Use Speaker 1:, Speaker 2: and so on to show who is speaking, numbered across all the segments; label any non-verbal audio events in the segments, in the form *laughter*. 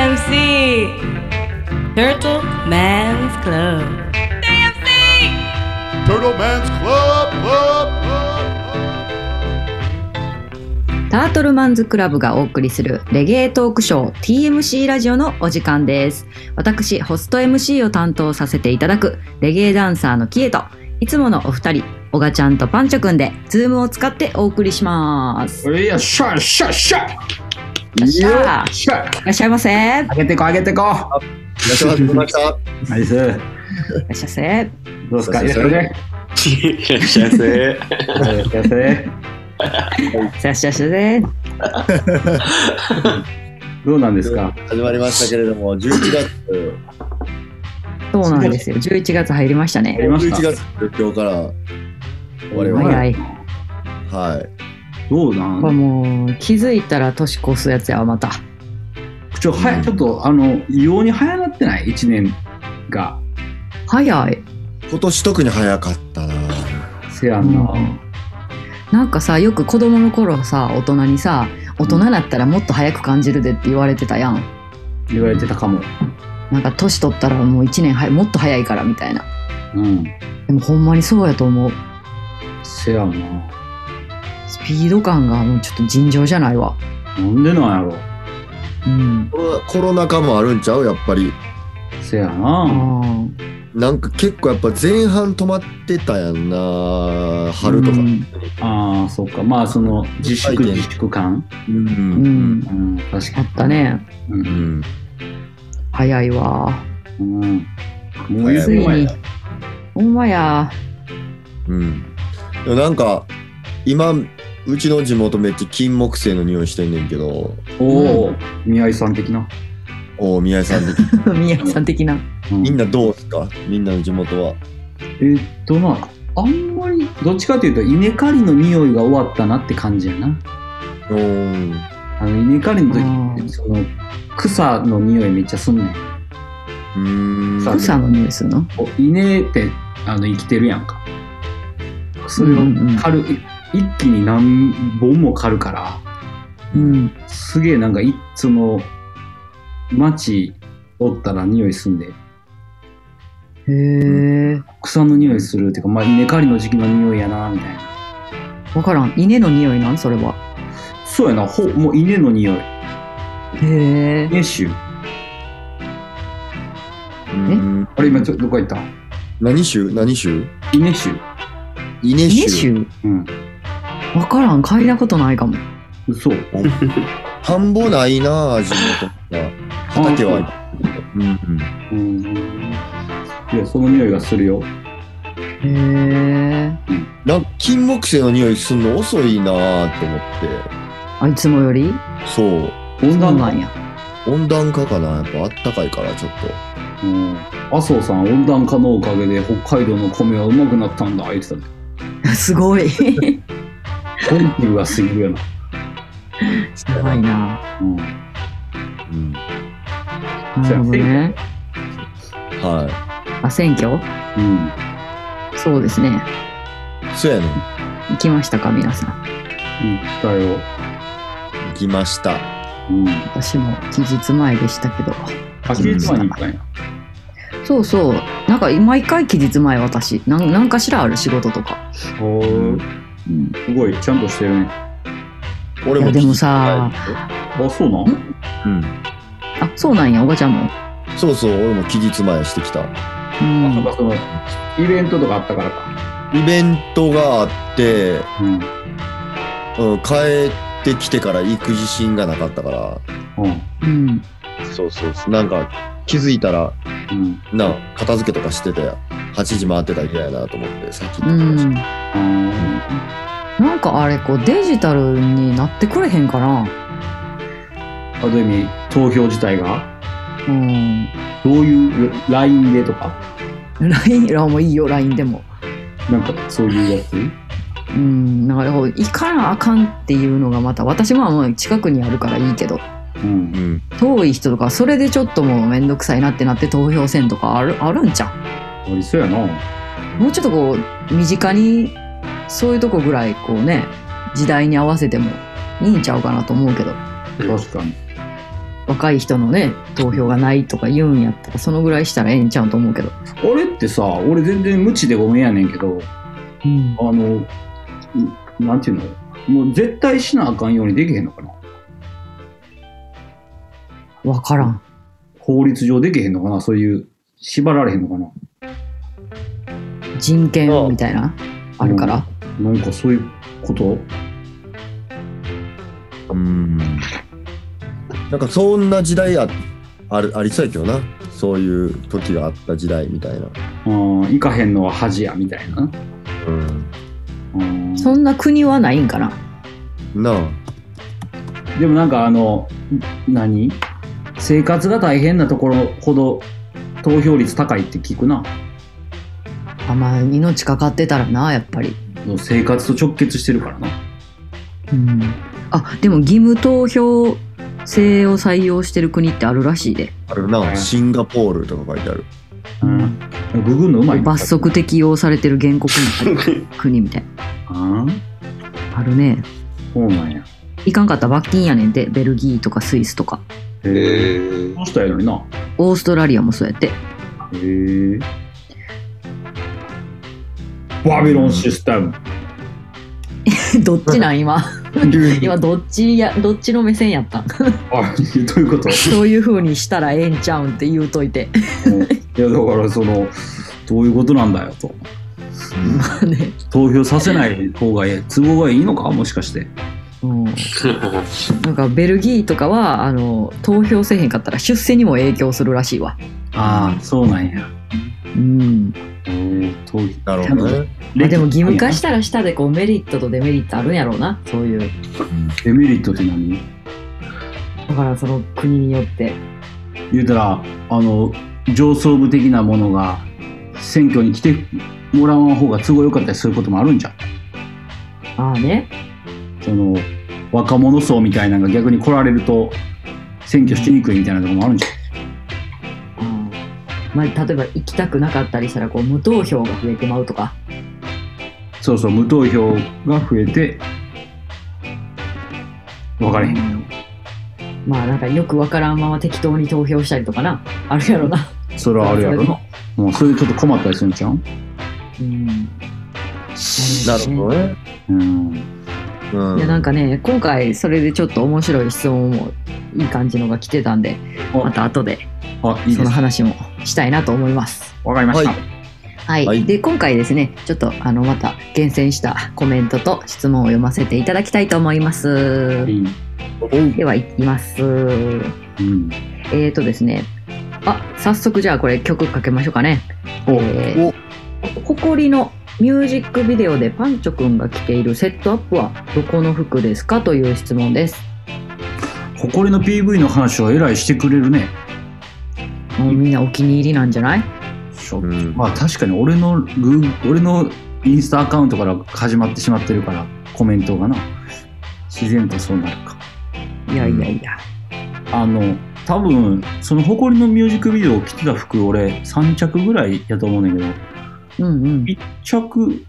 Speaker 1: DMC Turtle Man's Club. DMC!
Speaker 2: Turtle Man's Club, Club, Club.
Speaker 3: タートルマンズクラブがお送りするレゲエトークショー TMC ラジオのお時間です。私、ホスト MC を担当させていただくレゲエダンサーのキエと、いつものお二人、オガちゃんとパンチョくんで、ズームを使ってお送りします。
Speaker 4: いや、シャッシャッシャッ
Speaker 3: いらっしゃ
Speaker 4: シャッ
Speaker 3: いらっしゃいませ。いらっ
Speaker 4: 上げてこ上げてこ
Speaker 2: いらっしゃいませ。ど
Speaker 4: ナイス
Speaker 3: し
Speaker 4: ど
Speaker 3: ゃいませ。
Speaker 4: うですか
Speaker 2: そう
Speaker 4: や
Speaker 2: です
Speaker 4: る
Speaker 2: ね
Speaker 4: ね
Speaker 5: いらっしゃいませ。
Speaker 4: やせ
Speaker 3: いらっしゃいませ。
Speaker 4: どうなんですか
Speaker 2: 始まりましたけれども、11月、
Speaker 3: そうなんですよ。11月入りましたね。
Speaker 4: りました
Speaker 2: 11月、今日から終わりま
Speaker 3: 早い。
Speaker 2: す。はい。
Speaker 4: どうな
Speaker 3: これ
Speaker 4: ん
Speaker 3: もう、気づいたら年越すやつやわ、また。
Speaker 4: ちょはやちょっとあの異様に早なってない一年が
Speaker 3: 早い。
Speaker 2: 今年特に早かったな。
Speaker 4: せやんな、
Speaker 3: なんかさよく子供の頃さ大人にさ大人だったらもっと早く感じるでって言われてたやん
Speaker 4: 言われてたかも
Speaker 3: なんか年取ったらもう1年はもっと早いからみたいな
Speaker 4: うん
Speaker 3: でもほんまにそうやと思う
Speaker 4: せやんな
Speaker 3: スピード感がもうちょっと尋常じゃないわ
Speaker 4: なんでなんや
Speaker 3: うん
Speaker 2: コロナコロナ禍もあるんちゃうやっぱり。
Speaker 4: ろせや
Speaker 3: あ
Speaker 4: な
Speaker 3: ー
Speaker 2: なんか結構やっぱ前半止まってたやんな。春とか
Speaker 3: う。ん
Speaker 4: ああそっかまあその自粛自粛感
Speaker 2: う。
Speaker 3: うんん
Speaker 4: うん確
Speaker 3: あ
Speaker 4: か
Speaker 3: っ
Speaker 4: に
Speaker 3: たね
Speaker 4: うん
Speaker 2: うん。
Speaker 3: 早いわ
Speaker 4: うんもう
Speaker 3: つい
Speaker 4: 言
Speaker 3: に
Speaker 4: う
Speaker 3: ほんまや *laughs*
Speaker 2: うん。でもなんか、今、うちの地元めっちゃ金木犀の匂いしてんねんけど、
Speaker 4: おお宮井さん的な
Speaker 2: お宮井さん的に、
Speaker 3: 宮さん的な
Speaker 4: うん
Speaker 2: みんなどうすかみんなの地元は。
Speaker 4: えーっとなあんまりどっちかというと稲刈りの匂いが終わったなって感じやな
Speaker 2: うーん。
Speaker 4: あの稲刈り
Speaker 3: う
Speaker 4: の時
Speaker 3: ん
Speaker 4: その草の匂いめっちゃすんねん
Speaker 2: うーん。
Speaker 4: さ
Speaker 3: 草の匂いするの
Speaker 4: こう稲ってあの生きてるやんかそれを
Speaker 3: うんうんうん
Speaker 4: 刈る、い一気に何本も刈るから
Speaker 3: うん
Speaker 4: すげえなんかいっつも町おったら匂いすんで
Speaker 3: へえ
Speaker 4: 草の匂いするっていうか、まあ、稲刈りの時期の匂いやなみたいな
Speaker 3: 分からん稲の匂いなんそれは
Speaker 4: そうやなほもう稲の匂い
Speaker 3: へえ
Speaker 4: 稲臭
Speaker 2: うん
Speaker 4: あれ今ちょどこ行った
Speaker 2: 何州何州
Speaker 4: 稲臭
Speaker 2: イネ
Speaker 3: イネ
Speaker 2: 州。
Speaker 3: 州
Speaker 4: うん
Speaker 3: わからん嗅いだことないかも
Speaker 4: 嘘
Speaker 2: 田んぼないなあ地元は。畑はあるけど。うん
Speaker 4: うんいやその匂いがするよ
Speaker 3: へえ
Speaker 2: なんか金木犀の匂いすんの遅いなあと思っ
Speaker 3: あいつもより
Speaker 2: て。そう。
Speaker 3: そう
Speaker 4: 温暖
Speaker 3: な
Speaker 4: 化
Speaker 3: んや *laughs*
Speaker 2: 温暖化かなやっぱあったかいからちょっと。
Speaker 4: うん麻生さん温暖化のおかげで北海道の米はうまくなったんだ言ってたね
Speaker 3: すごいす
Speaker 4: 根気が過ぎるよな、
Speaker 3: ごいな
Speaker 4: うん、
Speaker 2: うん。
Speaker 3: なるほどね
Speaker 2: は
Speaker 3: あ選挙
Speaker 4: うん、
Speaker 3: そうですね
Speaker 2: い。そうやねん。
Speaker 3: 行きましたか皆さん
Speaker 4: 言ったよ、
Speaker 2: 行きました。
Speaker 4: うん、
Speaker 3: 私も期日前でしたけど
Speaker 4: 8日前に行ったんや
Speaker 3: そうそうなんか毎回期日前私なんなんかしらある仕事とか、
Speaker 4: おー
Speaker 3: うん、
Speaker 4: すごいちゃんとしてるね
Speaker 2: 俺
Speaker 3: い
Speaker 2: も
Speaker 3: やでもさ
Speaker 4: あそうなん
Speaker 2: うん。
Speaker 3: あそうなんやおばちゃんも
Speaker 2: そうそう、俺も期日前してきた。
Speaker 3: う
Speaker 4: あそうんかそのイベントとかあったからか、
Speaker 2: イベントがあって、
Speaker 4: うんうん、
Speaker 2: うん、帰ってきてから行く自信がなかったから、
Speaker 3: うん
Speaker 2: そうそうそうなんか気づいたら、
Speaker 4: うん
Speaker 2: なあ、片付けとかしてて、8時回ってたら嫌やなと思って、さっき
Speaker 3: う
Speaker 2: 言ってまし
Speaker 3: んなんかあれこうデジタルになってくれへんかな
Speaker 4: ある意味投票自体が
Speaker 3: うん
Speaker 4: どういうラインでとか
Speaker 3: LINE *laughs* あもういいよ LINE でも
Speaker 4: なんかそういうやつ
Speaker 3: うんなんかこう行かなあかんっていうのがまた私はもう近くにあるからいいけど
Speaker 4: うん
Speaker 2: た。うん。
Speaker 3: 遠い人とかそれでちょっともう面倒くさいなってなって投票せんとかあるあるんじゃん
Speaker 4: ありそうやな
Speaker 3: もうちょっとこう身近にそういうとこぐらいこうね時代に合わせてもいいんちゃうかなと思うけど
Speaker 4: 確かに。
Speaker 3: 若い人のね投票がないとか言うんやったらそのぐらいしたらええんちゃうと思うけど、
Speaker 4: 俺ってさ、俺全然無知でごめんやねんけど、
Speaker 3: うん、
Speaker 4: あの、うなんていうのもう絶対しなあかんようにできへんのかな
Speaker 3: 分からん
Speaker 4: 法律上できへんのかなそういう、縛られへんのかな
Speaker 3: 人権みたいなあるから、
Speaker 4: なんかそういうこと
Speaker 2: うん。なんかそんな時代ああるありそうやけどな。そういう時があった時代みたいな。
Speaker 4: うん、行かへんのは恥や、みたいな。
Speaker 2: うん。
Speaker 4: うん
Speaker 3: そんな国はないんかな
Speaker 2: なあ。
Speaker 4: でもなんかあの、何生活が大変なところほど投票率高いって聞くな。
Speaker 3: あまあ命かかってたらなやっぱり、
Speaker 4: 生活と直結してるからな。
Speaker 3: うん、あでも義務投票制を採用してる国ってあるらしいで
Speaker 2: あるな。シンガポールとか書いてある。
Speaker 4: うん。ググんのうまい。
Speaker 3: 罰則適用されてる原告みたいな国みたい
Speaker 4: ああ、
Speaker 3: なあるね
Speaker 4: そうなんや。
Speaker 3: いかんかったら罰金やねんてベルギーとかスイスとか
Speaker 4: へえ。そうしたらやのにな。
Speaker 3: オーストラリアもそうやって *laughs*
Speaker 4: へえ。バビロンシステム。
Speaker 3: どっちなん今
Speaker 4: 急に
Speaker 3: 今どっちやどっちの目線やったん
Speaker 4: あ、どういう *laughs* こと
Speaker 3: そういう風にしたらええんちゃうんって言うといて *laughs*
Speaker 4: うんいやだからそのどういうことなんだよと
Speaker 3: まあね、
Speaker 4: 投票させない方がええ都合がいいのかもしかして
Speaker 3: うん、なんかベルギーとかはあの投票せえへんかったら出世にも影響するらしいわ
Speaker 4: ああそうなんや
Speaker 3: うん
Speaker 4: 投票
Speaker 2: なるほどね。
Speaker 3: まあでも義務化したらしたでこうメリットとデメリットあるんやろうなそういう
Speaker 4: デメリットって何
Speaker 3: だからその国によって
Speaker 4: 言うたらあの上層部的なものが選挙に来てもらわん方が都合良かったりすることもあるんじゃん
Speaker 3: ああね
Speaker 4: その若者層みたいなのが逆に来られると選挙してにくいみたいなとこもあるんじゃん
Speaker 3: うんまあ、例えば行きたくなかったりしたらこう無投票が増えてまうとか
Speaker 4: そうそう無投票が増えて分からへん
Speaker 3: まあなんかよくわからんまま適当に投票したりとかなあるやろな
Speaker 4: それはあるやろな。もうそれでちょっと困ったりするんちゃう
Speaker 3: うん
Speaker 2: なるほどね。
Speaker 4: うん。
Speaker 2: うん。
Speaker 3: いやなんかね今回それでちょっと面白い質問もいい感じのが来てたんで
Speaker 4: あ
Speaker 3: また後で
Speaker 4: あ、いい
Speaker 3: そ
Speaker 4: で
Speaker 3: の
Speaker 4: す。
Speaker 3: 話もしたいなと思います
Speaker 4: わかりました。
Speaker 2: は
Speaker 3: はい、
Speaker 2: はい
Speaker 3: で今回ですねちょっとあのまた厳選したコメントと質問を読ませていただきたいと思います
Speaker 4: いい
Speaker 3: ではいきます
Speaker 4: うん。
Speaker 3: えーとですねあ早速じゃあこれ曲かけましょうかね
Speaker 4: お
Speaker 3: えーココリのミュージックビデオでパンチョくんが着ているセットアップはどこの服ですかという質問です。
Speaker 4: 誇りの PV の話をえらいしてくれるね。
Speaker 3: もうみんなお気に入りなんじゃない
Speaker 4: しょ
Speaker 2: うん
Speaker 4: まあ確かに俺のグー、俺のインスタアカウントから始まってしまってるから、コメントがな。自然とそうなるか。
Speaker 3: いやいやいや。
Speaker 4: あの、多分、その誇りのミュージックビデオを着てた服、俺3着ぐらいやと思うねんだけど、
Speaker 3: うんうん。
Speaker 4: 1着ふ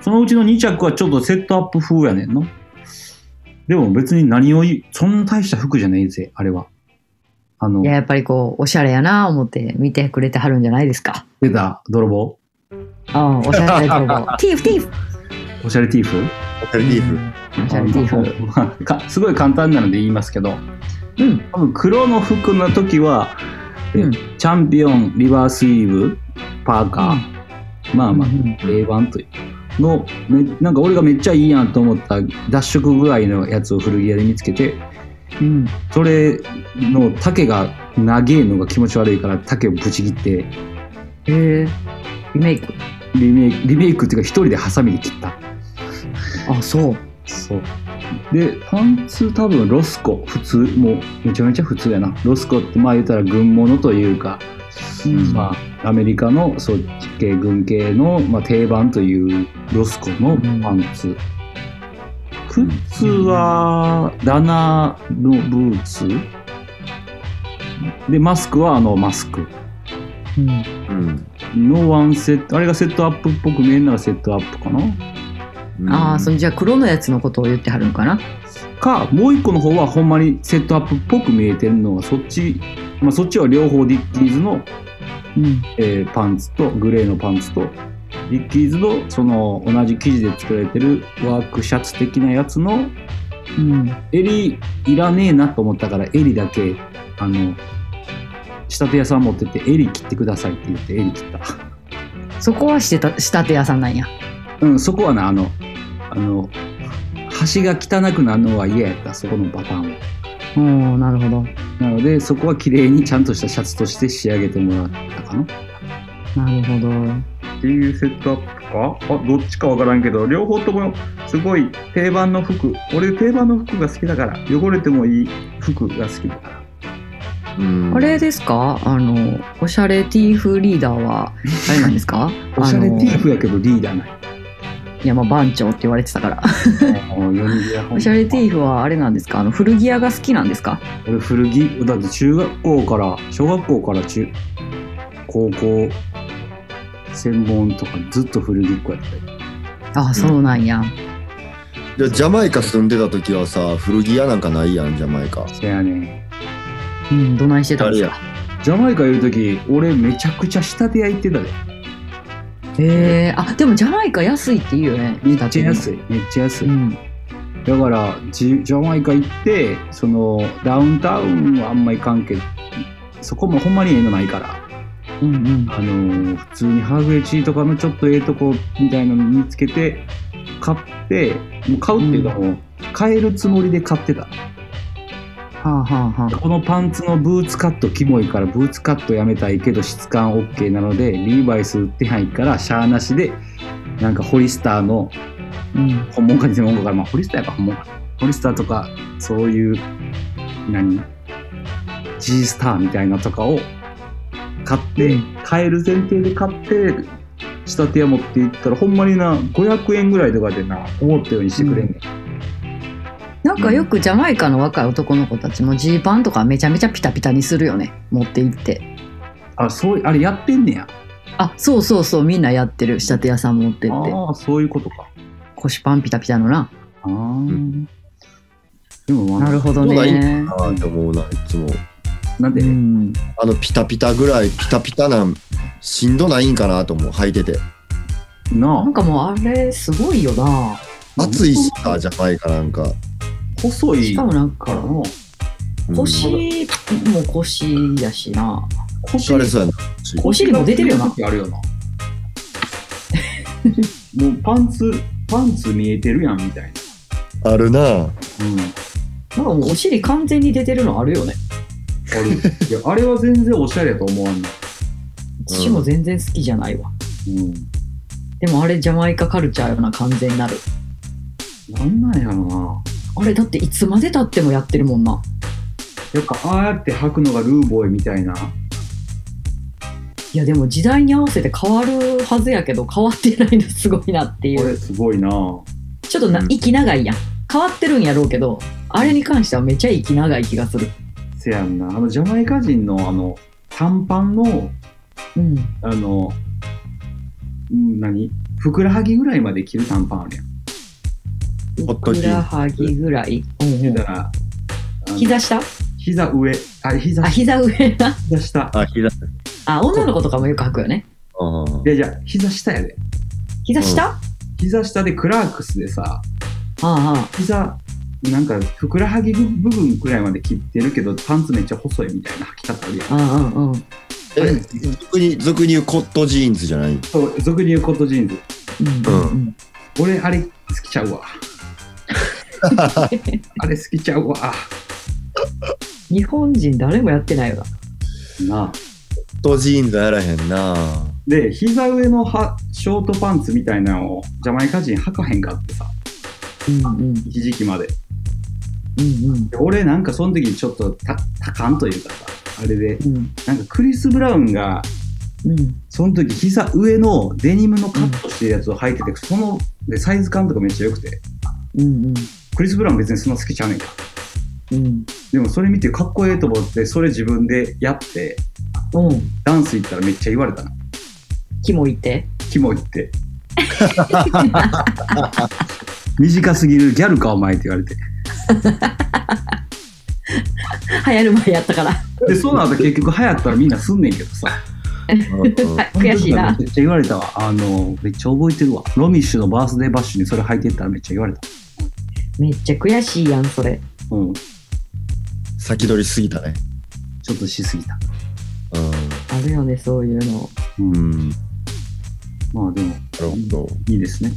Speaker 4: そのうちの2着はちょっとセットアップ風やねんなでも別に何を言うそんな大した服じゃないぜあれはあの
Speaker 3: いややっぱりこうおしゃれやな思って見てくれてはるんじゃないですか。
Speaker 4: 出た泥棒
Speaker 3: ああおしゃれ泥棒。 *laughs* ティーフティーフ。
Speaker 4: おしゃれティーフ
Speaker 2: ペルディーフ。
Speaker 3: おしゃれティーフ。
Speaker 4: まあかすごい簡単なので言いますけど
Speaker 3: うん
Speaker 4: 多分黒の服の時は、え
Speaker 3: うん
Speaker 4: チャンピオンリバースイーブパーカー、まあまあ
Speaker 3: うん
Speaker 4: 定番というのめなんか俺がめっちゃいいやんと思った脱色具合のやつを古着屋で見つけて
Speaker 3: うん。
Speaker 4: それの丈が長えのが気持ち悪いから丈をぶち切って
Speaker 3: へえ。リメイク。
Speaker 4: リメイクリメイクっていうか一人でハサミで切った
Speaker 3: あそう。
Speaker 4: そうでパンツ多分ロスコ普通もうめちゃめちゃ普通やなロスコってまあ言ったら軍物というか、
Speaker 3: うん
Speaker 4: まあアメリカのそっち系軍系の、まあ、定番というロスコのパンツ、靴はダナーのブーツでマスクはあのマスク
Speaker 3: うん
Speaker 2: うん。
Speaker 4: のワンセットあれがセットアップっぽく見えるならセットアップかな
Speaker 2: うん
Speaker 3: ああそのじゃあ黒のやつのことを言ってはるんかな。
Speaker 4: かもう一個の方はほんまにセットアップっぽく見えてるのはそっち、まあ、そっちは両方ディッキーズの、
Speaker 3: うん。
Speaker 4: えーパンツとグレーのパンツとディッキーズのその同じ生地で作られてるワークシャツ的なやつの
Speaker 3: うん。
Speaker 4: 襟いらねえなと思ったから襟だけあの仕立て屋さん持ってって襟切ってくださいって言って襟切った。 *laughs*
Speaker 3: そこはしてた、仕立て屋さんなんや。
Speaker 4: うん、そこはな、あの、あの、端が汚くなるのは嫌やった、そこのパターンは。
Speaker 3: おー、なるほど。
Speaker 4: なので、そこは綺麗にちゃんとしたシャツとして仕上げてもらったかな。
Speaker 3: なるほど。
Speaker 4: っていうセットアップかあ、どっちかわからんけど、両方ともすごい定番の服。俺定番の服が好きだから、汚れてもいい服が好きだから。
Speaker 2: うん
Speaker 3: あれですかあの、おしゃれティーフリーダーは、あれなんです *laughs* か
Speaker 4: おしゃれ
Speaker 3: あの
Speaker 4: ティーフやけどリーダーない。
Speaker 3: いや、まあ番長って言われてたから。お
Speaker 4: お
Speaker 3: しゃれティー
Speaker 4: フ
Speaker 3: フはあれなんですかあの、古着屋が好きなんですか
Speaker 4: 俺古着だって中学校から小学校から中高校専門とかずっと古着っ子やったよ
Speaker 3: あ、そうなんや。
Speaker 2: じゃあジャマイカ住んでた時はさ古着屋なんかないやんジャマイカ
Speaker 4: せやね
Speaker 3: うん、どないしてたんですか
Speaker 4: ジャマイカいる時俺めちゃくちゃ仕立て屋行ってたで
Speaker 3: へえあ、でもジャマイカ安いって言うよね。
Speaker 4: めっちゃ
Speaker 3: い。
Speaker 4: 安いめっちゃ安い、
Speaker 3: うん。
Speaker 4: だからジジャマイカ行ってそのダウンタウンはあんまり関係そこもほんまにええのないから
Speaker 3: うんうん。
Speaker 4: あの普通にハーフエッジとかのちょっとええとこみたいなの見つけて買ってもう買うっていうかもう買えるつもりで買ってた、
Speaker 3: はあはあはあ。
Speaker 4: このパンツのブーツカットキモいからブーツカットやめたいけど質感 OK なのでリーバイス売ってないからシャーなしでなんかホリスターの
Speaker 3: うん。
Speaker 4: 本物か専門家からまあホリスターやっぱ本物かホリスターとかそういう何 G スターみたいなとかを買って買える前提で買って仕立て屋持っていったらほんまにな500円ぐらいとかでな思ったようにしてくれんねん、
Speaker 3: なんかよくジャマイカの若い男の子たちもジーパンとかめちゃめちゃピタピタにするよね。持って行って。
Speaker 4: あそうあれやってんねや
Speaker 3: あ、そうそうそう、みんなやってる。仕立て屋さん持ってって。
Speaker 4: ああそういうことか
Speaker 3: 腰パンピタピタのな。
Speaker 4: ああ、でも、まあ
Speaker 3: なるほど
Speaker 2: そうだいい
Speaker 3: ね。
Speaker 2: ああって思うないつも
Speaker 4: なんで、
Speaker 3: うん。
Speaker 2: あのピタピタぐらいピタピタなんしんどないんかなと思う履いてて
Speaker 4: な
Speaker 3: なん
Speaker 4: あ
Speaker 3: かもうあれすごいよな。
Speaker 2: 暑いしさジャマイカなんか、
Speaker 4: 細い
Speaker 3: しかもなんか
Speaker 4: からの
Speaker 2: うん、
Speaker 3: 腰も腰やしな。
Speaker 2: 疲れそうやな
Speaker 3: お尻も出てるよな
Speaker 4: あるよな *laughs* もうパンツパンツ見えてるやんみたい
Speaker 2: あるな
Speaker 4: なう
Speaker 3: な
Speaker 4: ん
Speaker 3: んかもうお尻完全に出てるのあるよね。
Speaker 4: あるいやあれは全然おしゃれと思わんの、
Speaker 3: 私も全然好きじゃないわ。
Speaker 4: うん、
Speaker 3: でもあれジャマイカカルチャーよな完全なる。
Speaker 4: なんなんやろな
Speaker 3: あれだっていつまでたってもやってるもんな。
Speaker 4: やっぱああやって履くのがルーボーイみたいない
Speaker 3: やでも時代に合わせて変わるはずやけど変わってないのすごいなってい
Speaker 4: こ
Speaker 3: う。 *laughs*
Speaker 4: れすごい
Speaker 3: ち
Speaker 4: な
Speaker 3: ょっとな
Speaker 2: うん
Speaker 3: 息長いやん。変わってるんやろうけど、あれに関してはめちゃ息長い気がする。
Speaker 4: せやんなあのジャマイカ人のあの短パンの
Speaker 3: うん。
Speaker 4: あの、うん何ふくらはぎぐらいまで着る短パンあるやん。
Speaker 2: ほ
Speaker 3: ふ
Speaker 2: っとき
Speaker 3: くらはぎぐらい。うんう
Speaker 4: 言
Speaker 3: ん
Speaker 4: うたら、あの
Speaker 3: 膝下
Speaker 4: 膝上、あ、膝
Speaker 3: あ、
Speaker 4: 下、
Speaker 3: 膝上な。
Speaker 4: 膝下。
Speaker 2: あひだ
Speaker 3: あ、女の子とかもよく履くよね。
Speaker 2: ああ
Speaker 4: いやいや、膝下やで。
Speaker 3: 膝下、あ
Speaker 4: 膝下でクラークスでさ、
Speaker 3: あああ
Speaker 4: 膝、なんかふくらはぎ部分くらいまで切ってるけど、パンツめっちゃ細いみたいな履き方あるやん。
Speaker 3: ああうんうん。
Speaker 2: え俗に俗に言うコットジーンズじゃない
Speaker 4: そう、俗に言うコットジーンズ。
Speaker 3: うんうん
Speaker 4: 俺、あれ好きちゃう *laughs* わ。あれ好きちゃうわ。
Speaker 3: 日本人誰もやってないよな。
Speaker 4: なあ。
Speaker 2: コットジーンズやらへんな
Speaker 4: で、膝上のはショートパンツみたいなのをジャマイカ人履かへんかってさ、
Speaker 3: うんうん
Speaker 4: 一時期まで。
Speaker 3: うんうん
Speaker 4: で俺なんかその時ちょっとた多感というかさあれで
Speaker 3: うん
Speaker 4: なんかクリス・ブラウンが
Speaker 3: うん
Speaker 4: その時膝上のデニムのカットしてるやつを履いてて、そのでサイズ感とかめっちゃ良くて
Speaker 3: うん
Speaker 4: クリス・ブラウン別にそんな好きちゃうねんか
Speaker 3: うん
Speaker 4: でもそれ見てかっこええと思ってそれ自分でやって
Speaker 3: うん。
Speaker 4: ダンス行ったらめっちゃ言われたな
Speaker 3: キモいって。
Speaker 4: キモいって
Speaker 3: *laughs*
Speaker 4: 短すぎるギャルかお前って言われて
Speaker 3: 流行る前やったから。
Speaker 4: で、そうなると結局流行ったらみんなすんねんけどさ。
Speaker 3: 悔しいな
Speaker 4: め。っちゃ言われたわ。あの、めっちゃ覚えてるわ。ロミッシュのバースデーバッシュにそれ履いてったらめっちゃ言われた。
Speaker 3: めっちゃ悔しいやん、それ。
Speaker 4: うん。ち
Speaker 2: 先取りすぎたね。
Speaker 4: ょっとしすぎた。
Speaker 3: あるよね、そういうの。
Speaker 2: うん。うん。な
Speaker 4: まあでも、
Speaker 2: るほど。
Speaker 4: いいですね。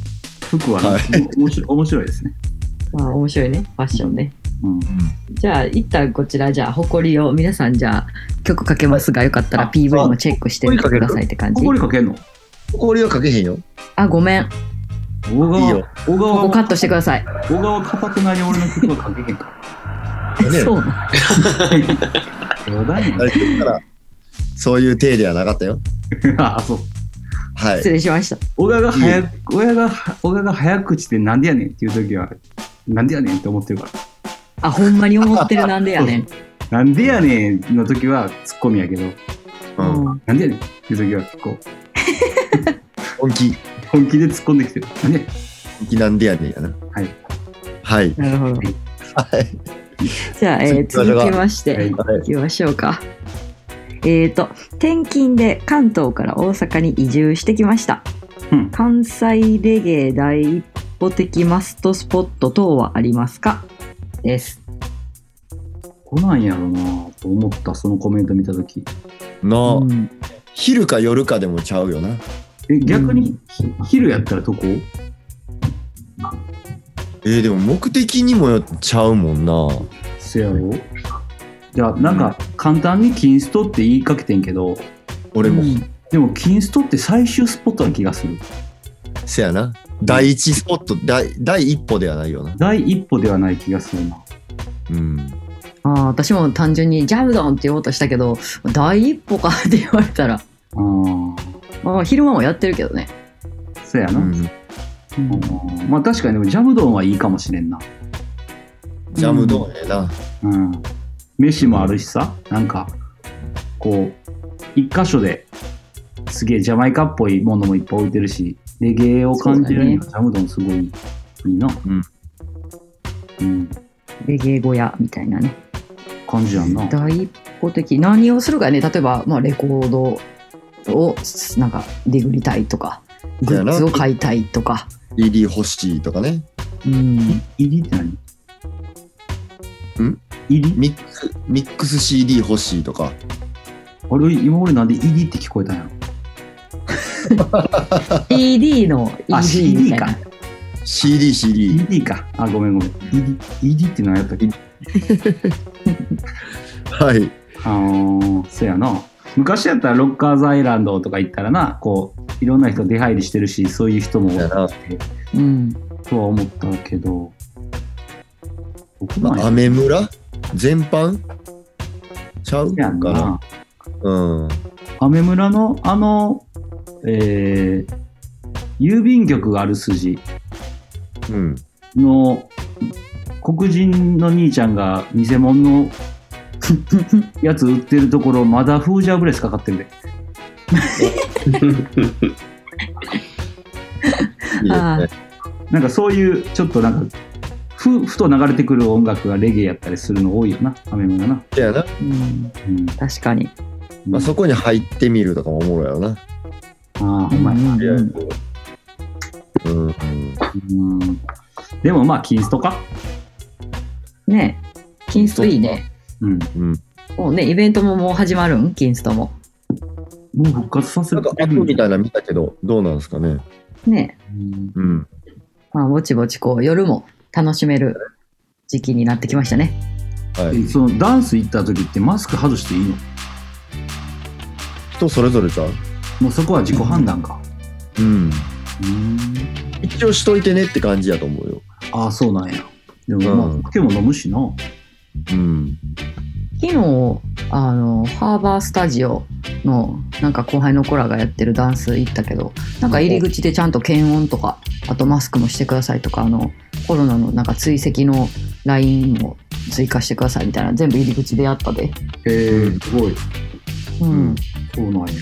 Speaker 4: 服は、ね
Speaker 2: は
Speaker 4: おも面白い面白いですね。
Speaker 3: まあ、面白いね、ファッションね。
Speaker 4: うん。
Speaker 3: じゃあ、一旦こちら、じゃあ、誇りを、皆さん、じゃあ、曲かけますが、よかったら
Speaker 4: あ
Speaker 3: PV
Speaker 4: あ
Speaker 3: もチェックしてみてくださいって感じ
Speaker 4: こ。こにかけんの
Speaker 2: 氷はかけへんよ。
Speaker 3: あ、ごめん。
Speaker 4: 小川、
Speaker 2: いいよ
Speaker 4: 小
Speaker 3: こ
Speaker 4: 川
Speaker 3: こ
Speaker 4: は、
Speaker 3: カットしてくだ
Speaker 2: *laughs*
Speaker 3: さい。
Speaker 4: 小川はかたくなに俺の服はかけへんか
Speaker 2: ね
Speaker 3: そうな
Speaker 4: ら。やだね
Speaker 2: あ。れだから、そういう体ではなかったよ。
Speaker 4: *laughs* あ、そう。
Speaker 2: は
Speaker 3: 失
Speaker 2: い。
Speaker 3: 礼しました。
Speaker 4: 小川が
Speaker 2: い
Speaker 4: 早く、小川が、小川が早口でなんでやねんっていう時は、なんでやねんって思ってるから。
Speaker 3: あ、ほんまに思ってるなんで
Speaker 2: *laughs*
Speaker 3: やねん。
Speaker 4: なんでやねんの時はツッコミやけど、
Speaker 2: うん。
Speaker 3: うん
Speaker 4: なんでやねんっていう時は、こう、
Speaker 2: 本気、
Speaker 4: 本気で突っ込んできてる。なんでやねん
Speaker 2: 本気なんでやねんやな。
Speaker 4: はい。
Speaker 2: はい。
Speaker 3: なるほど。
Speaker 2: はい。
Speaker 3: じゃあ、えー
Speaker 2: 次
Speaker 3: 続きまして。
Speaker 4: はい
Speaker 2: はい
Speaker 3: 行きましょうか。えー、と転勤で関東から大阪に移住してきました、
Speaker 4: うん
Speaker 3: 関西レゲエ第一歩的マストスポット等はありますかです
Speaker 4: こなんやろなと思った、そのコメント見た時。
Speaker 2: の、
Speaker 3: うん
Speaker 2: 昼か夜かでもちゃうよな。
Speaker 4: え、逆
Speaker 3: う
Speaker 4: に、ひ昼やったらどこ
Speaker 2: えー、でも目的にもよっちゃうもんな。
Speaker 4: せやろじゃあ、なんか、簡単にキンストって言いかけてんけど、
Speaker 2: 俺も、
Speaker 3: うん
Speaker 4: でも、キンストって最終スポットな気がする。
Speaker 2: せやな。第一スポット、第第一歩ではないよな。
Speaker 4: 第一歩ではない気がするな。
Speaker 2: うん。
Speaker 3: あー私も単純に「ジャムドン」って言おうとしたけど「第一歩か」って言われたら、
Speaker 4: あー
Speaker 3: まあ、昼間もやってるけどね、
Speaker 4: せや
Speaker 2: う
Speaker 4: な。
Speaker 2: ん、
Speaker 4: あーまあ、確かに、でも、ジャムドンはいいかもしれんな。
Speaker 2: ジャムドンやな。
Speaker 4: うん。飯もあるしさ、なんか、こう、一箇所ですげえジャマイカっぽいものもいっぱい置いてるし、レゲエを感じるにはジャムドンすごいいいな。
Speaker 2: うん。
Speaker 4: うん。
Speaker 3: レゲエ小屋みたいなね
Speaker 4: 感じやんな。
Speaker 3: 第一歩的何をするかね例えば、まあ、レコードをなんかディグりたいとかグ
Speaker 2: そうやな
Speaker 3: ッズを買いたいとか、
Speaker 2: ED 欲しいとかね。
Speaker 4: *laughs*
Speaker 3: うん、
Speaker 4: い入りって何
Speaker 2: ん
Speaker 4: 入り
Speaker 2: ミックス、ミックス CD 欲しいとか。
Speaker 4: あれ、今俺なんで入りって聞こえたんやろ
Speaker 3: CD の
Speaker 4: あ、
Speaker 3: ED
Speaker 4: CD
Speaker 3: みたいな
Speaker 4: か。
Speaker 2: CD、CD。
Speaker 4: ED か。あ、ごめんごめん。ED、ED って何やったっけ
Speaker 2: はい。
Speaker 4: あーそうやな昔やったらロッカーズアイランドとか行ったらなこういろんな人出入りしてるしそういう人も多くて
Speaker 3: うん、
Speaker 4: とは思ったけど僕
Speaker 2: ま
Speaker 4: も
Speaker 2: あ、
Speaker 4: や
Speaker 2: アメ村全般ちゃう
Speaker 4: や
Speaker 2: か
Speaker 4: ん
Speaker 2: な。
Speaker 4: な
Speaker 2: うん。
Speaker 4: アメ村のあのえー郵便局ある筋
Speaker 2: うん。
Speaker 4: の黒人の兄ちゃんが偽物の *laughs* やつ売ってるところまだフージャーブレスかかってるで
Speaker 2: いいです
Speaker 3: あ
Speaker 2: ね。
Speaker 4: なんかそういうちょっとなんかふふと流れてくる音楽がレゲエやったりするの多いよな、アメ村な。
Speaker 2: せやな。
Speaker 3: うん、
Speaker 4: うん、
Speaker 3: 確かに、
Speaker 2: まあ、そこに入ってみるとかもおもろいよな。
Speaker 4: ああ、ほ
Speaker 3: うん
Speaker 4: まや。
Speaker 3: んうん
Speaker 2: うん。うん
Speaker 4: うんでもまあ、キンストか。
Speaker 3: ねキンストいいね
Speaker 4: うん。
Speaker 2: うん。
Speaker 3: もうねイベントももう始まるんキンストも
Speaker 4: もう復活させ
Speaker 2: なん
Speaker 4: る
Speaker 2: か、アップみたいなの見たけど、どうなんですかね。
Speaker 3: ね
Speaker 4: うん
Speaker 2: うん。
Speaker 3: まあぼちぼちこう夜も楽しめる時期になってきましたね
Speaker 2: は
Speaker 4: え
Speaker 2: い。
Speaker 4: そのダンス行った時ってマスク外していいの
Speaker 2: 人それぞれちゃう
Speaker 4: もうそこは自己判断か。
Speaker 2: うん。
Speaker 4: うん。
Speaker 2: 一応しといてねって感じやと思うよ。
Speaker 4: ああ、そうなんや。で
Speaker 2: う
Speaker 4: も
Speaker 2: ん
Speaker 4: まあ、酒も飲むしな。
Speaker 2: うん。
Speaker 3: 昨日あのハーバースタジオのなんか後輩の子らがやってるダンス行ったけどなんか入り口でちゃんと検温とかあとマスクもしてくださいとかあのコロナのなんか追跡のラインも追加してくださいみたいな全部入り口でやったで、
Speaker 4: へえ、すごい。
Speaker 3: うん
Speaker 2: うん
Speaker 4: そうなんや。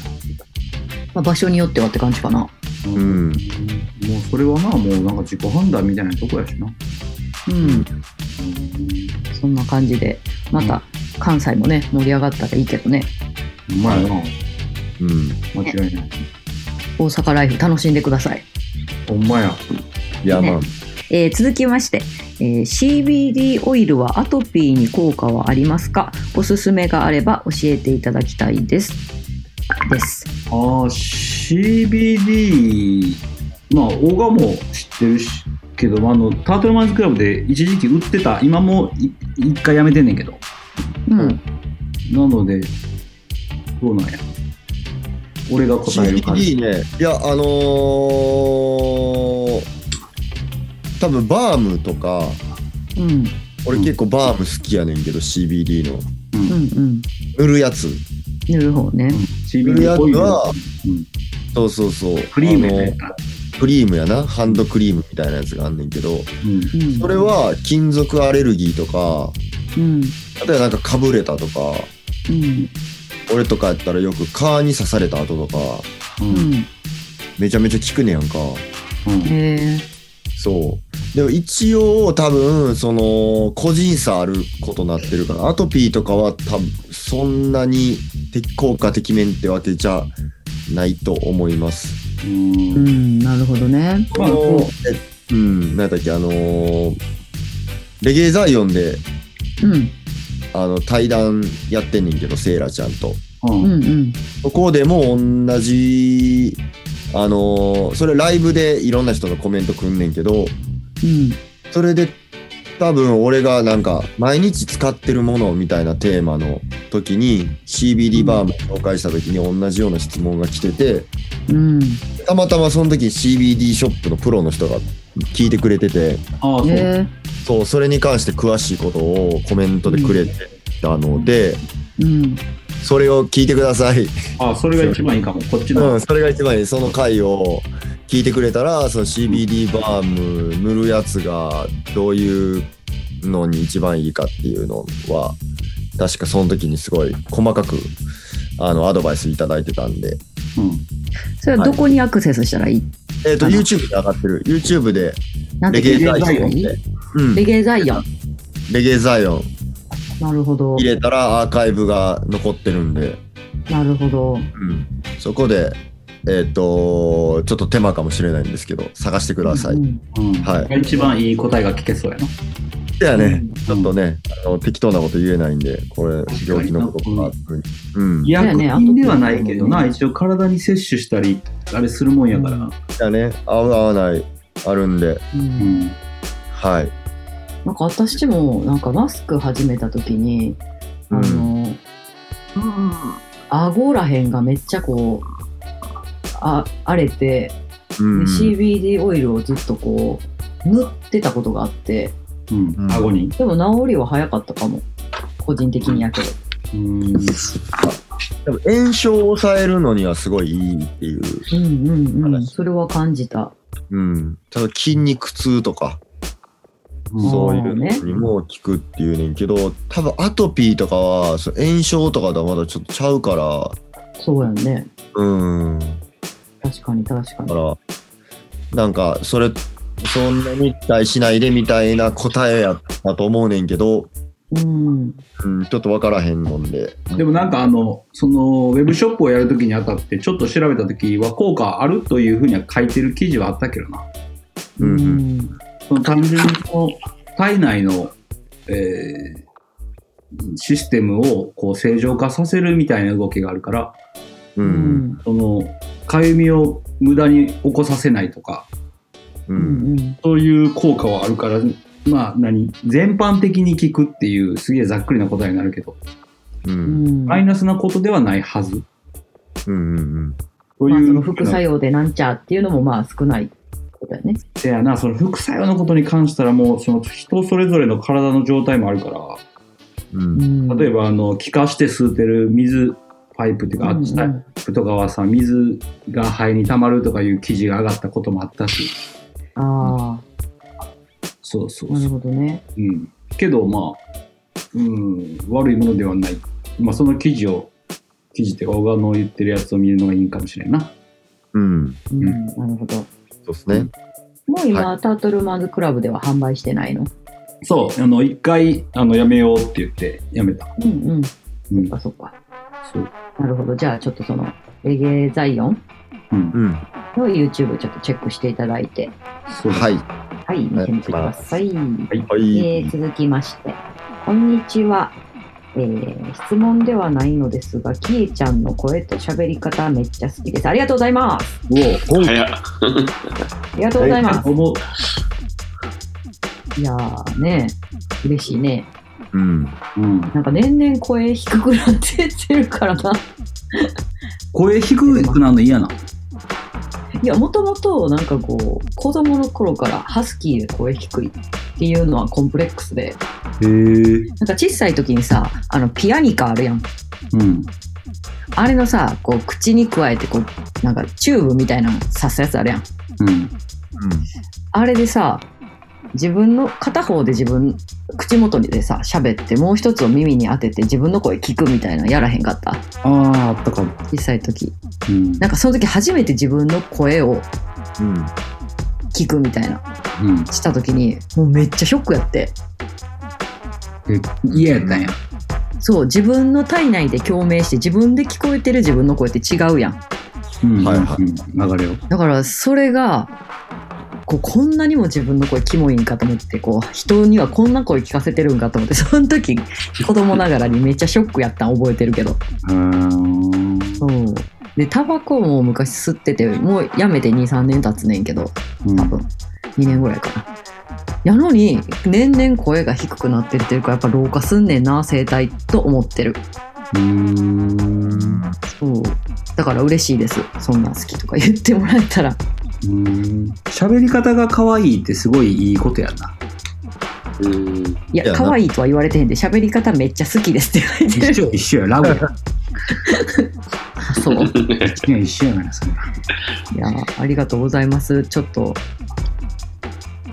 Speaker 3: まあ、場所によってはって感じかな
Speaker 4: う
Speaker 2: うん
Speaker 4: もうそれはな、もうなんか自己判断みたいなとこやしな。
Speaker 3: うん、そんな感じでまた関西もね盛り上がったらいいけどね
Speaker 4: うまいな。
Speaker 2: うん。
Speaker 4: 間違いない。
Speaker 3: 大阪ライフ楽しんでください、
Speaker 4: ほんまや。
Speaker 2: いや、まあ、
Speaker 3: えー続きまして、えー CBD オイルはアトピーに効果はありますかおすすめがあれば教えていただきたいですです
Speaker 4: あー CBD、まあ、大賀も知ってるし、けど、あの、タートルマンズクラブで一時期売ってた、今もい一回やめてんねんけど。
Speaker 3: うん
Speaker 4: なので、どうなんや。俺が答える感じ。
Speaker 2: CBD ね。いや、あのー、多分バームとか、
Speaker 3: うん
Speaker 2: 俺結構バーム好きやねんけど、CBD の。
Speaker 3: うんうん
Speaker 2: 塗るやつ。
Speaker 3: 塗る方ね
Speaker 4: CBD オイルは、うん、
Speaker 2: そうそうそう。
Speaker 4: クリームやね
Speaker 2: あのクリームやな。ハンドクリームみたいなやつがあんねんけど、
Speaker 4: うん
Speaker 3: うん
Speaker 2: それは金属アレルギーとか、
Speaker 3: うん
Speaker 2: 例えばなんかかぶれたとか、
Speaker 3: うん
Speaker 2: 俺とかやったらよく蚊に刺された後とか、
Speaker 4: うん
Speaker 3: うん
Speaker 2: めちゃめちゃ効くねやんか。
Speaker 4: うん
Speaker 3: へえ
Speaker 2: そう。でも一応多分、その、個人差あることになってるから、アトピーとかは多分、そんなに適効果的面ってわけじゃないと思います。
Speaker 4: うん
Speaker 3: うんなるほどね
Speaker 2: このえうん、なんだっけ、あのーレゲエザイオンで、
Speaker 3: うん
Speaker 2: あの、対談やってんねんけど、セイラちゃんと。
Speaker 4: うん
Speaker 3: うんうん
Speaker 2: そこでも同じ、あのーそれライブでいろんな人のコメントくんねんけど、
Speaker 3: うん
Speaker 2: それで多分俺がなんか毎日使ってるものみたいなテーマの時に CBD バーム紹介した時に同じような質問が来てて
Speaker 3: うん
Speaker 2: たまたまその時 CBD ショップのプロの人が聞いてくれてて
Speaker 4: ああ、そう。
Speaker 3: へ
Speaker 2: そうそれに関して詳しいことをコメントでくれてたので、
Speaker 3: えうん
Speaker 2: それを聞いてください、
Speaker 4: ああ、それが一番いいかも。こっち
Speaker 2: う
Speaker 4: の。
Speaker 2: ん、それが一番いいその回を聞いてくれたらその CBD バーム塗るやつがどういうのに一番いいかっていうのは確かその時にすごい細かくあのアドバイスいただいてたんで、
Speaker 4: うん
Speaker 3: それはどこにアクセスしたらいい
Speaker 2: えっと
Speaker 3: あの
Speaker 2: YouTube で上がってる YouTube で
Speaker 3: なん
Speaker 2: レ
Speaker 3: て
Speaker 2: ゲエザ
Speaker 4: レ
Speaker 2: イオン
Speaker 4: ゲエ
Speaker 3: ザイオ
Speaker 2: で、うん、
Speaker 3: レゲエザイオン
Speaker 2: レゲエザイオン
Speaker 3: なるほど
Speaker 2: 入れたらアーカイブが残ってるんで、
Speaker 3: なるほど
Speaker 2: うん、そこでえっ、とちょっと手間かもしれないんですけど探してください。
Speaker 3: う
Speaker 2: で
Speaker 3: ん
Speaker 4: うん
Speaker 2: は
Speaker 4: 一番いい答えが聞けそうやな。
Speaker 2: はね、
Speaker 3: うん
Speaker 2: ちょっとね、あの適当なこと言えないんで、これ、病気のことか、うん。
Speaker 4: 医
Speaker 2: い
Speaker 4: 薬
Speaker 3: ね
Speaker 4: 品ではないけど
Speaker 3: あ
Speaker 4: な、
Speaker 3: と
Speaker 4: 一応体に摂取したり、あれするもんやから。
Speaker 2: やね、合う合わない、あるんで、
Speaker 3: う
Speaker 4: うんん。
Speaker 2: はい。
Speaker 3: なんか私もなんかマスク始めた時に、
Speaker 2: うん
Speaker 3: あの、顎らへんがめっちゃこうあ荒れて、
Speaker 2: う
Speaker 3: で
Speaker 2: ん。
Speaker 3: CBD オイルをずっとこう塗ってたことがあって
Speaker 4: うん。
Speaker 2: うん
Speaker 4: 顎に。
Speaker 3: でも治りは早かったかも個人的にやけど
Speaker 4: うん。
Speaker 2: 多分炎症を抑えるのにはすごいいいっていう、
Speaker 3: うんうんうん
Speaker 2: 話
Speaker 3: それは感じた
Speaker 2: うん。ただ筋肉痛とか、
Speaker 4: そ
Speaker 2: そういうのにも効くっていうねんけど、多分アトピーとかは、そう炎症とかとはまだちょっとちゃうから、
Speaker 3: そうやんね
Speaker 2: うん。
Speaker 3: 確かに確か
Speaker 2: だか
Speaker 3: に
Speaker 2: ら、なんか、それ、そんなに期待しないでみたいな答えやったと思うねんけど、
Speaker 3: うん
Speaker 2: うん、ちょっと分からへんもんで。
Speaker 4: うでもなんかあの、その、ウェブショップをやるときにあたって、ちょっと調べたときは効果あるというふうには書いてる記事はあったけどな。
Speaker 2: うんうん
Speaker 4: その単純にこう体内の、えーシステムをこう正常化させるみたいな動きがあるから、
Speaker 2: う。
Speaker 3: うんん
Speaker 4: その、かゆみを無駄に起こさせないとか、
Speaker 2: う。
Speaker 3: うんん
Speaker 4: そういう効果はあるから、まあ何、全般的に効くっていう、すげえざっくりな答えになるけど、
Speaker 2: う。
Speaker 3: うんん
Speaker 4: マイナスなことではないはず。
Speaker 2: うん。うん。
Speaker 4: そう
Speaker 3: まあ、
Speaker 4: い、
Speaker 3: そうの副作用でなんちゃっていうのもまあ少ないことだよね。
Speaker 4: せやな、その副作用のことに関したら、もうその人それぞれの体の状態もあるから、
Speaker 2: うん。
Speaker 4: 例え
Speaker 3: ば、
Speaker 4: ば、あの、気化して吸ってる水パイプっていうか、あっちタイプとかはさ、水が肺に溜まるとかいう記事が上がったこともあったし、
Speaker 3: あ
Speaker 4: そうそ
Speaker 3: あ、
Speaker 4: う
Speaker 3: な
Speaker 4: そ
Speaker 3: るほ
Speaker 4: う。
Speaker 3: どね。
Speaker 4: うん。けど、まあ、うん、悪いものではない。まあ、その記事を、記事っていうか、小川の言ってるやつを見るのがいいんかもしれんな。
Speaker 2: うん。
Speaker 3: うん、
Speaker 4: うん
Speaker 3: なるほど。
Speaker 2: そうっすね。
Speaker 3: もう今、
Speaker 2: は
Speaker 3: タートルマンズクラブでは販売してないの。
Speaker 4: そう、あの、一回、あの、やめようって言って、やめた。
Speaker 3: うんうん。
Speaker 4: う
Speaker 3: そっ
Speaker 4: ん
Speaker 3: かそっか。
Speaker 4: そう。
Speaker 3: なるほど。じゃあ、ちょっとその、レゲエザイオン
Speaker 4: うん。
Speaker 2: うん。
Speaker 3: の YouTube ちょっとチェックしていただいて、
Speaker 4: そう
Speaker 2: はい。
Speaker 3: はい、見てみてください。
Speaker 2: はい。
Speaker 3: えー続きまして、こんにちは。えー質問ではないのですが、きえちゃんの声と喋り方めっちゃ好きです。ありがとうございます。
Speaker 2: お
Speaker 5: 早っ。
Speaker 3: ありがとうございます。
Speaker 4: おも
Speaker 3: いやーね、嬉しいね。
Speaker 2: うん。
Speaker 4: うん。
Speaker 3: なんか年々声低くなってってるからな。 *laughs*
Speaker 4: 声低くなるの嫌な。
Speaker 3: いや、もともとなんかこう、子供の頃からハスキーで声低いっていうのはコンプレックスで、
Speaker 4: へえ。
Speaker 3: なんか小さい時にさ、あの、ピアニカあるやん。
Speaker 4: うん。
Speaker 3: あれのさ、こう、口に加えてこう、なんかチューブみたいなの刺すやつあるやん。
Speaker 4: うん。
Speaker 3: あれでさ、自分の、片方で自分、口元でさ、喋って、もう一つを耳に当てて自分の声聞くみたいなのやらへんかった。
Speaker 4: ああ、あったかも。
Speaker 3: 小さい時。
Speaker 4: うん。
Speaker 3: なんかその時初めて自分の声を
Speaker 2: うん。
Speaker 3: 聞くみたいな、
Speaker 4: うん。
Speaker 3: した時に、もうめっちゃショックやって。
Speaker 4: え、嫌やったんや。
Speaker 3: そう自分の体内で共鳴して自分で聞こえてる自分の声って違うやん
Speaker 4: うん。
Speaker 2: はいはい
Speaker 4: うん流れを。
Speaker 3: だからそれがこうこんなにも自分の声キモいんかと思ってこう人にはこんな声聞かせてるんかと思ってその時子供ながらにめっちゃショックやったん覚えてるけど
Speaker 4: うーん。
Speaker 3: うんでタバコも昔吸っててもうやめて23年経つねんけど
Speaker 4: うん
Speaker 3: 多分2年ぐらいかなやのに年々声が低くなってってるからやっぱ老化すんねんな声帯と思ってる
Speaker 4: うーん。
Speaker 3: そう。だから嬉しいです。そんなん好きとか言ってもらえたら。
Speaker 4: うーん喋り方が可愛いってすごいいいことやな。
Speaker 5: うん。
Speaker 3: いや
Speaker 2: いや、な
Speaker 3: 可愛いとは言われてへんで、喋り方めっちゃ好きですって言われて
Speaker 4: 一
Speaker 3: る。
Speaker 4: 緒一緒や、ラブや。
Speaker 3: *laughs* そう。い
Speaker 4: 一緒や一緒やから、それ。
Speaker 3: や、ありがとうございます。ちょっと、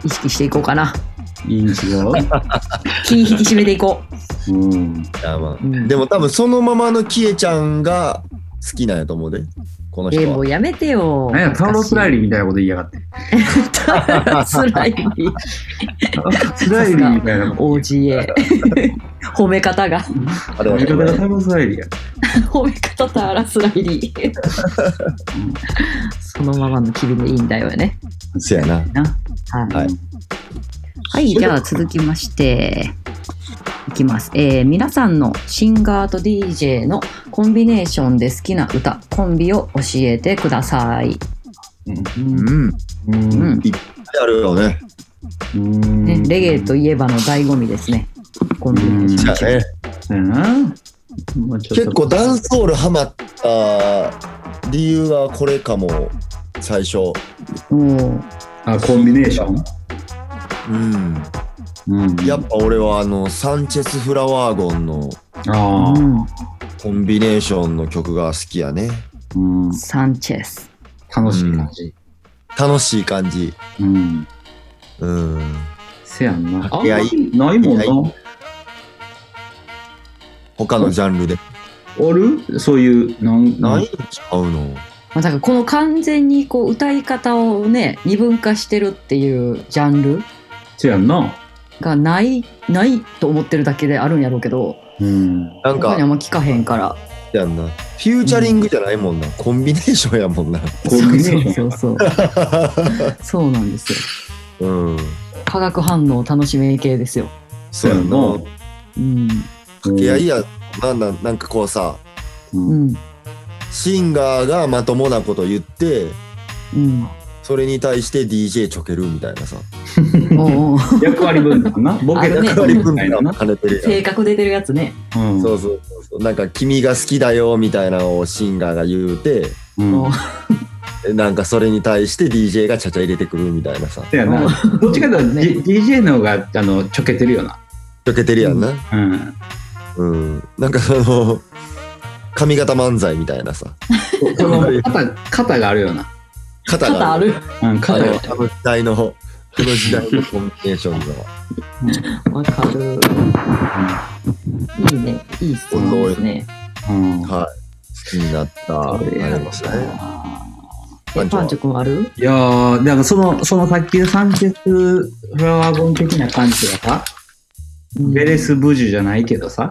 Speaker 3: 意識していこうかな。
Speaker 4: いいん違う
Speaker 3: 気引き締めていこ
Speaker 4: うん。
Speaker 2: いやまあ
Speaker 3: う。うん、
Speaker 2: でも多分そのままのキエちゃんが好きなんやと思うで。この
Speaker 3: え
Speaker 2: 人
Speaker 3: も
Speaker 2: は。
Speaker 3: うやめてよ。
Speaker 4: なんや、タロス
Speaker 3: *laughs*
Speaker 4: ライリーみたいなこと言いやがって。
Speaker 3: タロスライリー。
Speaker 4: タロスライリーみたいなこと。
Speaker 3: OGA。褒め方が。
Speaker 2: あれ
Speaker 4: や
Speaker 2: は
Speaker 4: り
Speaker 2: こ
Speaker 4: 方
Speaker 2: れ
Speaker 4: がタロスライリーや。
Speaker 3: 褒め方タラスライ
Speaker 2: *laughs*
Speaker 3: リー。そのままの機敏でいいんだよね。
Speaker 2: せやな。
Speaker 3: はい。
Speaker 2: はい
Speaker 3: はい、じゃあ続きまして、いきます。えー皆さんのシンガーと DJ のコンビネーションで好きな歌、コンビを教えてください。
Speaker 2: うん。
Speaker 4: うん
Speaker 3: うん。
Speaker 2: あるよね。
Speaker 4: うん。
Speaker 3: ね、レゲエといえばの醍醐味ですね。コンビネーション。
Speaker 2: じゃあね。
Speaker 4: そうやな。まあちょっと
Speaker 2: 結構ダンスホールハマった理由はこれかも。最初。
Speaker 3: うん
Speaker 4: あ、コンビネーション
Speaker 2: うん。
Speaker 4: うん
Speaker 2: やっぱ俺はあの、サンチェス・フラワーゴンの
Speaker 4: ああ。
Speaker 2: コンビネーションの曲が好きやね。
Speaker 4: うん
Speaker 3: うん。サンチェス。
Speaker 4: 楽しい感じ。
Speaker 2: 楽しい感じ。
Speaker 4: うん。
Speaker 2: うん。
Speaker 4: せやんな。あんま
Speaker 2: いや
Speaker 4: りないもん
Speaker 2: い
Speaker 4: な。
Speaker 2: 他のジャンルで。
Speaker 4: あるそういう、なん、
Speaker 2: ないんちゃうの
Speaker 3: まあ、だからこの完全にこう歌い方をね、二分化してるっていうジャンル
Speaker 4: せやんな。
Speaker 3: がない、ないと思ってるだけであるんやろうけど、
Speaker 4: うん。
Speaker 2: なん
Speaker 3: 他にあ
Speaker 2: か
Speaker 3: ん、ま聞かへんから。
Speaker 2: やんな。フューチャリングじゃないもんな。コンビネーションやもんな。
Speaker 4: コンビネーション
Speaker 3: そうそうそうそう。そうなんですよ。
Speaker 2: うん。
Speaker 3: 化学反応楽しめ系ですよ。
Speaker 2: そうやんな。
Speaker 3: うん。
Speaker 2: いやいや、なんだ、なんかこうさ、
Speaker 4: うん
Speaker 3: うん。
Speaker 2: シンガーがまともなこと言って、
Speaker 3: うん。
Speaker 2: それに対して DJ ちょけるみたいなさ。
Speaker 3: おうおう
Speaker 4: 役割分担な。ボケ
Speaker 3: あるね
Speaker 4: 役
Speaker 2: 役割
Speaker 4: 割分
Speaker 2: 分
Speaker 4: 担
Speaker 2: 担
Speaker 4: やな。
Speaker 2: 兼ねてるや
Speaker 3: 性格出てるやつね。
Speaker 4: うん
Speaker 2: ん。そうそうそうそう。なんか、君が好きだよみたいなのをシンガーが言うて、
Speaker 4: うん
Speaker 3: おう
Speaker 2: なんかそれに対して DJ がちゃちゃ入れてくるみたいなさ。
Speaker 4: そうやな。どっちかというと D- DJ の方が、あの、ちょけてるよな。
Speaker 2: ちょけてるやんな。
Speaker 4: うん。
Speaker 2: うん。なんかその、髪型漫才みたいなさ。
Speaker 4: この肩、肩があるよな。
Speaker 2: 肩
Speaker 3: 肩
Speaker 2: が
Speaker 3: あ
Speaker 2: ある。
Speaker 3: る。
Speaker 4: うん、
Speaker 2: あ
Speaker 4: 肩
Speaker 2: の
Speaker 4: が。
Speaker 2: あの時代の、この時代のコンビネーションの。
Speaker 3: わかる。いいね。いい質問ですね。
Speaker 4: うん。
Speaker 2: はい。好きになった。ありましたね。
Speaker 3: え、パンチョ君ある
Speaker 4: いやー、だからその、そのさっきのサンチェス・フラワーゴン的な感じがさ、ベレスブジュじゃないけどさ、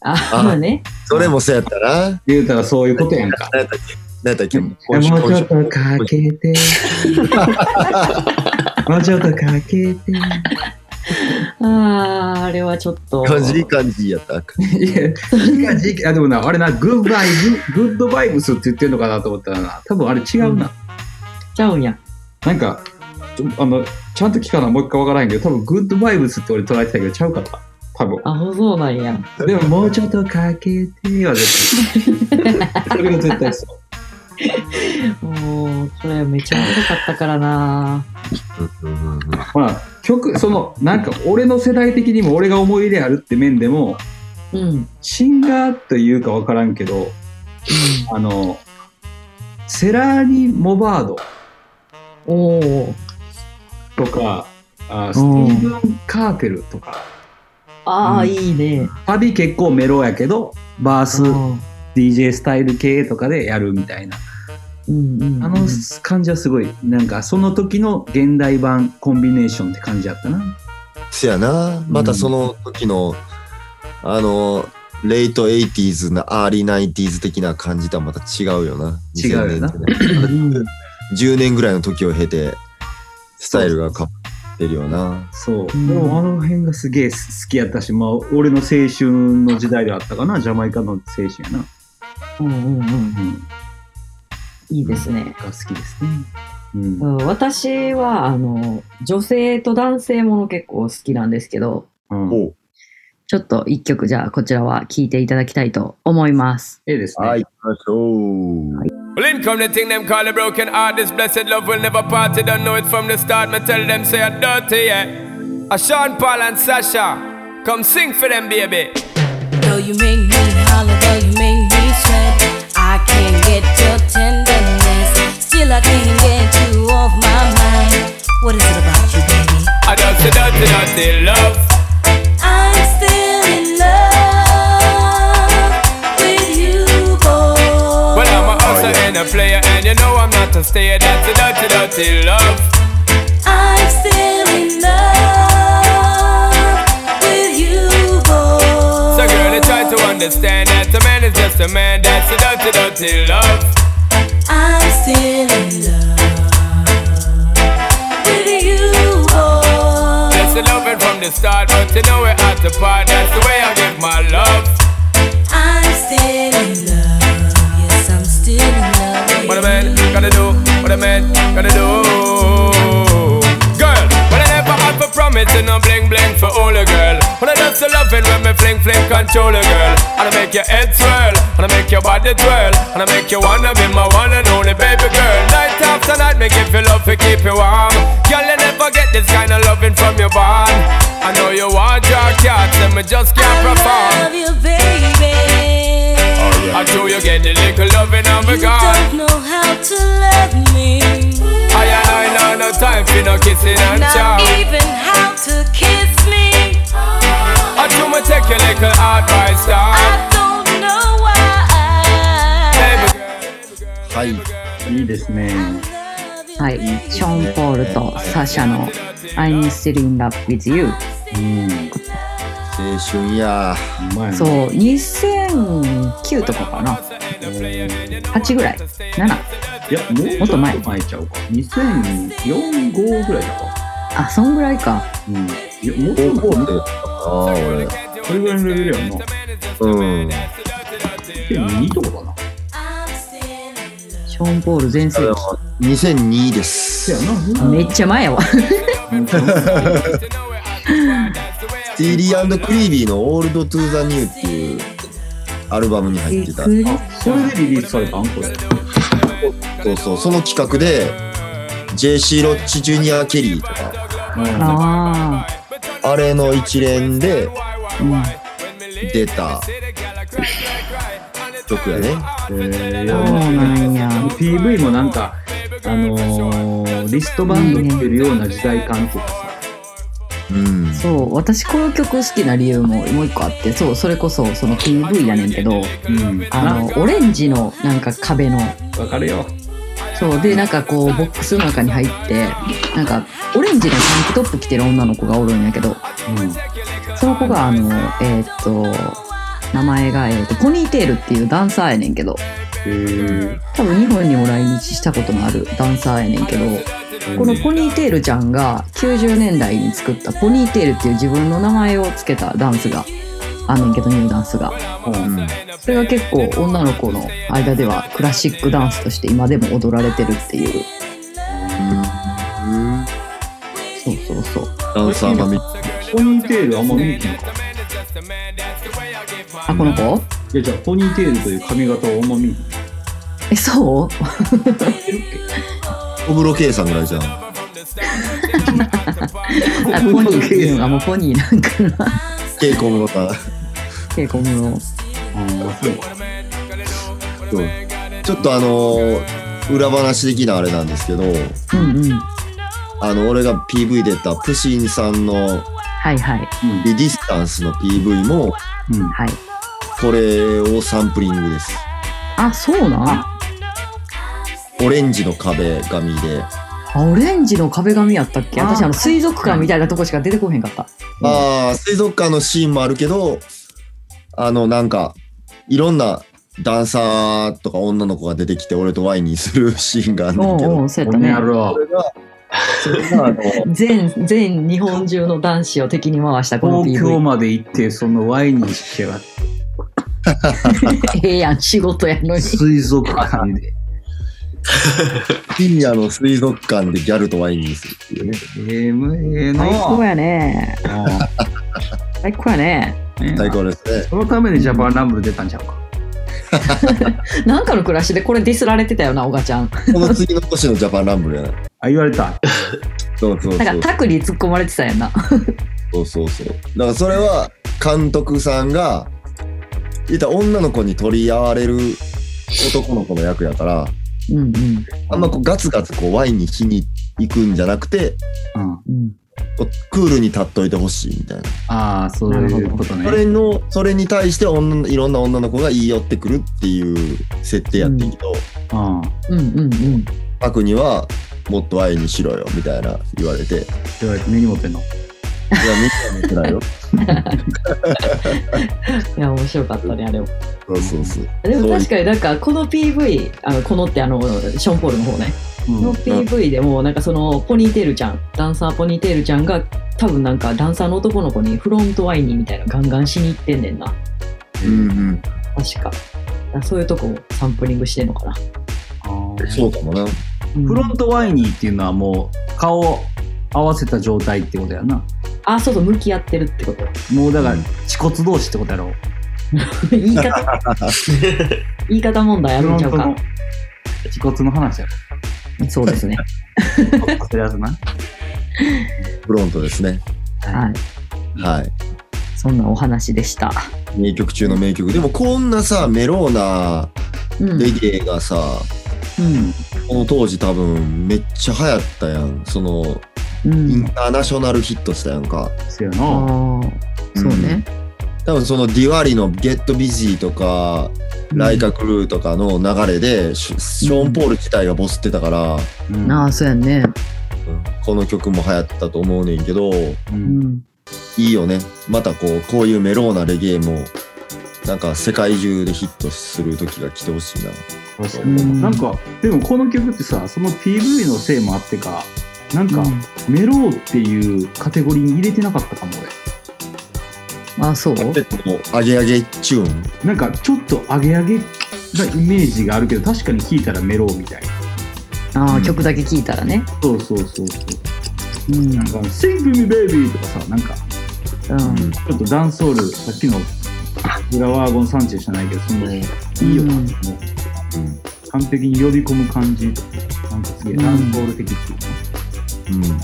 Speaker 3: あ、まあね。
Speaker 2: それもそうやったな。
Speaker 4: 言うたらそういうことやんか。
Speaker 2: 何やったっけ何やったっけ
Speaker 4: もう
Speaker 2: 今週
Speaker 4: ちょっ
Speaker 2: 今週
Speaker 4: とかけ *laughs* て。もうちょっとかけて。
Speaker 3: ああ、あれはちょっと。
Speaker 2: 感じいい感じやった。
Speaker 4: いや、時間時間あ、でもな、あれな、グッバイブ、グッドバイブスって言ってんのかなと思ったらな、多分あれ違うな。
Speaker 3: ちゃうんや。
Speaker 4: なんか、ちょあの、ちゃんと聞かな、もう一回わからへんけど、多分グッドバイブスって俺捉えてたけど、ちゃうかった。多分。
Speaker 3: あ、そうなんや。
Speaker 4: でも、もうちょっとかけては絶対。それが絶対そう。
Speaker 3: もう、これめちゃ面白かったからな。
Speaker 2: うんうんうん
Speaker 4: ほら、曲、その、なんか、俺の世代的にも俺が思い入れあるって面でも、
Speaker 3: うん。
Speaker 4: シンガーというかわからんけど、あの、セラーニ・モバード
Speaker 3: おお。
Speaker 4: とか、あスティーブン・カーテルとか、
Speaker 3: ああ、
Speaker 4: うん
Speaker 3: いいね。
Speaker 4: パビ結構メロやけど、バース
Speaker 3: うん。
Speaker 4: DJ スタイル系とかでやるみたいな。
Speaker 3: うんうん。
Speaker 4: あの感じはすごい、なんかその時の現代版コンビネーションって感じやったな。
Speaker 2: せやな。またその時の、あの、レイト 80s なアーリー 90s 的な感じとはまた違うよな。
Speaker 4: 違うよ
Speaker 2: 2000年
Speaker 4: な
Speaker 2: ってね
Speaker 3: うん
Speaker 2: 10年ぐらいの時を経て、スタイルが変わってるよな。
Speaker 4: そう。で
Speaker 3: ん
Speaker 4: もあの辺がすげえ好きやったし、まあ俺の青春の時代ではあったかな、ジャマイカの青春やな。
Speaker 3: うんうんうん。
Speaker 4: うん。
Speaker 3: いいですね。
Speaker 4: が好きですね。うん。
Speaker 3: うん、私は、あの、女性と男性もの結構好きなんですけど、
Speaker 4: うん
Speaker 2: おう
Speaker 3: ちょっと一曲じゃあこちらは聴いていただきたいと思います。
Speaker 4: ええですね。
Speaker 2: はい、行きましょう。
Speaker 6: Well, in come the thing them call a broken heart. This blessed love will never part. They don't know it from the start. Me tell them say I dirty, yeah. A Sean Paul and Sasha, come sing for them, baby.
Speaker 7: Though you make me holler, though you make me sweat, I can't get your tenderness. Still, I can't get you off my mind. What is it about you, baby?
Speaker 6: I dirty, dirty, dirty love.
Speaker 7: I'm still in love with you, boy.
Speaker 6: Well, I'm a uh, hustler and a player, and you know I'm not a stayer. Dirty, dirty, dirty love.
Speaker 7: I'm still in love with you, boy.
Speaker 6: So girl, they try to understand that a man is just a man. That's a dirty, dirty love.
Speaker 7: I'm still in love with you, oh. boy.
Speaker 6: That's a loving from the start, but you know we're out to part. That's the way I give my love.
Speaker 7: I'm still in love. Yes, I'm still in love.
Speaker 6: What a man gotta do, what a man gotta do. Girl, but I never had for promise and no bling bling for all a girl. But I just a loving when me fling fling control a girl. And I make your head swirl, and I make your body twirl, and I make you wanna be my one and only baby girl. Night after night, make you feel love to keep you warm. Girl, you never get this kind of loving from your bond. I know you want your cat, and me just can't
Speaker 7: I
Speaker 6: perform.
Speaker 7: love you, baby.
Speaker 6: I know you get the little loving on me
Speaker 7: You
Speaker 6: gone.
Speaker 7: don't know how to love me.
Speaker 6: I and I know no time for no kissing and
Speaker 7: Not
Speaker 6: chow.
Speaker 7: even how to kiss me.
Speaker 6: I do my take your little advice down.
Speaker 7: I don't know why.
Speaker 6: Baby girl, baby girl,
Speaker 2: Hi.
Speaker 6: baby girl.
Speaker 4: いいですね。
Speaker 7: I love
Speaker 3: はい
Speaker 7: you,。
Speaker 3: ショーン・ポールとサシャの I'm still in love with you。
Speaker 4: うん。
Speaker 2: 青春や。
Speaker 4: うまいな
Speaker 3: そう、2009とかかな。8ぐらい ?7?
Speaker 4: いや、もう
Speaker 3: もっと前
Speaker 4: ちょっ前ちゃうか。2004、5ぐらいだか。
Speaker 3: あ、そんぐらいか。
Speaker 4: うん。いや、もっ
Speaker 2: 高校
Speaker 4: と
Speaker 2: 生だ
Speaker 4: 前。
Speaker 2: ったかな、俺。
Speaker 4: それぐらいのレベルやんな。
Speaker 2: うん。
Speaker 4: 2002とかかな。
Speaker 7: I'm still in love.
Speaker 3: ショーン・ポール全盛期。
Speaker 2: 2002で
Speaker 4: せ
Speaker 2: す。
Speaker 4: や
Speaker 2: ス
Speaker 4: な。
Speaker 3: めっちゃ前やわ。
Speaker 2: ティーリークリービーの「オールド・トゥ・ザ・ニュー」っていうアルバムに入ってた。
Speaker 4: それでリリースされたんこれ。
Speaker 2: そうそう、その企画で JC ・ロッチ・ジュニア・ケリーとか、
Speaker 3: *laughs* ああ。
Speaker 2: あれの一連で出た曲やね。
Speaker 4: えー、い
Speaker 3: そ
Speaker 4: や
Speaker 3: うなんや。
Speaker 4: PV もなんか、あのー、リストバンド着てるような時代感とかさ。
Speaker 2: うん。
Speaker 3: そう、私この曲好きな理由ももう一個あって、そう、それこそその PV やねんけど、
Speaker 4: うん。
Speaker 3: あの、オレンジのなんか壁の、
Speaker 4: わかるよ。
Speaker 3: そう、で、なんかこう、ボックスの中に入って、なんか、オレンジのタンクトップ着てる女の子がおるんやけど、
Speaker 4: うん。
Speaker 3: その子があのえーっと名前が、えーっとポニーテールっていうダンサーやねんけど
Speaker 4: え
Speaker 3: 多分日本にも来日したことのあるダンサーやねんけどこのポニーテールちゃんが90年代に作ったポニーテールっていう自分の名前を付けたダンスがあんねんけどニューダンスが
Speaker 4: うん
Speaker 3: それが結構女の子の間ではクラシックダンスとして今でも踊られてるっていうそうそうそう
Speaker 2: ダンサーが見
Speaker 4: ポニーテールあんま見えへんか
Speaker 3: あこの子
Speaker 4: いやじゃあポニーテールという髪型をあんま見えへん
Speaker 3: え *laughs* そう
Speaker 2: 小室圭さんぐらいじゃん。
Speaker 3: あポニーっていうのがもうポニーなんか *laughs* な
Speaker 2: 稽古室さん。
Speaker 3: 結構もう
Speaker 4: ああそう
Speaker 2: そうちょっとあのー裏話的なあれなんですけど、
Speaker 3: うんうん
Speaker 2: あの、俺が PV 出たプシンさんの
Speaker 3: はいはい
Speaker 2: リディスタンスの PV も、
Speaker 4: うん、うん、
Speaker 3: はい
Speaker 2: これをサンプリングです。
Speaker 3: あそうなん
Speaker 2: オレンジの壁紙で。
Speaker 3: あオレンジの壁紙やったっけ私あの水族館みたいなとこしか出てこへんかった
Speaker 2: まあ、水族館のシーンもあるけど、あの、なんか、いろんなダンサーとか女の子が出てきて、俺とワインにするシーンがあるん
Speaker 3: お
Speaker 2: だけ
Speaker 3: うお
Speaker 2: ど、
Speaker 3: うそうやっ
Speaker 4: こ
Speaker 3: た
Speaker 4: の
Speaker 3: ね
Speaker 4: 野郎
Speaker 2: それが、それがあの、
Speaker 3: 全全日本中の男子を敵に回したこの
Speaker 4: 東京
Speaker 3: PV
Speaker 4: まで行ってそのワインにしては
Speaker 3: ええやん仕事やのに
Speaker 4: 水族館で
Speaker 2: 深夜の水族館でギャルとワインにするっていうね。
Speaker 4: ええむええな
Speaker 3: 最高やね最高やね
Speaker 4: ええな
Speaker 2: 最高ですね。
Speaker 4: そのためにジャパンランブル出たんちゃうか
Speaker 3: なんかの暮らしでこれディスられてたよなおがちゃん
Speaker 2: この次の年のジャパンランブルやな。
Speaker 4: あ言われた
Speaker 2: そうそう
Speaker 3: なんかタクに突っ込まれてたやんな
Speaker 2: そう。そうそうそう。だからそれは監督さんが、言ったら女の子に取り合われる男の子の役やから、
Speaker 3: うんうん
Speaker 2: あんまこうガツガツこうワインに火に行くんじゃなくて、
Speaker 4: うん
Speaker 3: うん
Speaker 2: こうクールに立っといてほしいみたいな。
Speaker 4: ああそういうこと
Speaker 2: そ
Speaker 4: ね
Speaker 2: れの、それに対して女のいろんな女の子が言い寄ってくるっていう設定やってんけど、
Speaker 4: う
Speaker 3: う
Speaker 4: ん
Speaker 3: んうんうん
Speaker 2: パクにはもっとワインにしろよみたいな言われて、いや、
Speaker 4: 言われて目に持ってんの
Speaker 2: みんな見て *laughs* ないよ。
Speaker 3: いや面白かったねあれも
Speaker 2: そうそうそう。
Speaker 3: でも確かになんかこの PV あのこのってあのション・ポールの方ね
Speaker 4: うん
Speaker 3: の PV でもなんかそのポニーテールちゃんダンサーポニーテールちゃんが多分なんかダンサーの男の子にフロントワインにみたいなガンガンしに行ってんねんな
Speaker 2: うんうん。
Speaker 3: 確かだからそういうとこもサンプリングしてんのかな、
Speaker 4: あー
Speaker 2: そうかもな。
Speaker 3: うん
Speaker 4: フロントワイニーっていうのはもう顔を合わせた状態ってことやな
Speaker 3: あそうそう向き合ってるってこと *laughs*
Speaker 4: もうだから恥骨同士ってことやろ
Speaker 3: 言い方言い方問題あ
Speaker 4: フ
Speaker 3: る
Speaker 4: ロ
Speaker 3: ん
Speaker 4: ン
Speaker 3: ちゃ
Speaker 4: ト
Speaker 3: う
Speaker 4: の
Speaker 3: か
Speaker 4: 恥骨の話やろ
Speaker 3: そうですね
Speaker 4: それやつな
Speaker 2: フロントですね。
Speaker 3: はい
Speaker 2: はい。
Speaker 3: そんなお話でした、
Speaker 2: 名曲中の名曲。でもこんなさ、メローな
Speaker 3: うんうん
Speaker 2: レゲエがさ、この当時多分めっちゃ流行ったやん。その、
Speaker 3: う
Speaker 2: イン
Speaker 3: ん、
Speaker 2: ターナショナルヒットしたやんか。
Speaker 4: そうや
Speaker 3: あ
Speaker 4: な
Speaker 3: ーそうね、
Speaker 2: 多分そのディワリのゲットビジーとか、ライカクルーとかの流れで、ショショーン・ポール自体がボスってたから、
Speaker 4: うん
Speaker 3: なあそうやね
Speaker 2: うんこの曲も流行ったと思うねんけど、
Speaker 4: う
Speaker 3: うんん
Speaker 2: いいよね。またこう、こういうメローなレゲエも、なんか世界中でヒットする時が来てほしいな。
Speaker 4: 確か
Speaker 3: うん
Speaker 4: になんかでもこの曲ってさその PV のせいもあってかなんか、
Speaker 3: うん
Speaker 4: メローっていうカテゴリーに入れてなかったかも
Speaker 3: あそう
Speaker 2: でもう、アゲアゲチューン。
Speaker 4: 俺なんかちょっとアゲアゲなイメージがあるけど確かに聴いたらメローみたいな
Speaker 3: あー曲だけ聞いたらね
Speaker 4: そうそうそうそう
Speaker 3: うん
Speaker 4: なんか「Sing to me baby」とかさなんか
Speaker 3: うん
Speaker 4: ちょっとダンソールさっきのフラワーゴンサンチェじゃないけどそのいいよ、
Speaker 3: うん
Speaker 4: もう完璧に呼び込む感じなんかすげえダンソール的っていうか
Speaker 2: うん。
Speaker 4: 好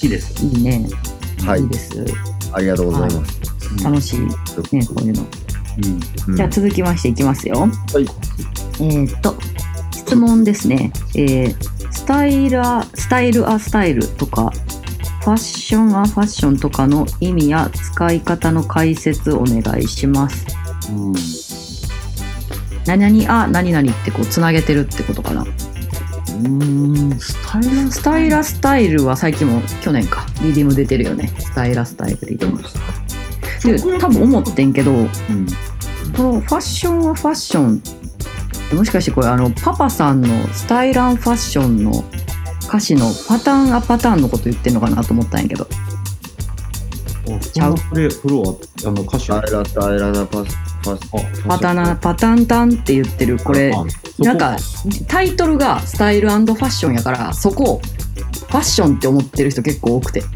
Speaker 4: きです
Speaker 3: いいね
Speaker 2: はいい
Speaker 3: い。です
Speaker 2: ありがとうございます。
Speaker 4: うん
Speaker 3: 楽しいねこういうの
Speaker 4: うん
Speaker 2: うん
Speaker 3: じゃあ続きましていきますよ。えーっと質問ですね。えースタイルアスタイルアスタイルとかファッションアファッションとかの意味や使い方の解説お願いします。
Speaker 4: うん
Speaker 3: 何々あ何々ってこうつなげてるってことかな。
Speaker 4: うんスタイル
Speaker 3: スタイラスタイルは最近も去年かリディム出てるよね。スタイラスタイルリディム。って多分思ってんけど
Speaker 4: うん。
Speaker 3: このファッションはファッションってもしかしてこれあのパパさんのスタイランファッションの歌詞のパターンアパターンのこと言ってんのかなと思ったんやけど
Speaker 4: ちゃう。これ、フロア、あの、歌手
Speaker 2: タイラタイラなパスパス
Speaker 3: パタナパタンタンって言ってるこれなんかタイトルがスタイルファッションやからそこをファッションって思ってる人結構多くてス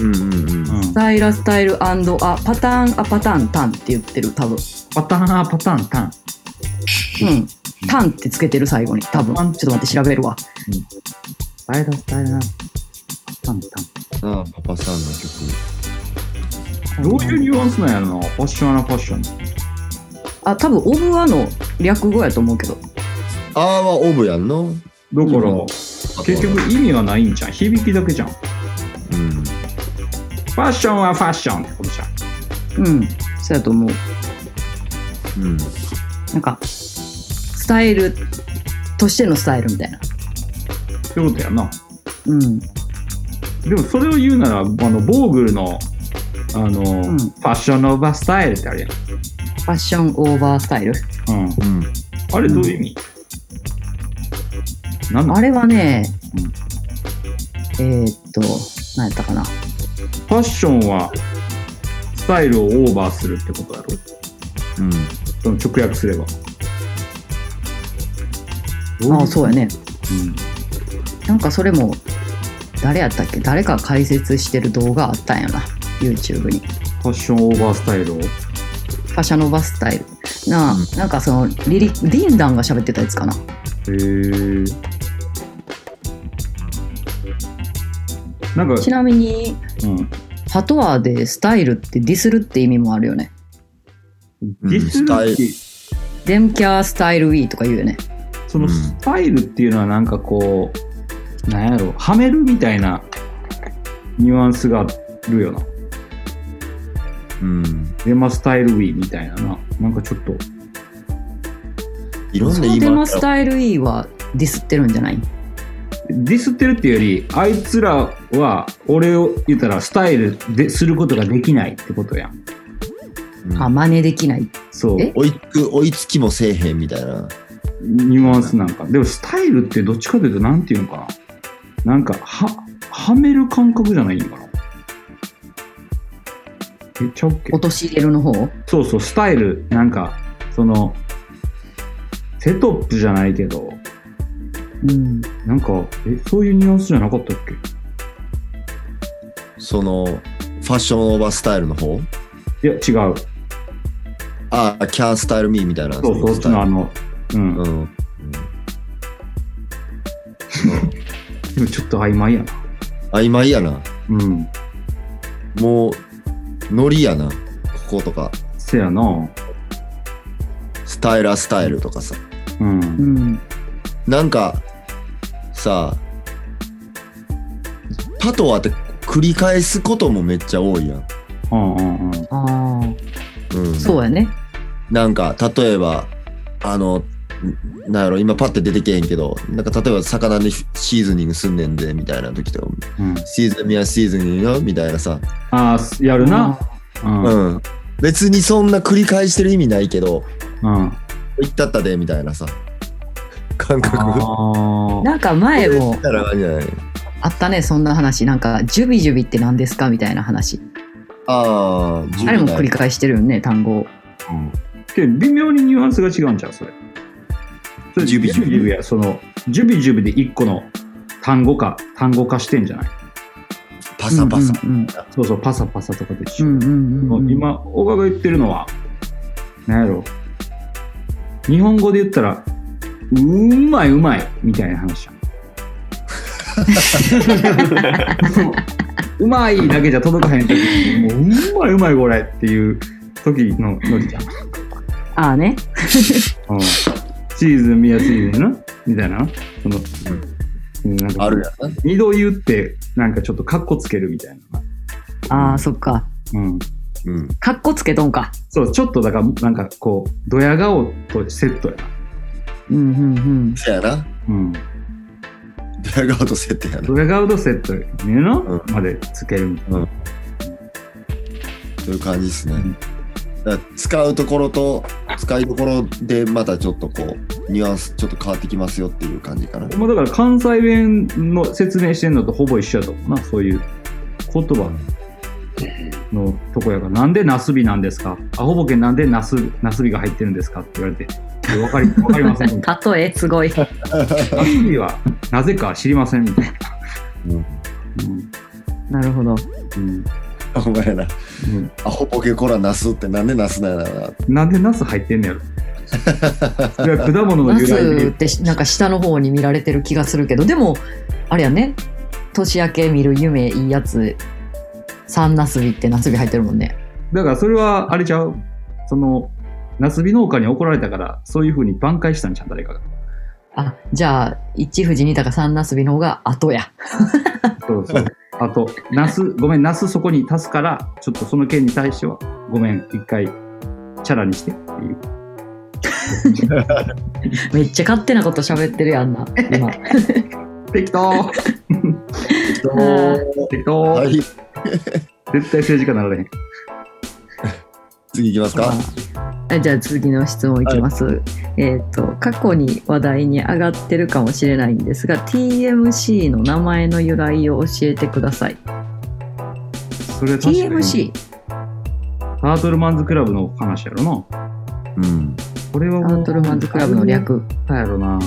Speaker 2: うんうんうん
Speaker 4: うん、
Speaker 3: タイラスタイルアパターンアパターンタンって言ってる多分
Speaker 4: パターン、パターン、ターン。
Speaker 3: うんタンってつけてる最後に多分ちょっと待って調べるわ
Speaker 4: スタイラ、スタイラ、ターン、タ
Speaker 2: ああパパさんの曲
Speaker 4: ーン。どういうニュアンスなんやろなファッションアナファッション。
Speaker 3: あ多分オブアの略語やと思うけど
Speaker 2: ああはオブやんの
Speaker 4: だから、
Speaker 2: うん
Speaker 4: 結局意味はないんじゃん。響きだけじゃん。フ
Speaker 2: うん
Speaker 4: ァッションはファッションってことじゃん。
Speaker 3: うんそうやと思う
Speaker 2: うん
Speaker 3: なんかスタイルとしてのスタイルみたいな
Speaker 4: ってことやな。
Speaker 3: うん
Speaker 4: でもそれを言うなら、あの、ボーグルの、あの、
Speaker 3: ん
Speaker 4: ファッションオーバースタイルってあるや
Speaker 3: ファッションオーバースタイル
Speaker 4: ん。うん。
Speaker 2: うん
Speaker 4: あれどういう意味、なんだ
Speaker 3: あれはね
Speaker 4: うん、
Speaker 3: えー、っと何やったかな
Speaker 4: ファッションはスタイルをオーバーするってことだろ
Speaker 2: うん
Speaker 4: その直訳すれば。
Speaker 3: ああそうやね
Speaker 4: うん。
Speaker 3: なんかそれも誰やったっけ誰か解説してる動画あったんやな YouTube に
Speaker 4: ファッションオーバースタイルを。
Speaker 3: ファシャノバスタイルなあ、
Speaker 2: う
Speaker 3: なんかそのリリディーン・ダンが喋ってたやつかな
Speaker 4: へえ。なんか、
Speaker 3: ちなみに
Speaker 4: うん、
Speaker 3: ハトアでスタイルってディスるって意味もあるよね
Speaker 4: ディス
Speaker 2: スタイ
Speaker 4: ル
Speaker 2: ル
Speaker 4: って、
Speaker 3: デンキャースタイルウィーとか言うよね
Speaker 4: そのスタイルっていうのはなんかこう、なんやろ、はめるみたいなニュアンスがあるよな。
Speaker 2: うん
Speaker 4: デマスタイルウィーみたいなな。なんかちょっと、
Speaker 2: いろん
Speaker 3: そ
Speaker 2: な
Speaker 3: のデ
Speaker 2: 今
Speaker 3: マスタイル E はディスってるんじゃない
Speaker 4: ディスってるっていうよりあいつらは俺を言ったらスタイルですることができないってことやん
Speaker 2: うん
Speaker 3: あ真似できない
Speaker 4: そう
Speaker 3: え
Speaker 2: 追いつく追いつきもせえへんみたいな
Speaker 4: ニュアンスなんかでもスタイルってどっちかというとなんていうのかななんかははめる感覚じゃないんかなえちゃうっけ
Speaker 3: 落とし入れるの方
Speaker 4: そうそうスタイルなんかそのセトップじゃないけど
Speaker 3: うん
Speaker 4: なんかえそういうニュアンスじゃなかったっけ
Speaker 2: そのファッションオーバースタイルの方
Speaker 4: いや違う
Speaker 2: ああキャンスタイルミーみたいな
Speaker 4: そうそうそっちのあのうん
Speaker 2: うんうん
Speaker 4: でもちょっと曖昧やな
Speaker 2: 曖昧やな
Speaker 4: うん
Speaker 2: もうノリやなこことか
Speaker 4: せやな
Speaker 2: スタイラースタイルとかさ
Speaker 4: うん
Speaker 3: うん
Speaker 2: なんかさパトワって繰り返すこともめっちゃ多いやん、
Speaker 4: うんうんうん。
Speaker 3: あ
Speaker 2: うん
Speaker 3: あ、そうやね
Speaker 2: なんか例えばあのんなんやろ今パッて出てけへんけどなんか例えば魚にシーズニングすんねんでみたいな時とか
Speaker 4: うん、
Speaker 2: シーズンミアシーズニングよみたいなさ、
Speaker 4: ああ、すやるな。うん。う
Speaker 2: う
Speaker 4: ん。
Speaker 2: ん、別にそんな繰り返してる意味ないけど
Speaker 4: あ
Speaker 2: 行ったったでみたいなさ感覚
Speaker 4: あ。
Speaker 3: なんか前も
Speaker 2: みたいな感じじゃない
Speaker 3: あったねそんな話なんかジュビジュビって何ですかみたいな話
Speaker 2: ああ
Speaker 3: あれも繰り返してるよね単語を
Speaker 4: けど微妙にニュアンスが違うんじゃん、それ。それ
Speaker 2: ジュビジュビ
Speaker 4: ジュビや、その、ジュビジュビで一個の単語化、単語化してんじゃない
Speaker 2: パサパサ、
Speaker 3: うん
Speaker 4: そうそう、パサパサとかで一
Speaker 3: う
Speaker 4: 緒。
Speaker 3: んうんうんうんうん
Speaker 4: 今、大川が言ってるのは、なんやろ。日本語で言ったら、うーまいうまいみたいな話じゃん。 *laughs* うまいだけじゃ届かへん時にもううまいうまいこれっていう時のノリじゃん。
Speaker 3: ああね
Speaker 4: うんシーズン、ミアシーズンなみたいな。そのうんなんか
Speaker 2: あるやんな
Speaker 4: 二度言って、なんかちょっとカッコつけるみたいな。
Speaker 3: ああそっか
Speaker 4: うん。
Speaker 2: うん
Speaker 3: かっこつけとんか
Speaker 4: そう、ちょっとだから、なんかこう、ドヤ顔とセットやな。
Speaker 3: うんうんうん
Speaker 2: そやな
Speaker 4: うん。
Speaker 2: ドヤ顔と設定やな
Speaker 4: ドヤ顔とセットやな、
Speaker 2: う
Speaker 4: までつけるみたいな。
Speaker 2: そういう感じですね。だから使うところと使いどころでまたちょっとこうニュアンスちょっと変わってきますよっていう感じかな。
Speaker 4: まあ、だから関西弁の説明してんのとほぼ一緒やと思うな、そういう言葉のとこやから。なんでナスビなんですかアホボケなんでナスナスビが入ってるんですかって言われて、いやわかりわかりません *laughs* みたい
Speaker 3: 例えすごい。
Speaker 4: な。ナスビはなぜか知りませんみたいな。
Speaker 2: うん
Speaker 3: なるほど。
Speaker 4: うん
Speaker 2: お前やな、
Speaker 4: うん
Speaker 2: アホポケコラナスってなんでナスなんやろな。
Speaker 4: うん、なんでナス入ってんのやろそれは果物の
Speaker 3: ナ
Speaker 4: 由来で言
Speaker 3: ス
Speaker 4: う
Speaker 3: ってしなんか下の方に見られてる気がするけどでもあれやね年明け見る夢いいやつ三ナスビってナスビ入ってるもんね
Speaker 4: だからそれはあれちゃうそのナスビ農家に怒られたからそういうふうに挽回したんじゃん誰かが
Speaker 3: あじゃあ一富士二鷹三ナスビの方が後や
Speaker 4: そうそう。あと、ナス、ごめん、ナスそこに足すから、ちょっとその件に対しては、ごめん、一回、チャラにしてっていう。
Speaker 3: めっちゃ勝手なこと喋ってるやんな今
Speaker 4: 適当適当、
Speaker 2: はい、
Speaker 4: 絶対政治家なられへん。
Speaker 2: 次いきますか。
Speaker 3: あじゃあ次の質問いきます、えっ、と過去に話題に上がってるかもしれないんですが TMC の名前の由来を教えてください
Speaker 4: それは確かに
Speaker 3: TMC
Speaker 4: タートルマンズクラブの話やろな。
Speaker 2: うん。
Speaker 4: これは
Speaker 3: ア
Speaker 4: もう
Speaker 3: ウトルマンズクラブの。略
Speaker 4: なんやろな。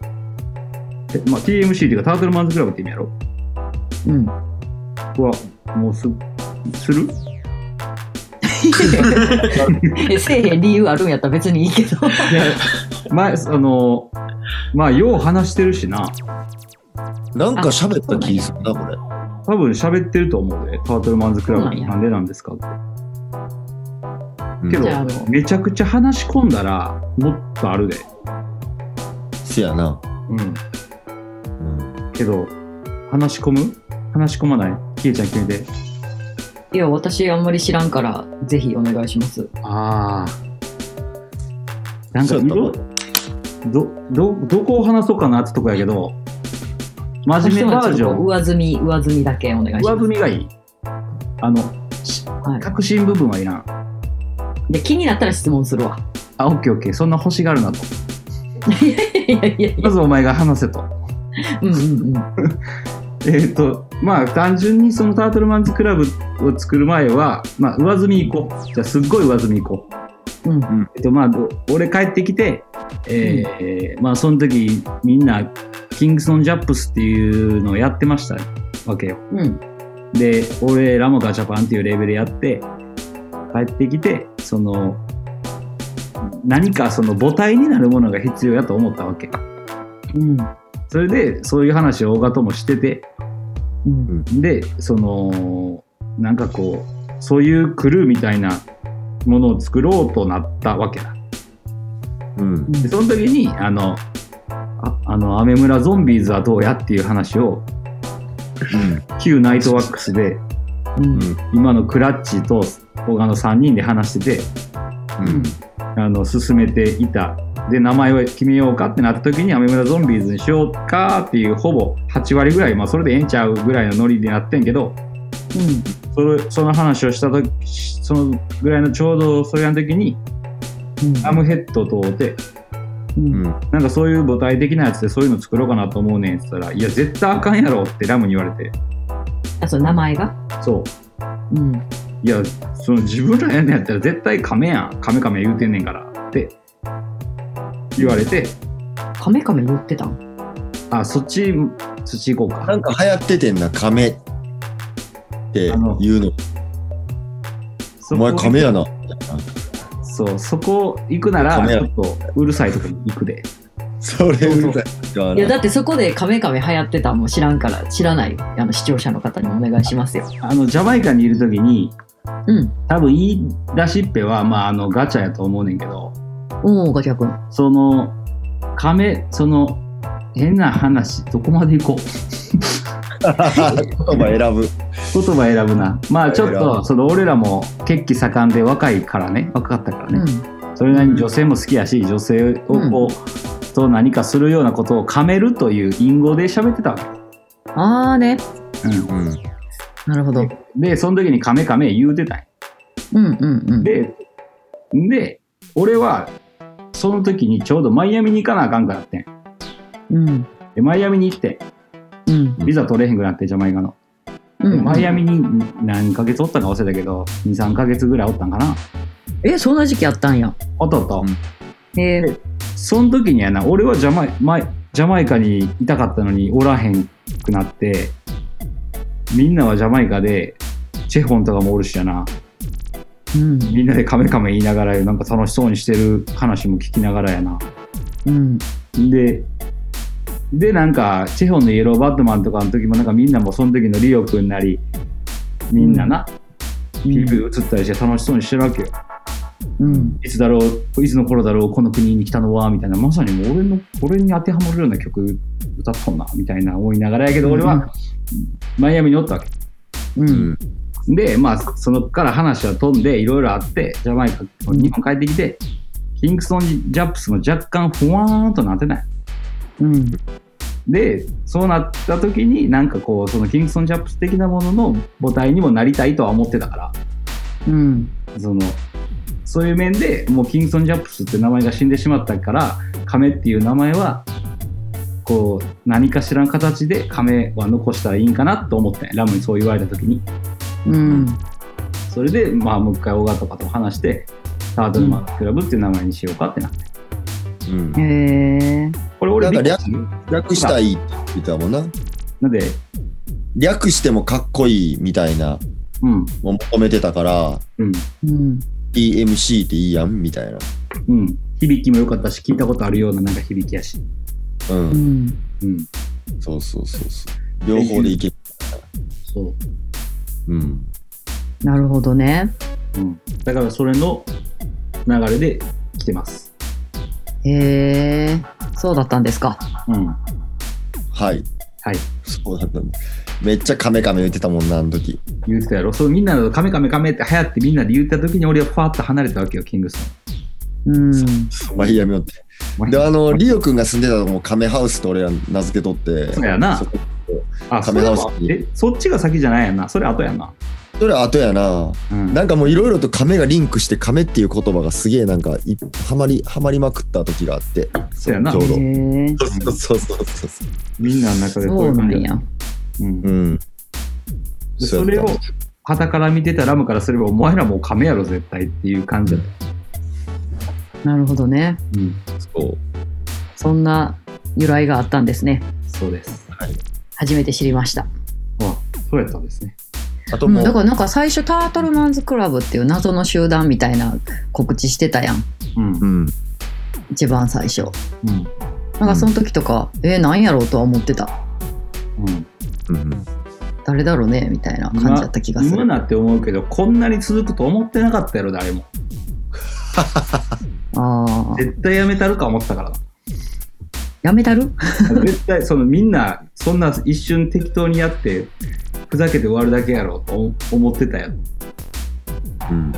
Speaker 4: えまあ、TMC っていうか、タートルマンズクラブって意味やろ
Speaker 3: うん
Speaker 4: は、もうす、する
Speaker 3: え *laughs* せえへん理由あるんやったら別にいいけど
Speaker 4: 前、あの、まあ、よう話してるしな。
Speaker 2: なんか喋った気するな、これ。
Speaker 4: 多分喋ってると思うで、タートルマンズクラブ
Speaker 3: そうなんや
Speaker 4: なんでなんですかって。
Speaker 2: うん
Speaker 4: けど
Speaker 3: じゃああの、
Speaker 4: めちゃくちゃ話し込んだら、もっとあるで。
Speaker 2: せやな。
Speaker 4: うん。
Speaker 2: うん
Speaker 4: けど、話し込む話し込まないキエちゃん決めて。
Speaker 3: いや私あんまり知らんからぜひお願いします
Speaker 4: ああ。なんか
Speaker 2: そうやった
Speaker 4: 色、ど、ど、どこを話そうかなってとこやけど、真面目バージョン、
Speaker 3: 上積み上積みだけお願いします
Speaker 4: 上積みがいい。あの、
Speaker 3: はい
Speaker 4: 確信部分はいらん。
Speaker 3: で気になったら質問するわ
Speaker 4: あ、オッケーオッケー、そんな欲しがるなと。
Speaker 3: いやいやいや
Speaker 4: まずお前が話せと。
Speaker 3: うんうんうん
Speaker 4: えっ、とまあ単純にそのタートルマンズクラブを作る前は、まあ、上積み行こうじゃあすっごい上積み行こう、
Speaker 3: うん
Speaker 4: えっとまあ、ど俺帰ってきて、えーまあ、その時みんなキングスノン・ジャップスっていうのをやってましたわけよ
Speaker 3: うん
Speaker 4: で俺らもガチャパンっていうレベルやって帰ってきてその何かその母体になるものが必要やと思ったわけ
Speaker 3: うん
Speaker 4: それでそういう話を大賀ともしてて
Speaker 3: うん
Speaker 4: でそのなんかこうそういうクルーみたいなものを作ろうとなったわけだ
Speaker 2: うん。
Speaker 4: でその時にあの「ああのアメ村ゾンビーズはどうや?」っていう話を旧ナイトワックスで
Speaker 3: うん
Speaker 4: 今のクラッチと大賀の3人で話してて
Speaker 2: うん。
Speaker 4: あの進めていたで名前を決めようかってなった時に「アメ村ゾンビーズにしようか」っていうほぼ8割ぐらい、まあ、それでええんちゃうぐらいのノリでなってんけどそれその話をした時そのぐらいのちょうどそれの時にラムヘッドと会うて
Speaker 3: うん
Speaker 2: うん。
Speaker 4: なんかそういう母体的なやつでそういうの作ろうかなと思うねんって言ったら「いや絶対あかんやろ」ってラムに言われて
Speaker 3: あそう名前が
Speaker 4: そ
Speaker 3: う
Speaker 4: う
Speaker 3: ん
Speaker 4: いやその自分らやんねやったら絶対亀やん亀亀言うてんねんからって言われて
Speaker 3: カメカメ言ってたん
Speaker 4: あそっちそっち行こう
Speaker 2: な
Speaker 4: か
Speaker 2: んか流行っててんな、亀って言うの。
Speaker 4: そ
Speaker 2: お
Speaker 4: こ
Speaker 2: 前亀やな。
Speaker 4: そうそこ行くなら
Speaker 2: 亀
Speaker 4: ち
Speaker 2: や
Speaker 4: ょっとうるさいとこに行くで
Speaker 2: それうるさいわ
Speaker 3: いや
Speaker 2: な。
Speaker 3: だってそこでカメカメ流行ってたんも知らんから知らないあの視聴者の方にお願いしますよ
Speaker 4: あのジャマイカにいる時に
Speaker 3: うん
Speaker 4: 多分言い出しっぺは、まあ、あのガチャやと思うねんけど
Speaker 3: おおガチャ君
Speaker 4: その亀その変な話どこまで行こう
Speaker 2: *laughs* 言葉選ぶ。
Speaker 4: 言葉選ぶなまあちょっ
Speaker 2: 選
Speaker 4: と
Speaker 2: ぶ
Speaker 4: その俺らも血気盛んで若いからね若かったから
Speaker 3: う
Speaker 4: ね、
Speaker 3: ん
Speaker 4: それなりに女性も好きやし女性をこう、と何かするようなことを「かめる」という隠語で喋ってたわけ、
Speaker 3: ああね
Speaker 4: うん
Speaker 2: うん。
Speaker 3: なるほど。うん
Speaker 4: で、その時にカメカメ言うてたんや
Speaker 3: うんうん。
Speaker 4: で、で、俺は、その時にちょうどマイアミに行かなあかんからってん
Speaker 3: うん
Speaker 4: で、マイアミに行って、
Speaker 3: うん
Speaker 4: ビザ取れへんくなって、ジャマイカの。
Speaker 3: う
Speaker 4: で
Speaker 3: ん。
Speaker 4: マイアミに何ヶ月おったか忘れたけど、2、3ヶ月ぐらいおったんかな。
Speaker 3: え、そんな時期あったんや。
Speaker 4: おっとっと。
Speaker 3: へえ。
Speaker 4: その時にやな、俺はジャマイマイジャマイカにいたかったのにおらへんくなって、みんなはジャマイカで、チェホンとかもおるしやな、
Speaker 3: うん
Speaker 4: みんなでカメカメ言いながら、なんか楽しそうにしてる話も聞きながらやな。
Speaker 3: うん
Speaker 4: で、で、なんか、チェホンのイエローバットマンとかの時も、なんかみんなもその時のリオくんなり、みんなな、PV 映ったりして楽しそうにしてるわけよ。
Speaker 3: うん。
Speaker 4: いつだろう、いつの頃だろう、この国に来たのは、みたいな、まさにもう俺の、俺に当てはまるような曲歌ったんな、みたいな思いながらやけど、俺は、マイアミにおったわけ。
Speaker 3: うん
Speaker 4: で、まあ、そのから話は飛んで、いろいろあって、ジャマイカ、日本帰ってきて、キングソン・ジャップスも若干、ふわーんとなってない。
Speaker 3: うん
Speaker 4: で、そうなった時に、なんかこう、そのキングソン・ジャップス的なものの母体にもなりたいとは思ってたから、
Speaker 3: うん
Speaker 4: そのそういう面でもうキングソン・ジャップスって名前が死んでしまったから亀っていう名前はこう何かしらの形で亀は残したらいいんかなと思ってラムにそう言われた時に
Speaker 3: うん
Speaker 4: それでまあもう一回尾形とかと話してタートルマンクラブっていう名前にしようかってなって
Speaker 2: うん
Speaker 3: へえ
Speaker 4: これ俺
Speaker 2: なんか
Speaker 4: びっくり
Speaker 2: 略したいって言ってたもんな。
Speaker 4: なんで
Speaker 2: 略してもかっこいいみたいな
Speaker 4: うん
Speaker 2: のを求めてたから、
Speaker 4: うん
Speaker 3: うん
Speaker 2: DMC っていいやんみたいな。
Speaker 4: うん響きも良かったし聞いたことあるようななんか響きやし
Speaker 2: う。
Speaker 3: うんん
Speaker 4: うん
Speaker 2: そうそうそうそう。両方でいける。
Speaker 4: そう
Speaker 2: うん。
Speaker 3: なるほどね
Speaker 4: うんだからそれの流れで来てます
Speaker 3: へえそうだったんですか
Speaker 4: うんは
Speaker 2: はい。
Speaker 4: い
Speaker 2: そうだったんだ。めっちゃカメカメ言ってたもんな、あの時。
Speaker 4: 言ってたやろそうみんなのカメカメカメって流行ってみんなで言った時に俺はファーッと離れたわけよキングス
Speaker 3: うん
Speaker 2: マイアミをって。
Speaker 4: マイアミ
Speaker 2: で、あの、リオくんが住んでたとこもカメハウスって俺ら名付けとって。
Speaker 4: そうやな
Speaker 2: そこ
Speaker 4: あ
Speaker 2: カ
Speaker 4: そ
Speaker 2: メ
Speaker 4: れ
Speaker 2: ハウス
Speaker 4: はえそっちが先じゃないやんなそれ後やんな、
Speaker 2: それ後やな。
Speaker 4: うん、
Speaker 2: なんかもういろいろと亀がリンクして亀っていう言葉がすげえなんかいはまりはまりまくった時があって
Speaker 4: そうやな
Speaker 2: ちょうど
Speaker 3: へえ
Speaker 2: そうそうそうそうそう
Speaker 4: みんなの中で
Speaker 3: そうなん
Speaker 4: 感じ
Speaker 3: や
Speaker 4: だうん
Speaker 2: う
Speaker 4: で
Speaker 2: ん
Speaker 4: それを傍から見てたラムからすればお前らもうカメやろ絶対っていう感じだった、
Speaker 3: なるほどね
Speaker 4: うん、
Speaker 2: そう
Speaker 3: そんな由来があったんですね
Speaker 4: そうです
Speaker 3: 初めて知りました、
Speaker 4: あそうやったんですね
Speaker 2: あともう、
Speaker 3: だからなんか最初タートルマンズクラブっていう謎の集団みたいな告知してたやん
Speaker 4: うんう
Speaker 2: うんん
Speaker 3: 一番最初
Speaker 4: うん
Speaker 3: なんかその時とか、えー、なんやろうとは思ってた
Speaker 2: うん誰
Speaker 3: 誰だろうねみたいな感じだった気がす
Speaker 4: 今
Speaker 3: る
Speaker 4: なって思うけどこんなに続くと思ってなかったやろ誰も
Speaker 3: ああ
Speaker 4: 絶対やめたるか思ってたからな
Speaker 3: やめたる
Speaker 4: 絶対そのみんなそんな一瞬適当にやってふざけて終わるだけやろと思ってたやん
Speaker 2: うん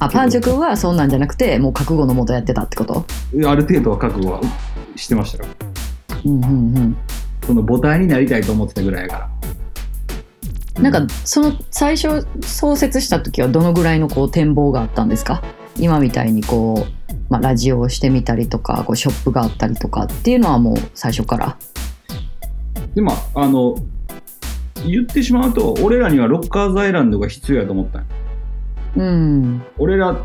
Speaker 3: あパンチョ君はそんなんじゃなくてもう覚悟のもとやってたってこと
Speaker 4: ある程度は覚悟はしてましたよ
Speaker 3: うんうんうん
Speaker 4: その母体になりたいと思ってたぐらいやから
Speaker 3: なんかその最初創設した時はどのぐらいのこう展望があったんですか今みたいにこう、まあ、ラジオをしてみたりとかこうショップがあったりとかっていうのはもう最初から。
Speaker 4: でまああの言ってしまうと俺らにはロッカーズアイランドが必要やと思ったんよ
Speaker 3: うん
Speaker 4: 俺ら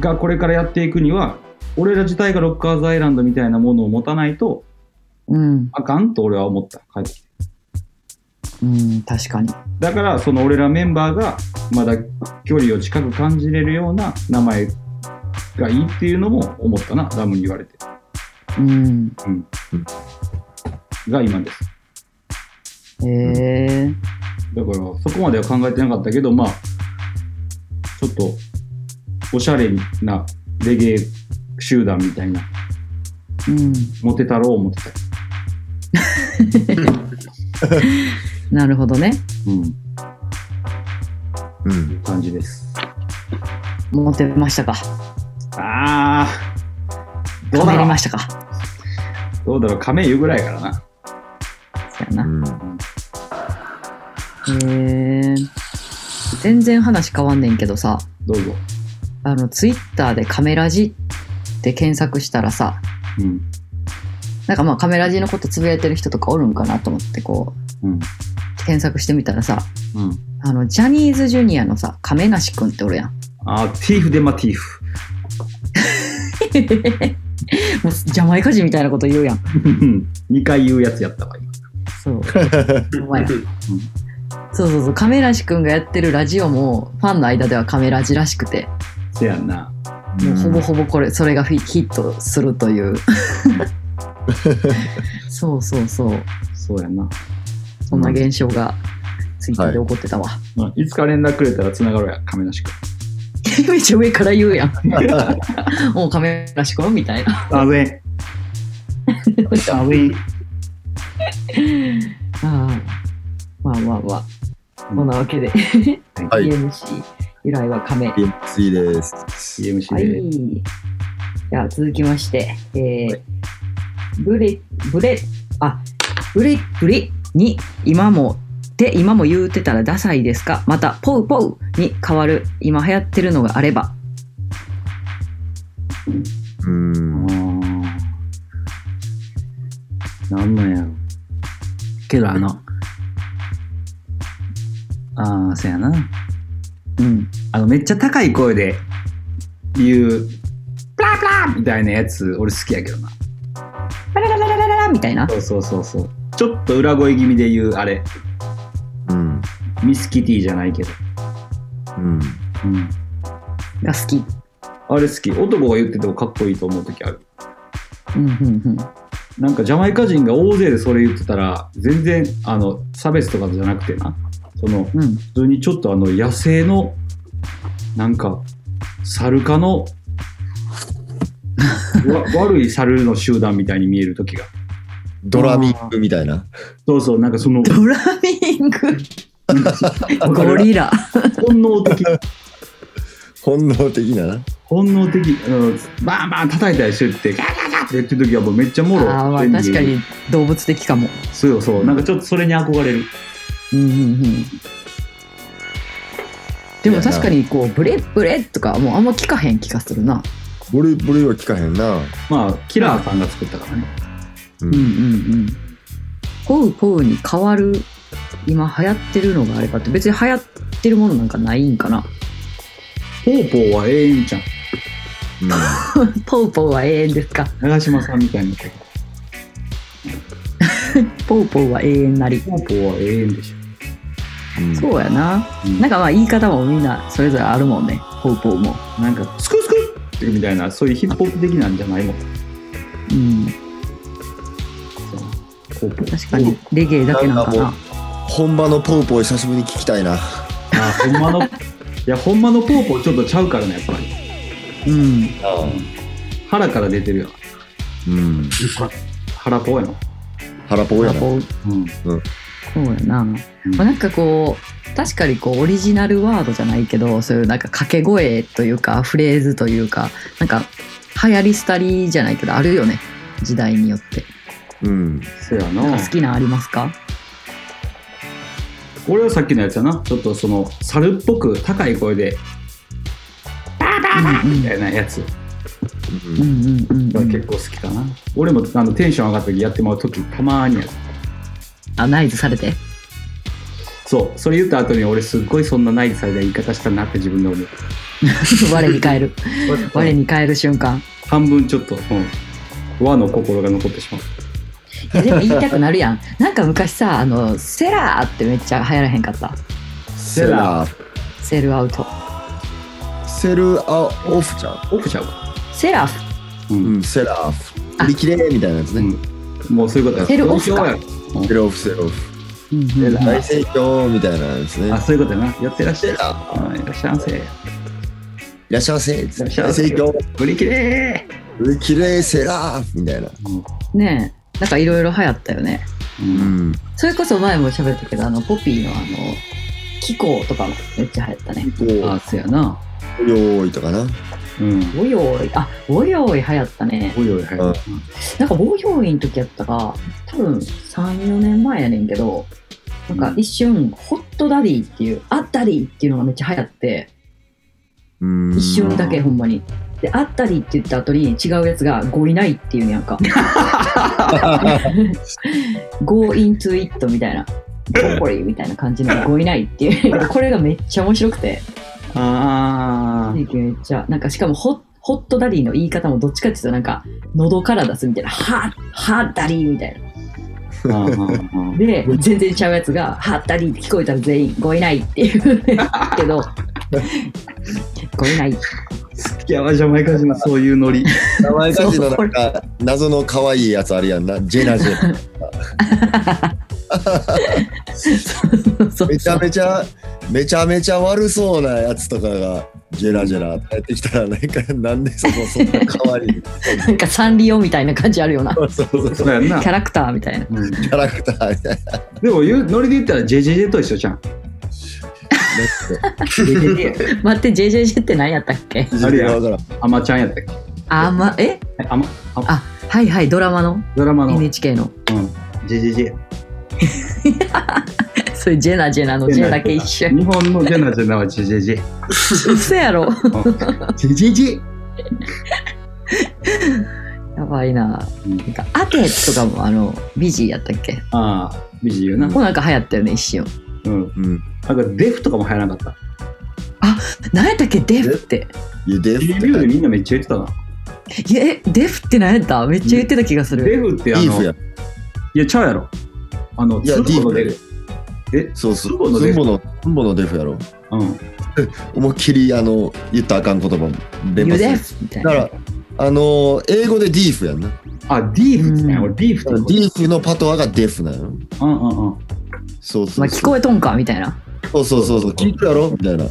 Speaker 4: がこれからやっていくには俺ら自体がロッカーズアイランドみたいなものを持たないと
Speaker 3: うん
Speaker 4: あかんと俺は思った帰ってきて
Speaker 3: うん確かに。
Speaker 4: だからその俺らメンバーがまだ距離を近く感じれるような名前がいいっていうのも思ったなラムに言われて
Speaker 3: うん
Speaker 4: が今です
Speaker 3: へえ
Speaker 4: だからそこまでは考えてなかったけどまあちょっとおしゃれなレゲエ集団みたいな
Speaker 3: うん、
Speaker 4: モテたろう思ってた
Speaker 3: なるほどね。
Speaker 4: うん
Speaker 2: うん
Speaker 4: 感じです
Speaker 3: モテましたか
Speaker 4: あーどう
Speaker 3: め
Speaker 4: だろ
Speaker 3: れ
Speaker 4: う
Speaker 3: ましたか
Speaker 4: どうだろう亀言うぐらいやからな
Speaker 3: そうやな
Speaker 2: うん
Speaker 3: へえ。全然話変わんねんけどさ、
Speaker 4: どうぞ。
Speaker 3: あの、ツイッターでカメラジって検索したらさ、
Speaker 4: うん。
Speaker 3: なんかまあカメラジのことつぶやいてる人とかおるんかなと思ってこ
Speaker 4: うん。
Speaker 3: う、検索してみたらさ、
Speaker 4: うん。
Speaker 3: あの、ジャニーズジュニアのさ、亀梨くんっておるやん。
Speaker 4: あ、ティーフデマティーフ。 *laughs*
Speaker 3: もうジャマイカ人みたいなこと言うやん。
Speaker 4: 2回言うやつやったわ、今。
Speaker 3: そう。お前らそうそうそう、亀梨くんがやってるラジオも、ファンの間ではカメラジらしくて、
Speaker 4: せやんな。
Speaker 3: もうほぼほぼこれ、それがフィヒットするという。そうそうそう。
Speaker 4: そうやな。
Speaker 3: そんな現象が、ツイッターで起こってたわ。
Speaker 4: まあいつか連絡くれたら繋がろうや、亀梨君。
Speaker 3: *laughs* めっちゃ上から言うやん。もう亀梨くんみたいな。
Speaker 4: あぜ。あぜ。
Speaker 3: あまあまあまあ。そんなわけで、
Speaker 2: はい
Speaker 3: *laughs* DMC 由来は亀。は
Speaker 2: DMC です。
Speaker 4: CMC
Speaker 3: い。
Speaker 4: で。
Speaker 3: じゃあ続きまして、えー、ブレ、ブレ、あ、ブレ、ブレに今も、で今も言うてたらダサいですかまた、ポウポウに変わる、今流行ってるのがあれば、
Speaker 2: う
Speaker 4: あ
Speaker 2: ん。
Speaker 4: ーなんなんやろ。けどあの、ああ、せやな。うん。あの、めっちゃ高い声で言う、プラプラみたいなやつ、俺好きやけどな。
Speaker 3: ラララララララみたいな。
Speaker 4: そうそうそうそう。ちょっと裏声気味で言う、あれ、
Speaker 2: うん。
Speaker 4: ミスキティじゃないけど。
Speaker 2: うん。
Speaker 4: うん。
Speaker 3: が好き。
Speaker 4: あれ好き。男が言っててもかっこいいと思う時ある。
Speaker 3: うんうんうん。
Speaker 4: なんかジャマイカ人が大勢でそれ言ってたら、全然、あの、差別とかじゃなくてな。その、
Speaker 3: うん。
Speaker 4: 普通にちょっとあの、野生の、なんか、猿科の、わ *laughs* 悪い猿の集団みたいに見える時が。
Speaker 2: ドラミングみたいな。
Speaker 4: そうそう、なんかその、
Speaker 3: ドラミング。ゴリラ。
Speaker 4: 本能的、
Speaker 2: 本能的なな。
Speaker 4: 本能的、あのバンバン叩いたりしてって、ガーガーガーって言ってる時はもうめっちゃもろ。
Speaker 3: ああ、まあ
Speaker 4: 全部
Speaker 3: 確か。に動物的かも。
Speaker 4: そうそう、なんかちょっとそれに憧れる。
Speaker 3: うんうんうん。でも確かにこうブレブレとかもうあんま聞かへん気がするな。
Speaker 2: ブレブレは聞かへんな。
Speaker 4: まあ、キラーさんが作ったからね。
Speaker 2: う
Speaker 3: うんうん。うん。ポウポウに変わる今流行ってるのがあれかって別に流行ってるものなんかないんかな。
Speaker 4: ポーポーは永遠じゃん。
Speaker 2: うん
Speaker 3: ポウポウは永遠ですか。
Speaker 4: 長嶋さんみたいな曲。
Speaker 3: ポウポウは永遠なり。
Speaker 4: ポーポーは永遠でしょ。
Speaker 2: うん
Speaker 3: そうやな。
Speaker 4: うん
Speaker 3: なんかまあ言い方もみんなそれぞれあるもんね。ポウポウも。
Speaker 4: なんか、スクスクってみたいな、そういうヒップホップ的なんじゃないもん。
Speaker 3: うん。
Speaker 4: そうポーポー。
Speaker 3: 確かにレゲエだけなんかな。
Speaker 2: 本場のポーポー久しぶりに聞きたいな。
Speaker 4: あ、ほんまの、いや、ほんまのポーポーちょっとちゃうからね、やっぱり。
Speaker 3: うん。
Speaker 4: 腹から出てるよ。
Speaker 2: うん。
Speaker 4: 腹ポーやの。
Speaker 2: 腹ポーやな。
Speaker 3: こう
Speaker 4: うん。
Speaker 3: そうやな、まあ、なんかこう確かにこうオリジナルワードじゃないけどそういうなんか掛け声というかフレーズというかなんか流行り廃りじゃないけどあるよね時代によって
Speaker 2: うん。
Speaker 4: せや
Speaker 3: なん
Speaker 4: な
Speaker 3: か。好きなんありますか
Speaker 4: 俺はさっきのやつやな。ちょっとその、猿っぽく高い声で、
Speaker 3: うん
Speaker 4: みたいなやつ
Speaker 3: うんうんうんう
Speaker 4: が
Speaker 3: んう
Speaker 4: 結
Speaker 3: ん
Speaker 4: 構好きかな。俺もあのテンション上がった時やってもらう時たまーにやる。
Speaker 3: あナイズされて
Speaker 4: そう、それ言った後に俺すっごいそんなないされた言い方したなって自分で思う。
Speaker 3: 我に *laughs* 返る我に返る瞬 *laughs* 間
Speaker 4: 半分ちょっと、うん、和の心が残ってしまう。
Speaker 3: いやでも言いたくなるやんなんか昔さあのセラーってめっちゃ流行らへんかった
Speaker 2: セラー。
Speaker 3: セールアウト
Speaker 2: セルアオフちゃん。
Speaker 4: オフちゃうか。
Speaker 3: セラフ
Speaker 2: うん、セラー。売り切れみたいなやつ
Speaker 4: う
Speaker 2: ね。
Speaker 4: ん。もうそういうことや。
Speaker 3: セルオフか
Speaker 4: どうしよ
Speaker 2: セルオフ、セルオフ。
Speaker 3: うんうん
Speaker 4: うや
Speaker 2: 大盛況みたいなやつ
Speaker 4: うんあ、
Speaker 2: ね。
Speaker 4: そういうことやな。やってらっしゃ
Speaker 2: セ
Speaker 4: い。
Speaker 2: ラー。
Speaker 4: うんいらっしゃいませ。
Speaker 2: いらっしゃいませ。
Speaker 4: らっしゃいま
Speaker 2: 大
Speaker 4: せ
Speaker 2: 盛況。
Speaker 4: 売り切れ
Speaker 2: 売り切れ、セラー。みたいな。
Speaker 4: ー、
Speaker 3: ねえなんかいろいろ流行ったよね
Speaker 4: うん
Speaker 2: うん。
Speaker 3: それこそ前も喋ったけど、あの、ポピーのあの、気候とかもめっちゃ流行ったね。
Speaker 2: こう、
Speaker 4: あ、そうやな。
Speaker 2: 用意とかな。
Speaker 4: うん。
Speaker 3: ボヨーイ、あ、ボヨーイ流行ったね。
Speaker 4: おいおい、はい。
Speaker 2: うん
Speaker 3: なんかボヨーイの時やったか、多分3、4年前やねんけど、なんか一瞬、ホットダディっていう、あったりっていうのがめっちゃ流行って、
Speaker 2: うん
Speaker 3: 一瞬だけほんまに。で、あったりって言った後に違うやつが、ゴイないっていうねやんか。ゴーイントゥイットみたいな。ゴコリみたいな感じのゴイないっていう。これがめっちゃ面白くて。
Speaker 4: あ
Speaker 3: めっちゃ、なんかしかもホ、ホットダディの言い方もどっちかっていうとなんか、喉から出すみたいな、ハッ、ハッダディみたいな。
Speaker 4: ーあー。
Speaker 3: で、全然ちゃうやつが、ハッダディって聞こえたら全員、ゴイないっていうねけ *laughs* ど、ゴイない。
Speaker 4: 好きやわ、ジャマイカ人のそういうノリ。
Speaker 2: 名前歌詞のなんか謎の可愛いやつあるやんなジェナジェナ
Speaker 3: *laughs* そう
Speaker 2: めちゃめちゃめちゃめちゃ悪そうなやつとかがジェラジェラ帰ってきたらなんかなんでそこそんな可愛い
Speaker 3: なんかサンリオみたいな感じあるような。
Speaker 2: そうそうそう
Speaker 4: そうやんな
Speaker 3: キ。ャラクターみたいな。
Speaker 4: うん
Speaker 2: キャラクターみたい
Speaker 4: でも言うノリで言ったら JJJ と一緒じゃん。JJJ
Speaker 3: 待って、JJJ って何やったっけ
Speaker 2: な
Speaker 4: あれや
Speaker 2: わからん
Speaker 4: アマちゃんやったっけ
Speaker 3: あんま、え
Speaker 4: えアマ
Speaker 3: あ、はいはい、ドラマの
Speaker 4: ドラマの
Speaker 3: NHK の。
Speaker 4: JJJ。
Speaker 3: それジェナジェナのジェだけ一緒。
Speaker 4: 日本のジェナジェナは *laughs* JJJ。
Speaker 3: 嘘やろ。
Speaker 4: うん JJJ。
Speaker 3: *laughs* やばいな。
Speaker 4: うん
Speaker 3: なんかアテとかもあのビジーやったっけ
Speaker 4: ああ、美人言うな。
Speaker 3: もうなんか流行ったよね一瞬
Speaker 4: うん。
Speaker 2: うん
Speaker 4: なんかデフとかも流行らなかった。
Speaker 3: 何やったっけデフって
Speaker 2: ゆで
Speaker 4: レビューでみんなめっちゃ言ってたな。
Speaker 3: いやえデフって何やっためっちゃ言ってた気がす
Speaker 4: デ
Speaker 3: る
Speaker 4: フって
Speaker 2: ビ
Speaker 4: あ
Speaker 2: ーフや
Speaker 4: の、いや、ちゃうやろ。あの、
Speaker 2: いや
Speaker 4: ツボの
Speaker 2: デ
Speaker 4: デ
Speaker 2: ィー
Speaker 4: フ。え
Speaker 2: そうそう
Speaker 4: ツボの
Speaker 2: ツ
Speaker 4: デ
Speaker 2: ン
Speaker 4: フ
Speaker 2: ボのツンボのデフやろ
Speaker 4: うん。
Speaker 2: 思いっきりあの言ったらあかん言葉出
Speaker 3: ユ
Speaker 2: ます
Speaker 3: デ
Speaker 2: だ
Speaker 3: フみたい
Speaker 2: か
Speaker 3: な
Speaker 2: らあの英語でディーフやんな
Speaker 4: あ、ディーフってね。
Speaker 3: うん
Speaker 4: 俺、ディーフって
Speaker 2: デ
Speaker 4: こと。
Speaker 2: ィーフのパトワがデフなの
Speaker 4: うんうんうん。
Speaker 2: そうそ
Speaker 3: まあ
Speaker 2: う
Speaker 3: 聞
Speaker 2: そう
Speaker 3: こえとんかみたいな
Speaker 2: そうそうそうそう聞くやろみたいな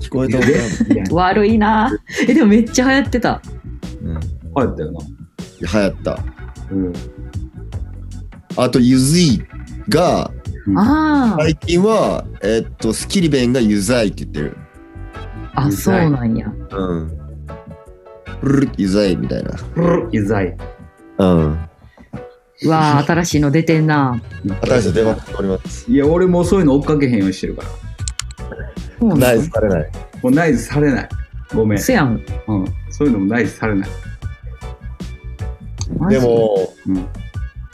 Speaker 2: 聞こえたもんな
Speaker 4: みたいな
Speaker 3: 悪いなえでもめっちゃ流行ってた
Speaker 2: うん
Speaker 4: 流行ったよな。
Speaker 2: 流行った
Speaker 4: うん。
Speaker 2: あと、ゆずいが、
Speaker 3: あー
Speaker 2: 最近は、えっと、スキリベンがゆざいって言ってる。
Speaker 3: あそうなんや
Speaker 2: うん。プルルゆざいみたいな。
Speaker 4: プルイザイ。
Speaker 2: うん。
Speaker 3: うわー新しいの出てんな
Speaker 2: 私は出まくっております。
Speaker 4: いや、俺もうそういうの追っかけへんようにしてるから。
Speaker 3: そうなん
Speaker 2: ナ
Speaker 3: や
Speaker 2: イスされ *laughs* ない。
Speaker 4: もうナイスされない。ごめん。
Speaker 3: せやん
Speaker 4: うん。そういうのもナイスされない。
Speaker 3: マジ
Speaker 2: でも、
Speaker 4: うん。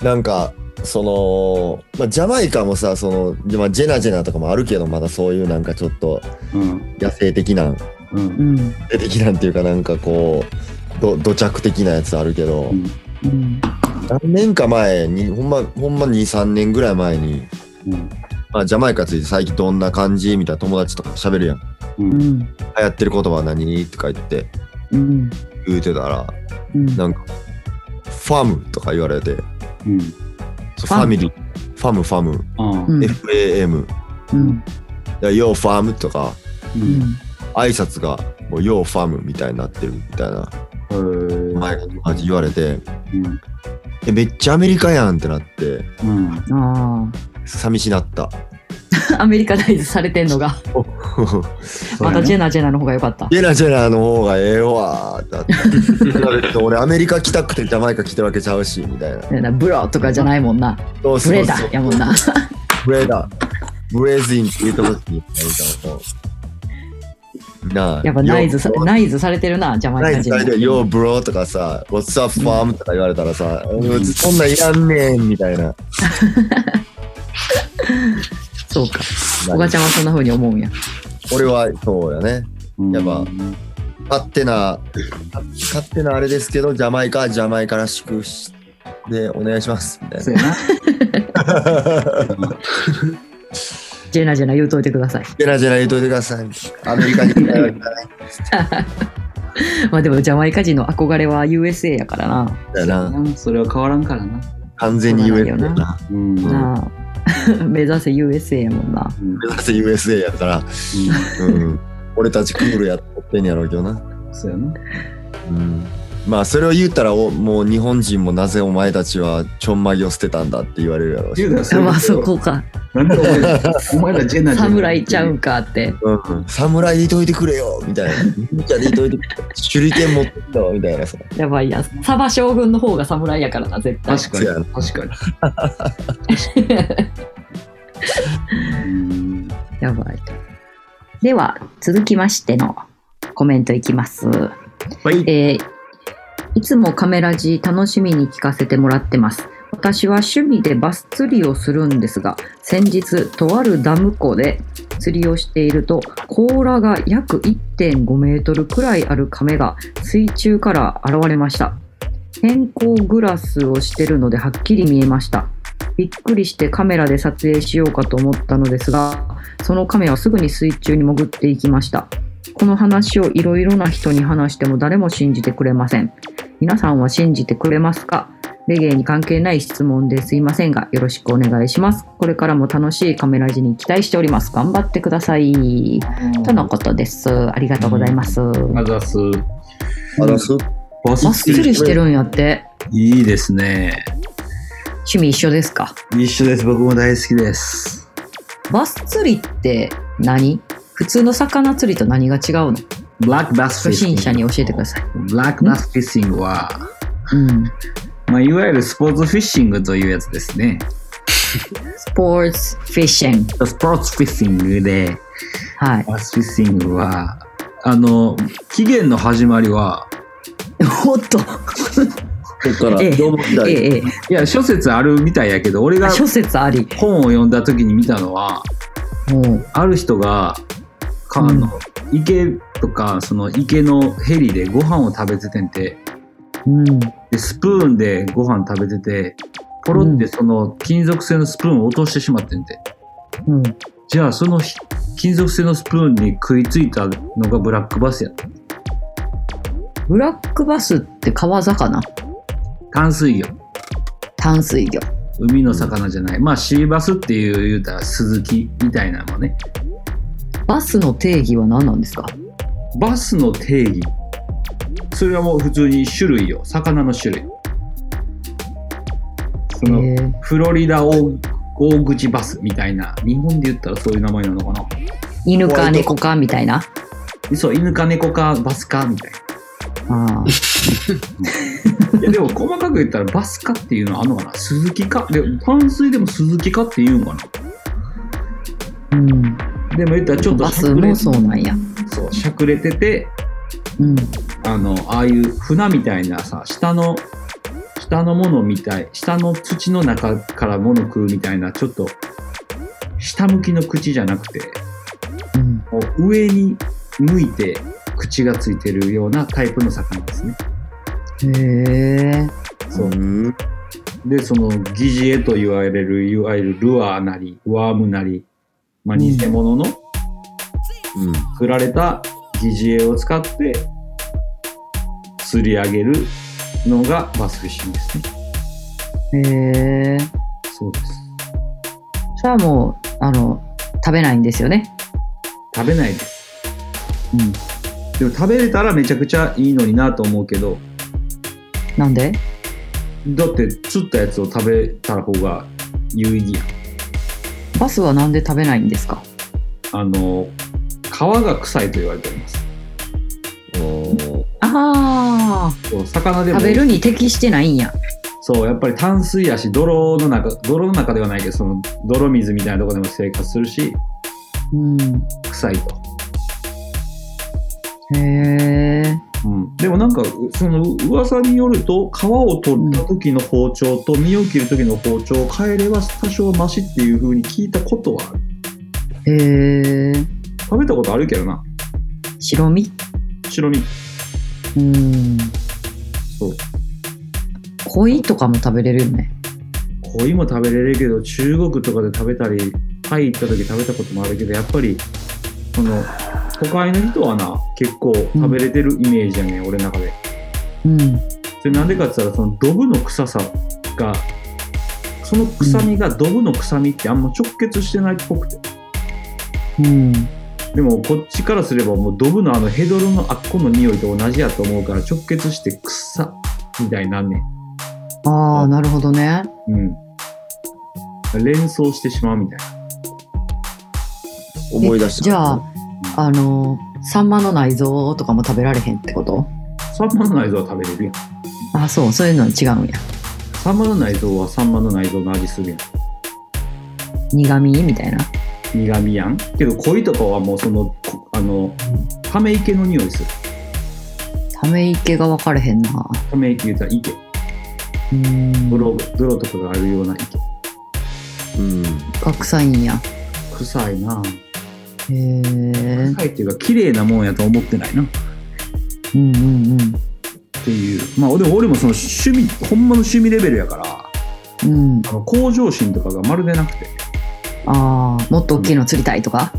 Speaker 2: なんか、その、まあ、ジャマイカもさ、その、まあ、ジェナジェナとかもあるけど、まだそういうなんかちょっと
Speaker 4: うん。
Speaker 2: 野生的なん、野
Speaker 4: う。
Speaker 3: うんん
Speaker 2: 生的なんっていうかなんかこう、ど土着的なやつあるけど、
Speaker 4: うん
Speaker 3: うん
Speaker 2: 何年か前に、ほんま、ほんま2、3年ぐらい前に、
Speaker 4: うん。
Speaker 2: まあ、ジャマイカついて最近どんな感じみたいな友達とか喋るやん。
Speaker 4: う。
Speaker 3: うんん
Speaker 2: 流行ってる言葉は何とか言って
Speaker 3: うん
Speaker 2: 言うてたら
Speaker 3: うん
Speaker 2: なんか「ファム」とか言われてフ
Speaker 4: うん。
Speaker 2: ァミリーファムファム
Speaker 4: あ
Speaker 3: うん
Speaker 2: FAM「
Speaker 3: うん
Speaker 2: ようファーム」とか
Speaker 4: う。
Speaker 3: うんん
Speaker 2: 挨拶が「もうようファム」みたいになってるみたいな
Speaker 4: へー
Speaker 2: 前の友達言われて
Speaker 4: うん。
Speaker 2: えめっちゃアメリカやんってなって
Speaker 4: うん。
Speaker 3: あ
Speaker 2: 寂しなった
Speaker 3: *laughs* ーアメリカナイズされてんのがまたジェナジェナの方が良かった
Speaker 2: *laughs* ジェラジェラの方がええわーってなって俺アメリカ来たくてジャマイカ来てるわけちゃうしみたいな
Speaker 3: なんだブロとかじゃないもんな。
Speaker 2: そう
Speaker 3: ブ
Speaker 2: そう
Speaker 3: レ
Speaker 2: そ
Speaker 3: ダ
Speaker 2: う
Speaker 3: ーやもんな。 *laughs*
Speaker 2: ブレーダー。ブレーズインって言った時に、なんかもう。なあ。
Speaker 3: やっぱナイズさ
Speaker 2: よう
Speaker 3: ナイズされてるな、ジャマ
Speaker 2: ナ
Speaker 3: イカ
Speaker 2: イズさ
Speaker 3: 人
Speaker 2: れてる。よ、ブローとかさ、What's up, farm? とか言われたらさ、うんそんなんいらんねんみたいな。
Speaker 3: そうか。おばちゃんはそんな風に思うんや。
Speaker 2: 俺はそうやね。
Speaker 4: うん
Speaker 2: やっぱ勝手な、勝手なあれですけど、ジャマイカはジャマイカらしくしでお願いします。みたい
Speaker 4: そ
Speaker 2: な。
Speaker 4: うやな。
Speaker 3: ジェナジェナ言うといてください。
Speaker 2: ジェラジェラ言うといてください。アメリカに行ったらみたい
Speaker 3: まあでもジャマイカ人の憧れは USA やからな。
Speaker 2: な。な
Speaker 4: *laughs* うんそれは変わらんからな。
Speaker 2: 完全に言える
Speaker 3: そうなんだよ
Speaker 2: な。
Speaker 4: うん。うん
Speaker 3: なあ。 *laughs* 目指せ USA やもんな。
Speaker 2: 目指せ USA やから、うん、俺たちクールやっとってんやろうけどな。
Speaker 4: そうやな。
Speaker 2: うんまあそれを言ったらおもう日本人もなぜお前たちはちょんまぎを捨てたんだって言われるやろうし、
Speaker 4: 言うなられ
Speaker 3: まあそこか。
Speaker 4: なんでお前ら、お前らジェナジェナ。
Speaker 3: 侍ちゃうんかって。
Speaker 2: うん、侍でいといてくれよみたいな忍者でいといてくれ手裏剣持ってきたわみたいなさ
Speaker 3: やばいやん。サバ将軍の方が侍やからな、絶対。
Speaker 4: *laughs* 確かに。確かに。
Speaker 3: やばい。では、続きましてのコメントいきます。
Speaker 2: はい。
Speaker 3: えーいつもカメラ G 楽しみに聞かせてもらってます。私は趣味でバス釣りをするんですが、先日、とあるダム湖で釣りをしていると、甲羅が約1.5メートルくらいあるカメが水中から現れました。偏光グラスをしてるのではっきり見えました。びっくりしてカメラで撮影しようかと思ったのですが、そのカメはすぐに水中に潜っていきました。この話をいろいろな人に話しても誰も信じてくれません。皆さんは信じてくれますかレゲエに関係ない質問ですいませんが、よろしくお願いします。これからも楽しいカメラ時に期待しております。頑張ってください。とのことです。ありがとうございます。
Speaker 4: あざっす。
Speaker 2: あらす
Speaker 4: バ
Speaker 3: マスク釣りしてるんやって。
Speaker 4: いいですね。
Speaker 3: 趣味一緒ですか
Speaker 4: 一緒です。僕も大好きです。
Speaker 3: バス釣りって何普通の魚釣りと何が違うの
Speaker 4: ブラックバスフ
Speaker 3: 初
Speaker 4: ィッシング。
Speaker 3: 心者に教えてください。
Speaker 4: ブラックバスフィッシングは、
Speaker 3: うん。
Speaker 4: まあ、いわゆるスポーツフィッシングというやつですね。
Speaker 3: スポーツフィッシング。
Speaker 4: スポーツフィッシングで、
Speaker 3: *laughs* はい。
Speaker 4: バスフィッシングは、あの、期限の始まりは、
Speaker 3: おっと。
Speaker 2: ここから
Speaker 3: ええ
Speaker 2: 縄文時代、
Speaker 3: ええ、ええ。
Speaker 4: いや、諸説あるみたいやけど、俺が
Speaker 3: 諸説あり。
Speaker 4: 本を読んだ時に見たのは、
Speaker 3: もう。
Speaker 4: ある人が、かあの、池とか、その池のヘリでご飯を食べててんて、
Speaker 3: うん。
Speaker 4: で、スプーンでご飯食べてて、ポロってその金属製のスプーンを落としてしまってんて。
Speaker 3: うん。
Speaker 4: じゃあ、そのひ金属製のスプーンに食いついたのがブラックバスや。
Speaker 3: ブラックバスって川魚
Speaker 4: 淡水魚。
Speaker 3: 淡水魚。
Speaker 4: 海の魚じゃない。まあ、シーバスっていう、言うたら、スズキみたいなのもね。
Speaker 3: バスの定義は何なんですか
Speaker 4: バスの定義。それはもう普通に種類よ。魚の種類。そ
Speaker 3: え
Speaker 4: の、
Speaker 3: ー、
Speaker 4: フロリダ大大口バスみたいな。日本で言ったらそういう名前なのかな。
Speaker 3: 犬か猫かみたいな。
Speaker 4: そう、犬か猫かバスかみたい
Speaker 3: あー
Speaker 4: な。いやでも細かく言ったらバスかっていうのはあんのかな鈴木かで淡水でも鈴木かっていうのか
Speaker 3: うん。
Speaker 4: なでも言ったらちょっと
Speaker 3: バ
Speaker 4: し
Speaker 3: ス
Speaker 4: ゃくれ
Speaker 3: もそうなんや。
Speaker 4: そうしゃくれてて
Speaker 3: うん。
Speaker 4: あの、ああいう船みたいなさ、下の、下のものみたい、下の土の中から物食うみたいな、ちょっと、下向きの口じゃなくて、
Speaker 3: うん。
Speaker 4: もう上に向いて口がついてるようなタイプの魚ですね。
Speaker 3: へえ。
Speaker 4: そう。
Speaker 2: うん
Speaker 4: で、その、疑似餌と言われる、いわゆるルアーなり、ワームなり、ま
Speaker 3: う
Speaker 4: あ、
Speaker 3: ん
Speaker 4: 偽物の
Speaker 2: うん
Speaker 4: 作られた疑似餌を使って、釣り上げるのがバスフィッシングですね。
Speaker 3: へえ。
Speaker 4: そうです。
Speaker 3: それはもう、あの、食べないんですよね。
Speaker 4: 食べないです、
Speaker 3: うん
Speaker 4: でも食べれたらめちゃくちゃいいのになと思うけど
Speaker 3: なんで
Speaker 4: だって釣ったやつを食べた方が有意義やん
Speaker 3: バスはなんで食べないんですか
Speaker 4: あの皮が臭いと言われております
Speaker 2: おー
Speaker 3: ああ、
Speaker 4: そう魚でも
Speaker 3: 食べるに適してないんや。
Speaker 4: そうやっぱり淡水やし泥の中泥の中ではないけどその泥水みたいなとこでも生活するし
Speaker 3: うん。
Speaker 4: 臭いと、
Speaker 3: へえ。
Speaker 4: うん、でもなんかその噂によると皮を取った時の包丁と身を切る時の包丁を変えれば多少はマシっていう風に聞いたことはある
Speaker 3: へえ。
Speaker 4: 食べたことあるけどな
Speaker 3: 白身
Speaker 4: 白身
Speaker 3: うん。
Speaker 4: そう
Speaker 3: 鯉とかも食べれるよね。
Speaker 4: 鯉も食べれるけど中国とかで食べたりタイ行った時食べたこともあるけどやっぱりその都会の人はな結構食べれてるイメージだね、俺の中で
Speaker 3: うん。
Speaker 4: それなんでかって言ったらそのドブの臭さがその臭みがドブの臭みってあんま直結してないっぽくて
Speaker 3: うん。
Speaker 4: でもこっちからすればもうドブのあのヘドロのあっこの匂いと同じやと思うから直結して臭っみたいになんねん
Speaker 3: ああ、なるほどね。
Speaker 4: うん連想してしまうみたいな
Speaker 2: 思い出した
Speaker 3: えじゃあ、あの、サンマの内臓とかも食べられへんってこと
Speaker 4: サンマの内臓は食べれるやん。
Speaker 3: あそう、そういうのは違うんや。
Speaker 4: サンマの内臓はサンマの内臓の味するやん。
Speaker 3: 苦味みたいな。
Speaker 4: 苦味やんけど恋とかはもうそのこあのため池の匂いする
Speaker 3: ため池が分かれへんな。
Speaker 4: ため池言ったら池
Speaker 3: うん
Speaker 4: 泥泥とかがあるような池
Speaker 2: うん。
Speaker 3: 学臭いんや。
Speaker 4: 臭いな
Speaker 3: へえ。うん
Speaker 4: 臭いっていうか綺麗なもんやと思ってないな
Speaker 3: うん
Speaker 4: っていうまあでも俺もその趣味ほんまの趣味レベルやから
Speaker 3: うん。うん。
Speaker 4: あの向上心とかがまるでなくて
Speaker 3: ああ、もっと大きいの釣りたいとか。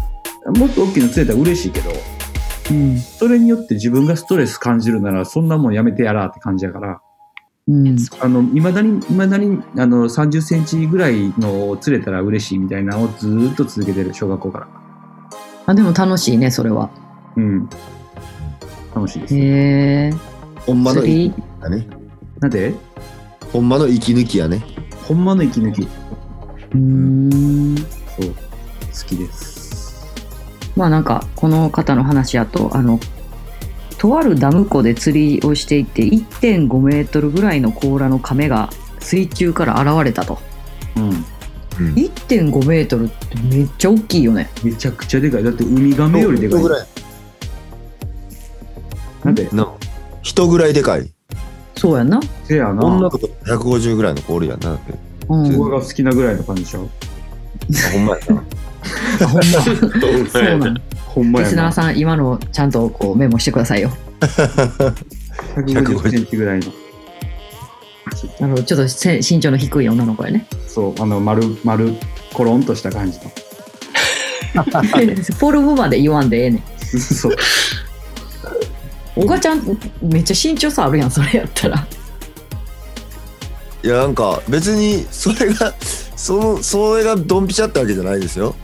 Speaker 4: もっと大きいの釣れたら嬉しいけど
Speaker 3: うん。
Speaker 4: それによって自分がストレス感じるならそんなもんやめてやらって感じやから
Speaker 3: うん。
Speaker 4: あの未だに未だにあの30センチぐらいのを釣れたら嬉しいみたいなのをずーっと続けてる小学校から
Speaker 3: あ、でも楽しいね、それは。
Speaker 4: うん楽しいです
Speaker 3: へえ。
Speaker 2: ほんまの
Speaker 3: 釣
Speaker 2: 息
Speaker 3: り
Speaker 2: 抜きだね。
Speaker 4: なんで
Speaker 2: ほんまの息抜きやね。
Speaker 4: ほんまの息抜き
Speaker 3: うーん。
Speaker 4: そう好きです
Speaker 3: まあなんか、この方の話やと、あの、とあるダム湖で釣りをしていて、1.5メートルぐらいの甲羅の亀が水中から現れたと。
Speaker 4: うん
Speaker 3: 1.5メートルってめっちゃ大きいよね。
Speaker 4: めちゃくちゃでかいだってウミガメよりでかい
Speaker 2: 人ぐらい。
Speaker 4: なんで
Speaker 2: な人ぐらいでかい。
Speaker 3: そうやんな。
Speaker 4: せやな
Speaker 2: 女の子と150ぐらいの子おるやんな。だって
Speaker 3: うん。
Speaker 4: 動画が好きなぐらいの感じちゃ
Speaker 2: *laughs*
Speaker 4: う
Speaker 2: あほんまやな。
Speaker 3: ほんま。そ
Speaker 5: そう
Speaker 3: なんん。
Speaker 4: ほんま
Speaker 3: リ
Speaker 4: や
Speaker 3: スナ
Speaker 4: な
Speaker 3: ーさん、今のちゃんとこうメモしてくださいよ。
Speaker 4: 150センチぐらいの
Speaker 3: あの、ちょっとせ身長の低い女の子やね。
Speaker 4: そうあの丸丸コロンとした感じ
Speaker 3: フ
Speaker 4: の *laughs*
Speaker 3: ォルムまで言わんでええねん。
Speaker 4: そう
Speaker 3: おがちゃん、めっちゃ身長差あるやん、それやったら。
Speaker 2: いや、なんか別にそれが、 *laughs* その、それがドンピシャってわけじゃないですよ。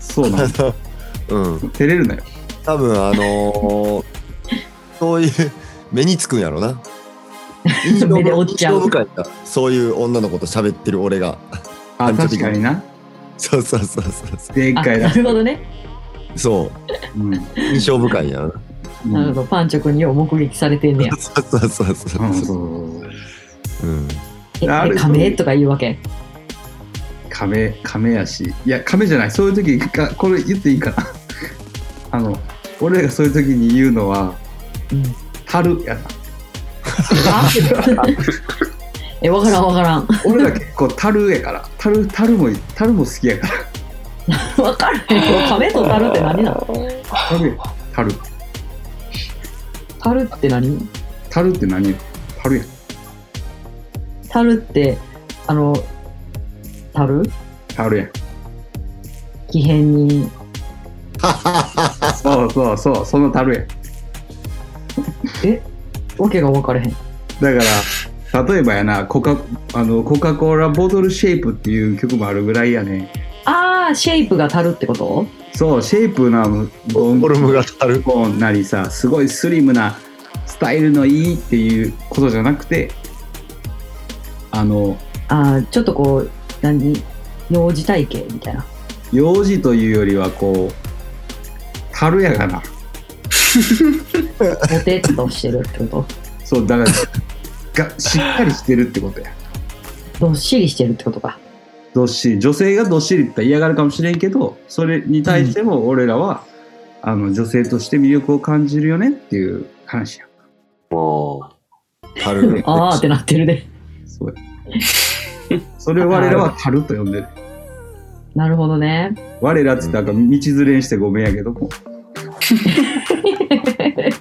Speaker 4: そうな
Speaker 2: あ
Speaker 4: の
Speaker 2: の *laughs* うん。
Speaker 4: 照れるなよ
Speaker 2: 多分あのーそういう、目につくんやろ *laughs* な。
Speaker 3: 目で追っちゃう
Speaker 2: 印象深いなそういう女の子と喋ってる俺が。 *laughs*
Speaker 4: あ
Speaker 2: 感情的
Speaker 4: 確かにな
Speaker 2: そうそうそうそうそ
Speaker 4: でっ
Speaker 3: あ
Speaker 4: かい
Speaker 3: な
Speaker 4: な
Speaker 3: るほどね。
Speaker 2: う。そう。
Speaker 4: うん
Speaker 2: 印象深いんやろな。
Speaker 4: う
Speaker 3: *laughs*
Speaker 4: ん
Speaker 3: なるほど。パンチョ君に目撃されてんねや。
Speaker 2: そうそうそうそう
Speaker 4: うんそ
Speaker 2: そ
Speaker 4: うそうそう
Speaker 2: う。うん。
Speaker 3: え、
Speaker 4: なるほど
Speaker 3: カメとか言うわけ。
Speaker 4: 亀亀やしいや亀じゃないそういう時がこれ言っていいかな *laughs* あの俺がそういう時に言うのは
Speaker 3: うん。
Speaker 4: 樽やな
Speaker 3: あえ、わからんわからん。 *laughs*
Speaker 4: 俺ら結構樽やから樽樽も樽も好きやから
Speaker 3: わからんよ。カメとタルって何なの
Speaker 4: 樽や樽
Speaker 3: タルって何
Speaker 4: 樽って何よ樽や
Speaker 3: タルって、あの、タル
Speaker 4: 樽や
Speaker 3: 奇変に。
Speaker 4: そうそうそうその樽や
Speaker 3: え、わけが分かれへん。
Speaker 4: だから例えばやなコカあのコカ・コーラボトルシェイプっていう曲もあるぐらいやね
Speaker 3: あー、シェイプがタルってこと
Speaker 4: そうシェイプなボン
Speaker 2: フォルムがある。
Speaker 4: ボンなりさすごいスリムなスタイルのいいっていうことじゃなくてあの
Speaker 3: あー、ちょっとこう、何幼児体型みたいな。
Speaker 4: 幼児というよりはこう軽やかな
Speaker 3: ポテッとしてるってこと
Speaker 4: そうだからがしっかりしてるってことや
Speaker 3: どっしりしてるってことか。
Speaker 4: どっしり女性がどっしりって言ったら嫌がるかもしれんけどそれに対しても俺らは、あの女性として魅力を感じるよねっていう話や
Speaker 5: も
Speaker 2: ある。
Speaker 3: あーってなってるで。
Speaker 4: そう *laughs* やそれを我らはタルと呼んでる
Speaker 3: なるほどね。
Speaker 4: 我らっつったら道連れにしてごめんやけ *laughs* ども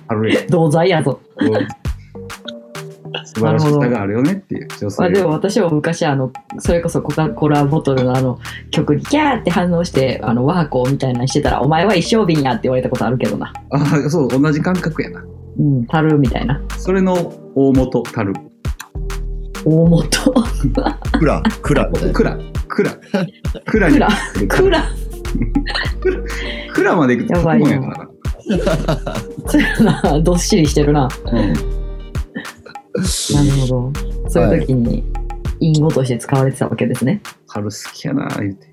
Speaker 4: タルや
Speaker 3: 同罪やぞ。
Speaker 4: こう素晴らしさがあるよねっていう女性
Speaker 3: まあ、でも
Speaker 4: は
Speaker 3: 私も昔あのそれこそコカ・コラボトルのあの曲にキャーって反応してあのワーコーみたいなのしてたら「お前は一生瓶や」って言われたことあるけどな
Speaker 4: あそう同じ感覚やな
Speaker 3: うんたるみたいな
Speaker 4: それの大元タル
Speaker 3: 大元 *laughs*
Speaker 2: クラ、クラみたいな。
Speaker 4: クラクラクラ
Speaker 3: クラ
Speaker 4: に
Speaker 3: クラ
Speaker 4: クラまで行くと
Speaker 3: やばい
Speaker 4: も
Speaker 3: なん
Speaker 4: やから
Speaker 3: そうやなどっしりしてるな
Speaker 4: な、うん
Speaker 3: なるほどそういう時に隠語として使われてたわけですね
Speaker 4: 春好きやな言うて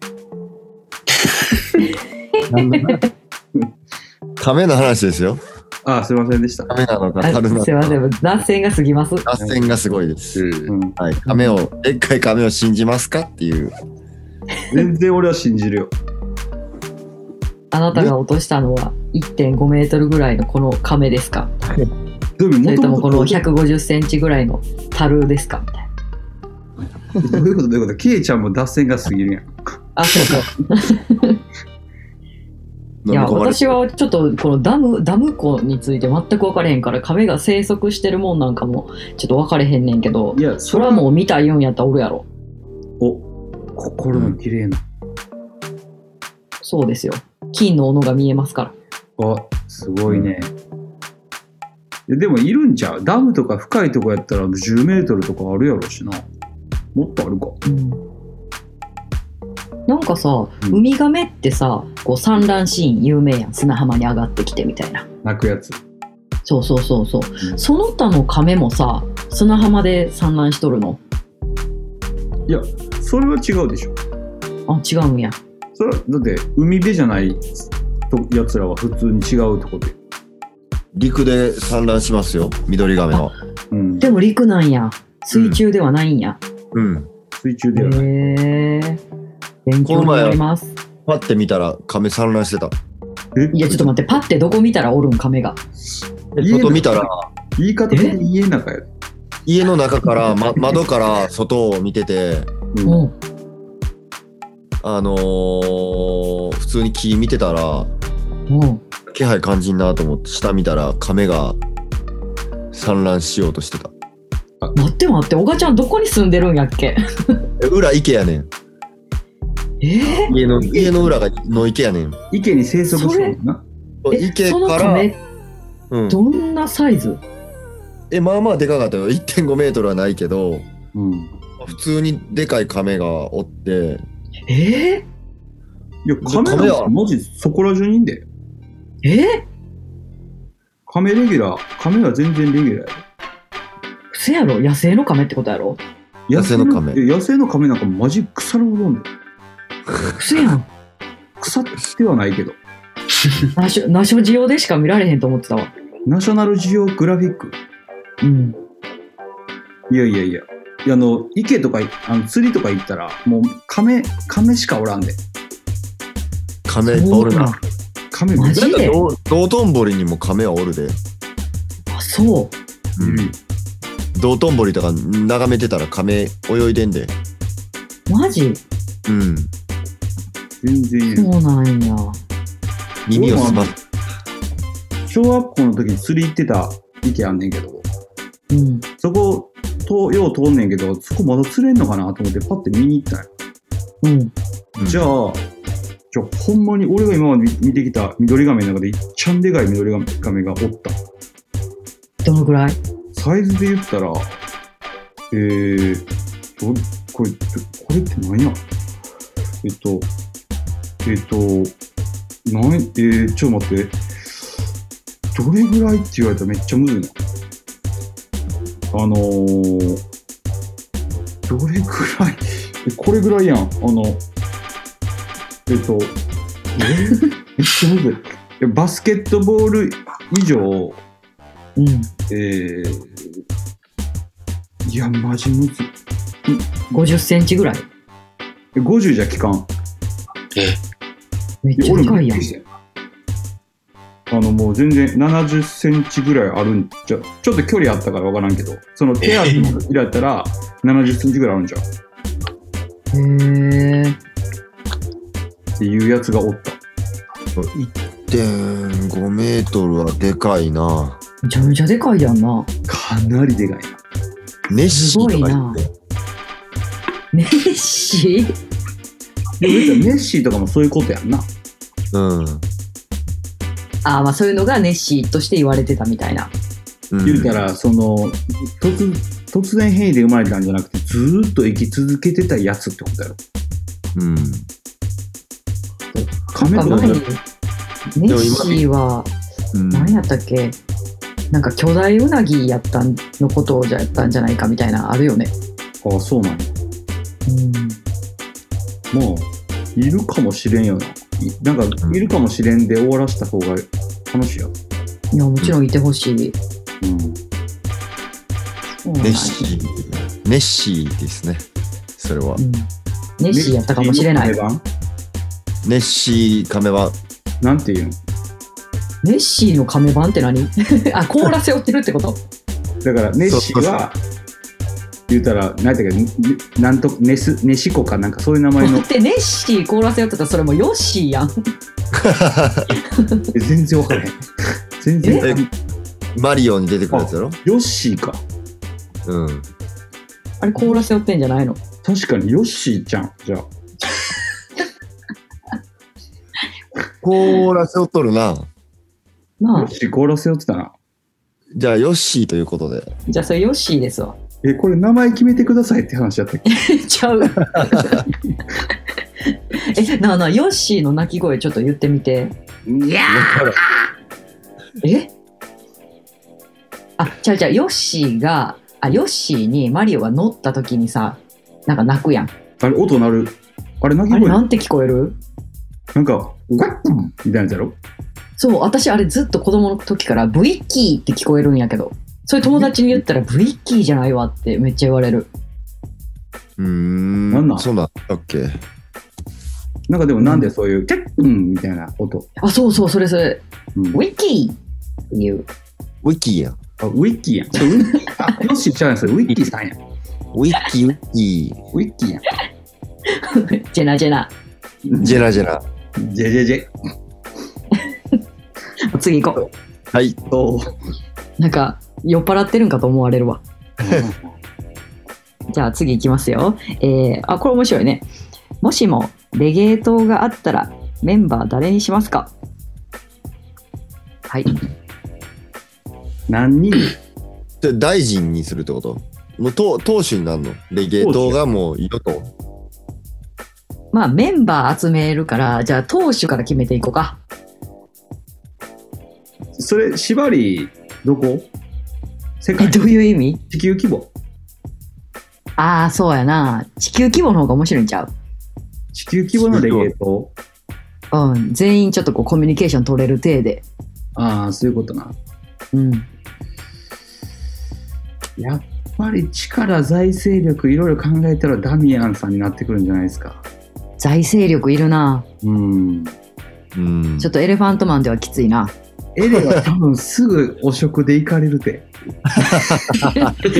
Speaker 2: カメの話ですよ。
Speaker 4: あすいませんでした、
Speaker 2: カメなのか、
Speaker 3: あ
Speaker 2: タルなの
Speaker 3: すいませ
Speaker 2: か。
Speaker 3: ん脱線が過ぎます
Speaker 2: 脱線がすごいです。
Speaker 5: う。うん。
Speaker 4: うん、
Speaker 2: はい。カメを、でっかいカメを信じますかっていう
Speaker 4: 全然俺は信じるよ。
Speaker 3: あなたが落としたのは1.5メートルぐらいのこの亀ですか
Speaker 4: でも、
Speaker 3: それ
Speaker 4: も
Speaker 3: とも
Speaker 4: とも
Speaker 3: ことの
Speaker 4: どう
Speaker 3: 150センチぐらいの樽ですかみたいな。
Speaker 4: いうことどういうことケイちゃんも脱線が過ぎるやん。
Speaker 3: あ、そうそう。い
Speaker 2: 飲
Speaker 3: や、
Speaker 2: み込まれて
Speaker 3: 私はちょっとこのダム、ダム湖について全く分かれへんから、亀が生息してるもんなんかもちょっと分かれへんねんけど
Speaker 4: い、や、
Speaker 3: それはもう見たいうんやったらおるやろ。
Speaker 4: お、心の綺麗な。
Speaker 3: そうですよ。金の斧が見えますから。
Speaker 4: あ、すごいね。いやでもいるんちゃうダムとか深いとこやったら10メートルとかあるやろしな。もっとあるか。
Speaker 3: なんかさ、
Speaker 4: うん
Speaker 3: ウミガメってさ、こう産卵シーン有名やん。砂浜に上がってきてみたいな。
Speaker 4: 泣くやつ。
Speaker 3: そうそうそうそう。
Speaker 4: うん
Speaker 3: その他のカメもさ、砂浜で産卵しとるの。
Speaker 4: いや、それは違うでしょ。
Speaker 3: あ、違うんや。
Speaker 4: それは、だって海辺じゃないとやつらは普通に違うってことよ。
Speaker 2: 陸で産卵しますよ緑ガメは
Speaker 4: うん。
Speaker 3: でも陸なんや。水中ではないんや。
Speaker 2: うん
Speaker 4: 水中ではない。
Speaker 3: へえ。勉強になります。
Speaker 2: パッて見たらカメ産卵してた
Speaker 4: え
Speaker 3: いや、ちょっと待って、パってどこ見たらおるん、カメが。
Speaker 2: で
Speaker 4: 家の
Speaker 2: 外見たら
Speaker 4: 言い方的に家の中やで。
Speaker 2: 家の中から、ま、窓から外を見てて
Speaker 4: うん。
Speaker 3: うん。
Speaker 2: あのー普通に木見てたら
Speaker 3: うん。
Speaker 2: 気配感じんなと思って下見たら亀が産卵しようとしてた
Speaker 3: 待って待って、おがちゃんどこに住んでるんやっけ
Speaker 2: え裏池やねん
Speaker 3: え
Speaker 2: 家の家の裏がの池やねん
Speaker 4: 池に生息するもんな。
Speaker 3: ー、え
Speaker 2: 池
Speaker 3: その
Speaker 2: か
Speaker 3: カ
Speaker 2: ら
Speaker 3: メ、
Speaker 2: うん、
Speaker 3: どんなサイズ
Speaker 2: えまあまあでかかったよ1.5メートルはないけど
Speaker 4: うん。い
Speaker 2: 普通にでかい亀がおって
Speaker 3: えー、
Speaker 4: や、カメ
Speaker 2: カメ
Speaker 4: なん
Speaker 2: や
Speaker 4: かマジそこら中にいんで。
Speaker 3: え
Speaker 4: カメレギュラー。カメは全然レギュラーや
Speaker 3: せやろ野生の亀ってことやろ
Speaker 4: で。
Speaker 2: 野生のカメ
Speaker 4: いや野生のカメなんかマジ草の部分で。
Speaker 3: せやん
Speaker 4: 腐ってはないけど。
Speaker 3: ナショナショジオでしか見られへんと思ってたわ
Speaker 4: ナショナルジオグラフィック。
Speaker 3: うん
Speaker 4: いやいやいや。いやあの、池とか、あの釣りとか行ったら、もう、亀、亀しかおらんで。
Speaker 2: 亀いっぱいおるな
Speaker 3: そうか
Speaker 4: 亀
Speaker 3: マ
Speaker 4: めっちゃ
Speaker 3: ジで
Speaker 2: 道道頓堀にも亀はおるで、
Speaker 3: あそう
Speaker 2: 道頓堀とか眺めてたら亀泳いでんで
Speaker 3: マジ
Speaker 2: うん
Speaker 4: 全然いる。
Speaker 3: そうなんや
Speaker 2: 耳をすまっ
Speaker 4: 小学校の時に釣り行ってた池あんねんけど、
Speaker 3: うん
Speaker 4: そこ、とよう通んねんけど、そこまだ釣れんのかなと思って、パッて見に行ったんよ
Speaker 3: うん
Speaker 2: うん
Speaker 4: じゃあ、じゃあほんまに俺が今まで見てきた緑亀の中でいっちゃんでかい緑亀がおった。
Speaker 3: どのぐらい
Speaker 4: サイズで言ったら、えー、どこれ、どこれって何やえっと、えっと、なんえー、ちょっと待って。どれぐらいって言われたらめっちゃむずいな。あのー、どれぐらい、 *laughs* えこれぐらいやん。あの、えっと、え *laughs* ーめっちゃむずいえ。バスケットボール以上、
Speaker 3: うん
Speaker 4: えー、いや、マジむずい。
Speaker 3: 5 0センチぐらい
Speaker 4: え50じゃ効かん。
Speaker 3: めっ
Speaker 4: い
Speaker 3: ちゃ
Speaker 4: 俺
Speaker 3: で
Speaker 4: も
Speaker 3: か
Speaker 4: び
Speaker 3: い
Speaker 4: っ
Speaker 3: や
Speaker 4: く
Speaker 3: ん
Speaker 4: りしてあの、もう全然70センチぐらいあるんじゃ、ちょっと距離あったからわからんけど、その手足の入れたら70センチぐらいあるんじゃう
Speaker 3: へえ
Speaker 4: っていうやつがおった。
Speaker 2: 1.5メートルはでかいな
Speaker 3: めちゃめちゃでかいやんな
Speaker 4: かなりでかいな。
Speaker 2: ネッシーとか言って
Speaker 3: ネッシー
Speaker 4: でも別にネッシーとかもそういうことやんな。
Speaker 2: うん、
Speaker 3: *laughs* あーまあそういうのがネッシーとして言われてたみたいな
Speaker 2: うん、
Speaker 4: 言うたら、その、突突然変異で生まれたんじゃなくて、ずーっと生き続けてたやつってことやろ。
Speaker 2: うん
Speaker 4: カメ
Speaker 3: なん
Speaker 4: と
Speaker 3: か
Speaker 4: か
Speaker 3: 前
Speaker 4: じゃ
Speaker 3: にネッシーは
Speaker 2: うん
Speaker 3: 何やったっけなんか巨大ウナギやったんのことをじゃやったんじゃないかみたいなあるよね。
Speaker 4: ああ、そうなんや。まあ、いるかもしれんよな。いなんか
Speaker 2: う、ん
Speaker 4: いるかもしれんで終わらした方が楽しいよ。
Speaker 3: いやもちろんいてほしい。
Speaker 4: うん。
Speaker 3: そうなん
Speaker 2: ネッ
Speaker 3: や
Speaker 2: シーネッシーですねそれは
Speaker 3: うんネッシーやったかもしれない。
Speaker 4: ネッシーの定
Speaker 2: ネッシーカメは
Speaker 4: 番なんていうん
Speaker 3: ネッシーの亀版って何 *laughs* あ、凍らせをってるってこと
Speaker 4: だからネッシーは言うたら何だっけなんとネスネシコかなんかそういう名前
Speaker 3: だ *laughs*
Speaker 4: の
Speaker 3: ってネッシー凍らせよってたらそれもうヨッシーやん。
Speaker 4: え全然分か
Speaker 3: *laughs*
Speaker 4: らへん全然わからへん
Speaker 2: マリオに出てくるやつやろ
Speaker 4: ヨッシーか
Speaker 2: うん。
Speaker 3: あれ凍らせよってんじゃないの
Speaker 4: 確かにヨッシーちゃんじゃあ
Speaker 2: 凍らせをとるな。
Speaker 3: な
Speaker 4: ヨ
Speaker 3: あ
Speaker 4: ッ、シー凍らせよってたな
Speaker 2: じゃあ、ヨッシーということで。
Speaker 3: じゃあそれヨッシーですわ。
Speaker 4: えこれ名前決めてくださいって話やったっけ
Speaker 3: ちゃう。 *laughs* え、なあなあ、ヨッシーの鳴き声ちょっと言ってみて。
Speaker 4: いや
Speaker 3: えあ、ちゃうちゃう、ヨッシーが、あ、ヨッシーにマリオが乗った時にさ、なんか泣くやん。
Speaker 4: あれ音鳴るあれ鳴き
Speaker 3: あれ
Speaker 4: 声
Speaker 3: なんて聞こえる
Speaker 4: なんかガッツンみたいなやつやろ
Speaker 3: そう、私あれずっと子供の時からブイッキーって聞こえるんやけど、それ友達に言ったらブイッキーじゃないわってめっちゃ言われる。
Speaker 2: うーん。
Speaker 4: なんなん
Speaker 2: そうなんだっけ
Speaker 4: なんかでもなんでそういうキャッうんみたいな音、
Speaker 3: あ、そうそう、それそれ、
Speaker 4: うん
Speaker 3: ウィッキーっていう。
Speaker 2: ウィキやん。
Speaker 4: あウィッキーやんそれウィッキーあヨッシーちゃうやんそれウィッキーさんやん
Speaker 2: ウィキ、ウィキ。
Speaker 4: ウィッキーや
Speaker 3: ジェナジェナ。
Speaker 4: ん
Speaker 2: ジェラジェラ。
Speaker 4: ジェジェジェ
Speaker 3: 次行こ
Speaker 2: はい。
Speaker 4: そう
Speaker 3: う。なんか、酔っ払ってるんかと思われるわ。じゃあ次行きますよ。えー、あ、これ面白いね。もしもレゲエ党があったらメンバー誰にしますかはい。
Speaker 4: 何人
Speaker 2: で大臣にするってこともう党党首になるのレゲエ党がもう与党。
Speaker 3: まあメンバー集めるから、じゃあ党首から決めていこうか。
Speaker 4: それ縛りどこ世
Speaker 3: え
Speaker 4: 界
Speaker 3: どういう意味
Speaker 4: 地球規模
Speaker 3: ああそうやな地球規模の方が面白いんちゃう
Speaker 4: 地球規模のレゲエと
Speaker 3: うん全員ちょっとこうコミュニケーション取れる体で
Speaker 4: ああそういうことな
Speaker 3: うん
Speaker 4: やっぱり力財政力いろいろ考えたらダミアンさんになってくるんじゃないですか
Speaker 3: 財政力いるな
Speaker 4: うん
Speaker 2: うん
Speaker 3: ちょっとエレファントマンではきつい *laughs* な
Speaker 4: エレは多分すぐ汚職で行かれるて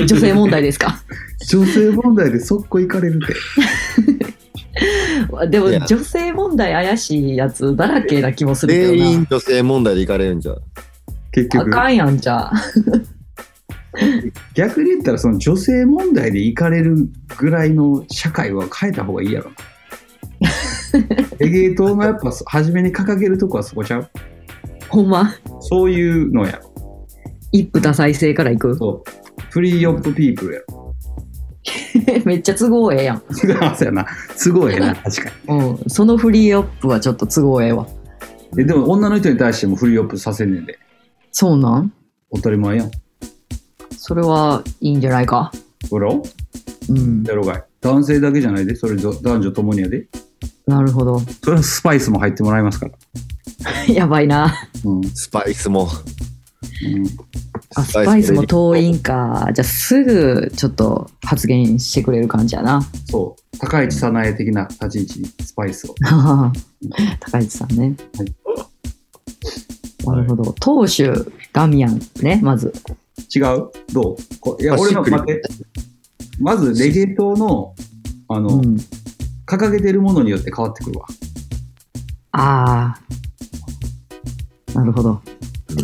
Speaker 3: 女性問題ですか
Speaker 4: 女性問題で速攻行かれるて
Speaker 3: でも
Speaker 2: いや
Speaker 3: 女性問題怪しいやつだらけな気もするけ
Speaker 2: 全
Speaker 3: ど
Speaker 2: 員女性問題でいかれるんじゃん。
Speaker 4: 結
Speaker 3: なあ
Speaker 4: 局
Speaker 3: かんやんじゃあ
Speaker 4: 逆に言ったらその女性問題で行かれるぐらいの社会は変えた方がいいやろレゲエ党のやっぱ初めに掲げるとこはそこちゃう
Speaker 3: ほんま
Speaker 4: そういうのやろ
Speaker 3: 一夫多妻制からいく *laughs*
Speaker 4: そうフリーオップピープルやろ
Speaker 3: めっちゃ都合ええやん、
Speaker 4: *laughs* そうやなすごいな確かに
Speaker 3: うん、そのフリーアップはちょっと都合ええわ
Speaker 4: えでも女の人に対してもフリーオップさせんねんで
Speaker 3: そうなん
Speaker 4: 当たり前やん
Speaker 3: それはいいんじゃないか
Speaker 4: ほら
Speaker 3: うん
Speaker 4: やろがい男性だけじゃないでそれぞ男女ともにやで
Speaker 3: なるほど *laughs*
Speaker 4: それはスパイスも入ってもらいますから
Speaker 3: やばいな
Speaker 4: うん、うん、
Speaker 2: スパイスも。
Speaker 3: あスパイスも遠いんか。じゃあすぐちょっと発言してくれる感じやな。 *laughs*
Speaker 4: そう高市早苗的な立ち位置にスパイスを
Speaker 3: 高市さんね。なるほど。当主ダミアンね、まず。
Speaker 4: 違うどうこいや、
Speaker 2: まあ
Speaker 4: 俺
Speaker 2: しっ
Speaker 4: の
Speaker 2: くり
Speaker 4: 待って。まず、レゲエ党の、あの、
Speaker 3: うん。
Speaker 4: 掲げてるものによって変わってくるわ。
Speaker 3: ああ。なるほど。
Speaker 2: うん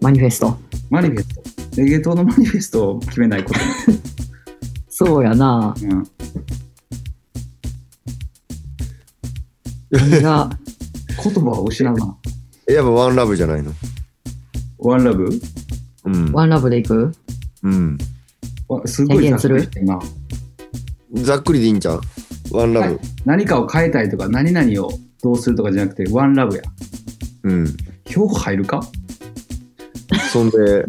Speaker 3: マニフェスト。
Speaker 4: マニフェスト。レゲエ党のマニフェストを決めないこと
Speaker 3: そうやな。
Speaker 4: に。うん。
Speaker 3: 何 *laughs* が、
Speaker 4: 言葉を失うな。
Speaker 2: やっぱワンラブじゃないの。
Speaker 4: ワンラブ
Speaker 2: うん。
Speaker 3: ワンラブでいく
Speaker 2: うん、
Speaker 4: わすごい
Speaker 3: 宣言する
Speaker 4: ざっくりしてな
Speaker 2: ざっくりでいいんちゃうワンラブ。
Speaker 4: はい何かを変えたいとか、何々をどうするとかじゃなくて、ワンラブや。
Speaker 2: うん。
Speaker 4: 票入るか
Speaker 2: そんで、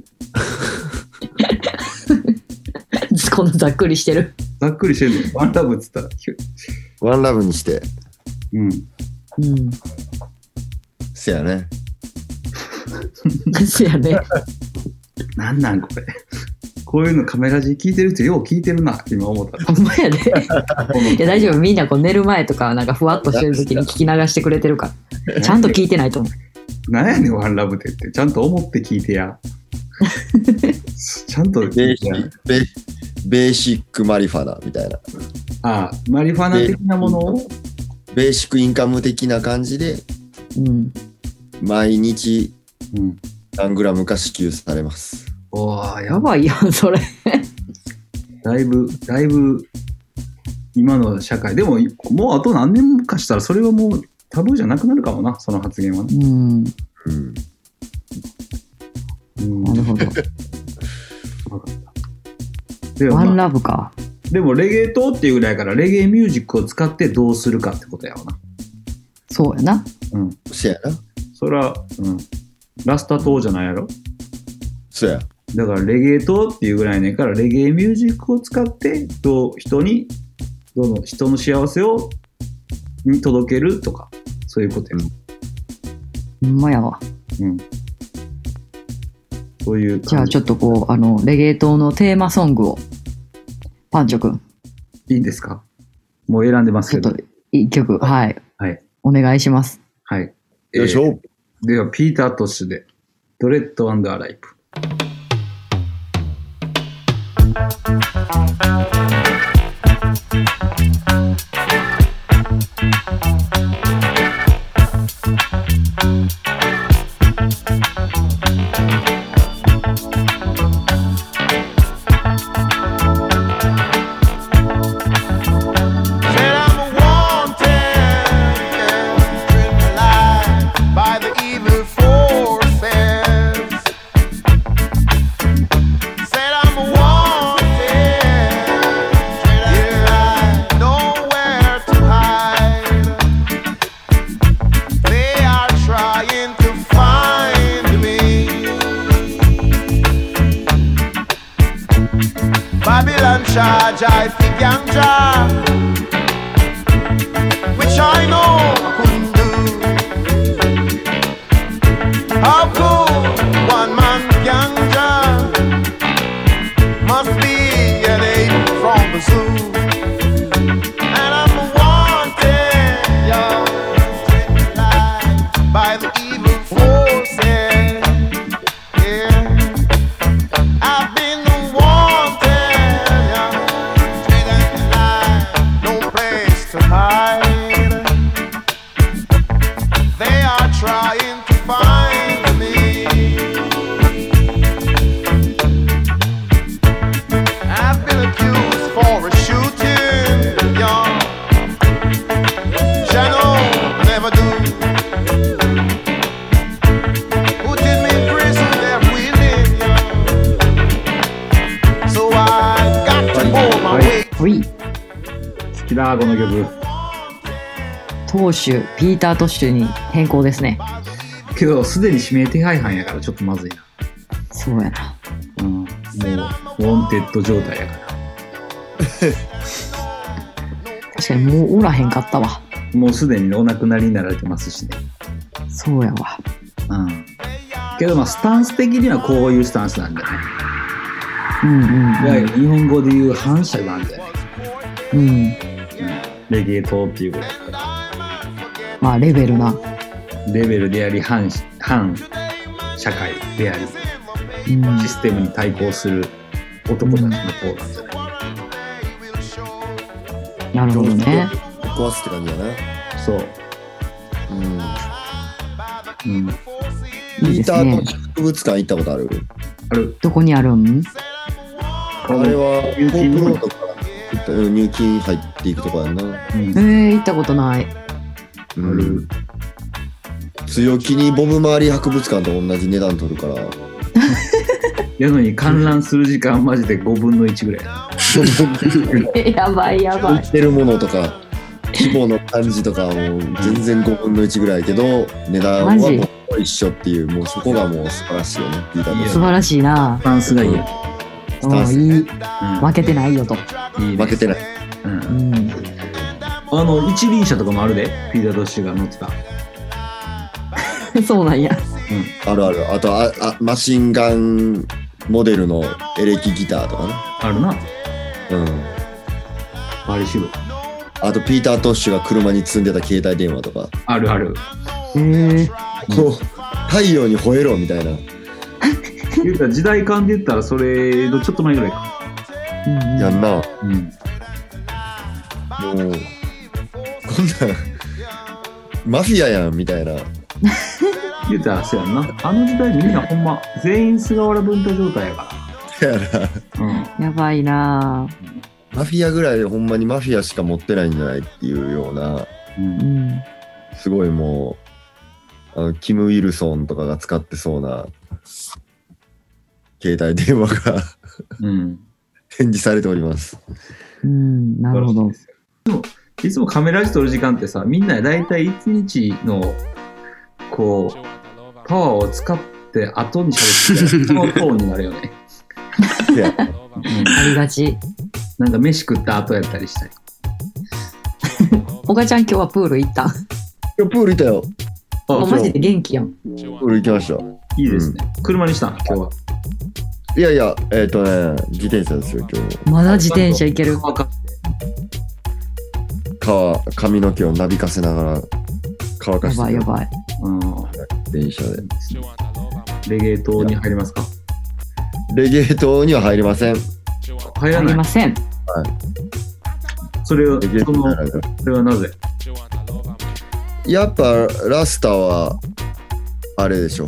Speaker 3: こんなざっくりしてる。
Speaker 4: ざっくりしてるの。ワンラブっつったら、ひゅ
Speaker 2: ワンラブにして。
Speaker 4: う
Speaker 3: う
Speaker 4: ん。
Speaker 3: ん。
Speaker 2: せやね。
Speaker 3: そうやね。
Speaker 4: なんなんこれ。こういうのカメラジ聞いてる人よう聞いてるな今思った
Speaker 3: ほんまやで。いや、大丈夫。みんなこう寝る前とか、なんかふわっとしてる時に聞き流してくれてる *laughs* から。ちゃんと聞いてないと思う。
Speaker 4: なんやねんワンラブでってちゃんと思って聞いてやちゃんと
Speaker 2: ベー
Speaker 4: 聞いて
Speaker 2: シ
Speaker 3: *laughs*
Speaker 4: や
Speaker 2: ックベベーシックマリファナみたいな。
Speaker 4: ああマリファナ的なものを
Speaker 2: ベーシックインカム的な感じで、
Speaker 3: うん。
Speaker 2: 毎日
Speaker 4: うん
Speaker 2: 何グラムか支給されます。
Speaker 4: おーや
Speaker 3: や
Speaker 4: ば
Speaker 3: ばいよ、それ。
Speaker 4: だいぶだいぶ今の社会でももうあと何年かしたらそれはもうタブーじゃなくなるかもなその発言はね、
Speaker 3: うん。な
Speaker 2: うん。
Speaker 4: うん、
Speaker 3: るほど。
Speaker 4: で
Speaker 3: *laughs*
Speaker 4: も,、
Speaker 3: ワン
Speaker 4: まあ
Speaker 3: ラブか。
Speaker 4: でもレゲエ島っていうぐらいからレゲエミュージックを使ってどうするかってことやわな
Speaker 3: そうやな。
Speaker 4: うん
Speaker 2: そやな。
Speaker 4: それは、うん、ラスタ島じゃないやろ
Speaker 2: そや。
Speaker 4: だからレゲエとっていうぐらいやねんからレゲエミュージックを使ってどう人にどの人の幸せをに届けるとかそういうことや、
Speaker 3: ほんまやわ。
Speaker 4: うん、そういう
Speaker 3: じゃあちょっとこう、あの、レゲエ島のテーマソングを、パンチョくん、
Speaker 4: といいんですかもう選んでます
Speaker 3: ちょ
Speaker 4: け
Speaker 3: っ
Speaker 4: ど
Speaker 3: と一曲、はい。
Speaker 4: はい。
Speaker 3: お願いします。
Speaker 4: はい、
Speaker 2: よいしょ。
Speaker 4: えーではピーター・トッシュで「ドレッドアライプ
Speaker 8: Said I'm wanted, driven alive by the evil forces. Said I'm wanted, driven alive, nowhere to hide. They are trying to find me. Babylon charge, I think I'm charged which I know I couldn't do. How could one man ganja must be an ape from the zoo? And I'm wanted, yeah, by the evil forces. Yeah, I've been wanted, yeah no place to hide. They are trying to find me. I've been accused for a shooting, young. Channel never do. Who did me in prison? They're willing, young. So I got to hold my way.
Speaker 3: ほい。」
Speaker 4: 好きだこの曲
Speaker 3: トーシュ、ピーター・トッシュに変更ですね。
Speaker 4: けどすでに指名手配犯やからちょっとまずいな、
Speaker 3: そうやな。
Speaker 4: うん、もうウォンテッド状態やから
Speaker 3: 確かにもうおらへんかったわ。
Speaker 4: もうすでにお亡くなりになられてますしね
Speaker 3: そうやわ。
Speaker 4: うんけどまあスタンス的にはこういうスタンスなんだよね。
Speaker 3: うん
Speaker 4: いわゆる日本語で言う反射なんだよね。
Speaker 3: うん。うん。
Speaker 4: レゲエ島っていうぐらい
Speaker 3: まあ、レベルな。
Speaker 4: レベルであり反し反社会であり
Speaker 3: うん。
Speaker 4: システムに対抗する男たちの方なんじゃない、
Speaker 3: なるほどね。
Speaker 2: 壊すって感じやな。
Speaker 4: そう、
Speaker 2: うん。
Speaker 4: う
Speaker 3: い
Speaker 4: ん、
Speaker 3: い
Speaker 2: ピ
Speaker 3: で
Speaker 2: ータ
Speaker 3: すね
Speaker 2: ーと。植物館行ったことある
Speaker 4: ある
Speaker 3: どこにあるん
Speaker 2: あれは、
Speaker 4: 入
Speaker 2: コ
Speaker 4: 金
Speaker 2: ープロードからうん入金入っていくとこやんな。
Speaker 4: うん
Speaker 3: えー、行ったことない。
Speaker 2: う
Speaker 4: ある
Speaker 2: ん。強気にボブ周り博物館と同じ値段取るから。
Speaker 4: *laughs* やのに観覧する時間マジで5分の1ぐら
Speaker 3: *laughs*
Speaker 4: い
Speaker 3: やばいやば
Speaker 2: 売っ。てるものとか規模の感じとかも全然5分の1ぐらいやけど値段は
Speaker 3: マジ
Speaker 2: もう一緒っていうもうそこがもう素晴らしいよねピーター
Speaker 4: い
Speaker 2: と
Speaker 4: や
Speaker 2: し
Speaker 3: *laughs* 素晴らしいな
Speaker 4: ス。タンスがいい、うん
Speaker 2: スタン
Speaker 3: う
Speaker 2: ス
Speaker 3: ん、いい。負けてないよと。
Speaker 4: いいね
Speaker 2: 負けてない
Speaker 4: うん
Speaker 3: う、ん。 *laughs*
Speaker 4: あの一輪車とかもあるでピーター・ドッシュが乗ってた
Speaker 3: そうなんや。
Speaker 2: あるあるあとああマシンガンモデルのエレキギターとか
Speaker 4: あるな。
Speaker 2: ね。うん。
Speaker 4: あれしろ。
Speaker 2: あと、ピーター・トッシュが車に積んでた携帯電話とか、
Speaker 4: あるある。
Speaker 3: え
Speaker 2: こう、太陽に吠えろみたいな。
Speaker 4: *laughs* 言うたら時代感で言ったらそれのちょっと前ぐらいか。
Speaker 2: やんな。
Speaker 4: うん。
Speaker 2: もう、こんなん、マフィアやんみたいな。
Speaker 4: 言うたらそうやんな。あの時代みんなほんま全員菅原文太状態やか
Speaker 2: だから、
Speaker 4: ら。うん。
Speaker 3: やばいなぁ
Speaker 2: マフィアぐらいほんまにマフィアしか持ってないんじゃないっていうような、
Speaker 4: うん
Speaker 3: うん。
Speaker 2: すごいもう、あの、キム・ウィルソンとかが使ってそうな、携帯電話が *laughs*
Speaker 4: うん。
Speaker 2: 展示されております。
Speaker 3: うん、なるほど。
Speaker 4: いつもカメラで撮る時間ってさ、みんな大体1日の、こう、パワーを使って後に喋ってたら、そのトーンになるよね。
Speaker 2: いや、
Speaker 3: ありがち。
Speaker 4: なんか飯食った後やったりしたり。
Speaker 3: おがちゃん今日はプール行った。
Speaker 2: プールいたよ。
Speaker 4: あ
Speaker 3: おマジで元気やん。
Speaker 2: プール行きました。
Speaker 4: いいですね。車にしたん今日は。
Speaker 2: いやいや、えっ、とね、自転車ですよ、今日。
Speaker 3: まだ自転車行ける。
Speaker 4: 乾か
Speaker 2: 川、髪の毛をなびかせながら乾か
Speaker 3: や
Speaker 2: して
Speaker 3: ばいやばい。
Speaker 4: うん。
Speaker 2: 電車で。
Speaker 4: レゲエ島に入りますか
Speaker 2: レゲエ島には入りません。
Speaker 4: 入
Speaker 3: あり
Speaker 4: ら
Speaker 3: ま
Speaker 4: ない。
Speaker 3: せん。
Speaker 4: それを、
Speaker 2: レゲエ
Speaker 4: そ
Speaker 2: 島には
Speaker 4: の、
Speaker 2: 入らない
Speaker 4: それはなぜ
Speaker 2: やっぱラスタは、あれでしょ。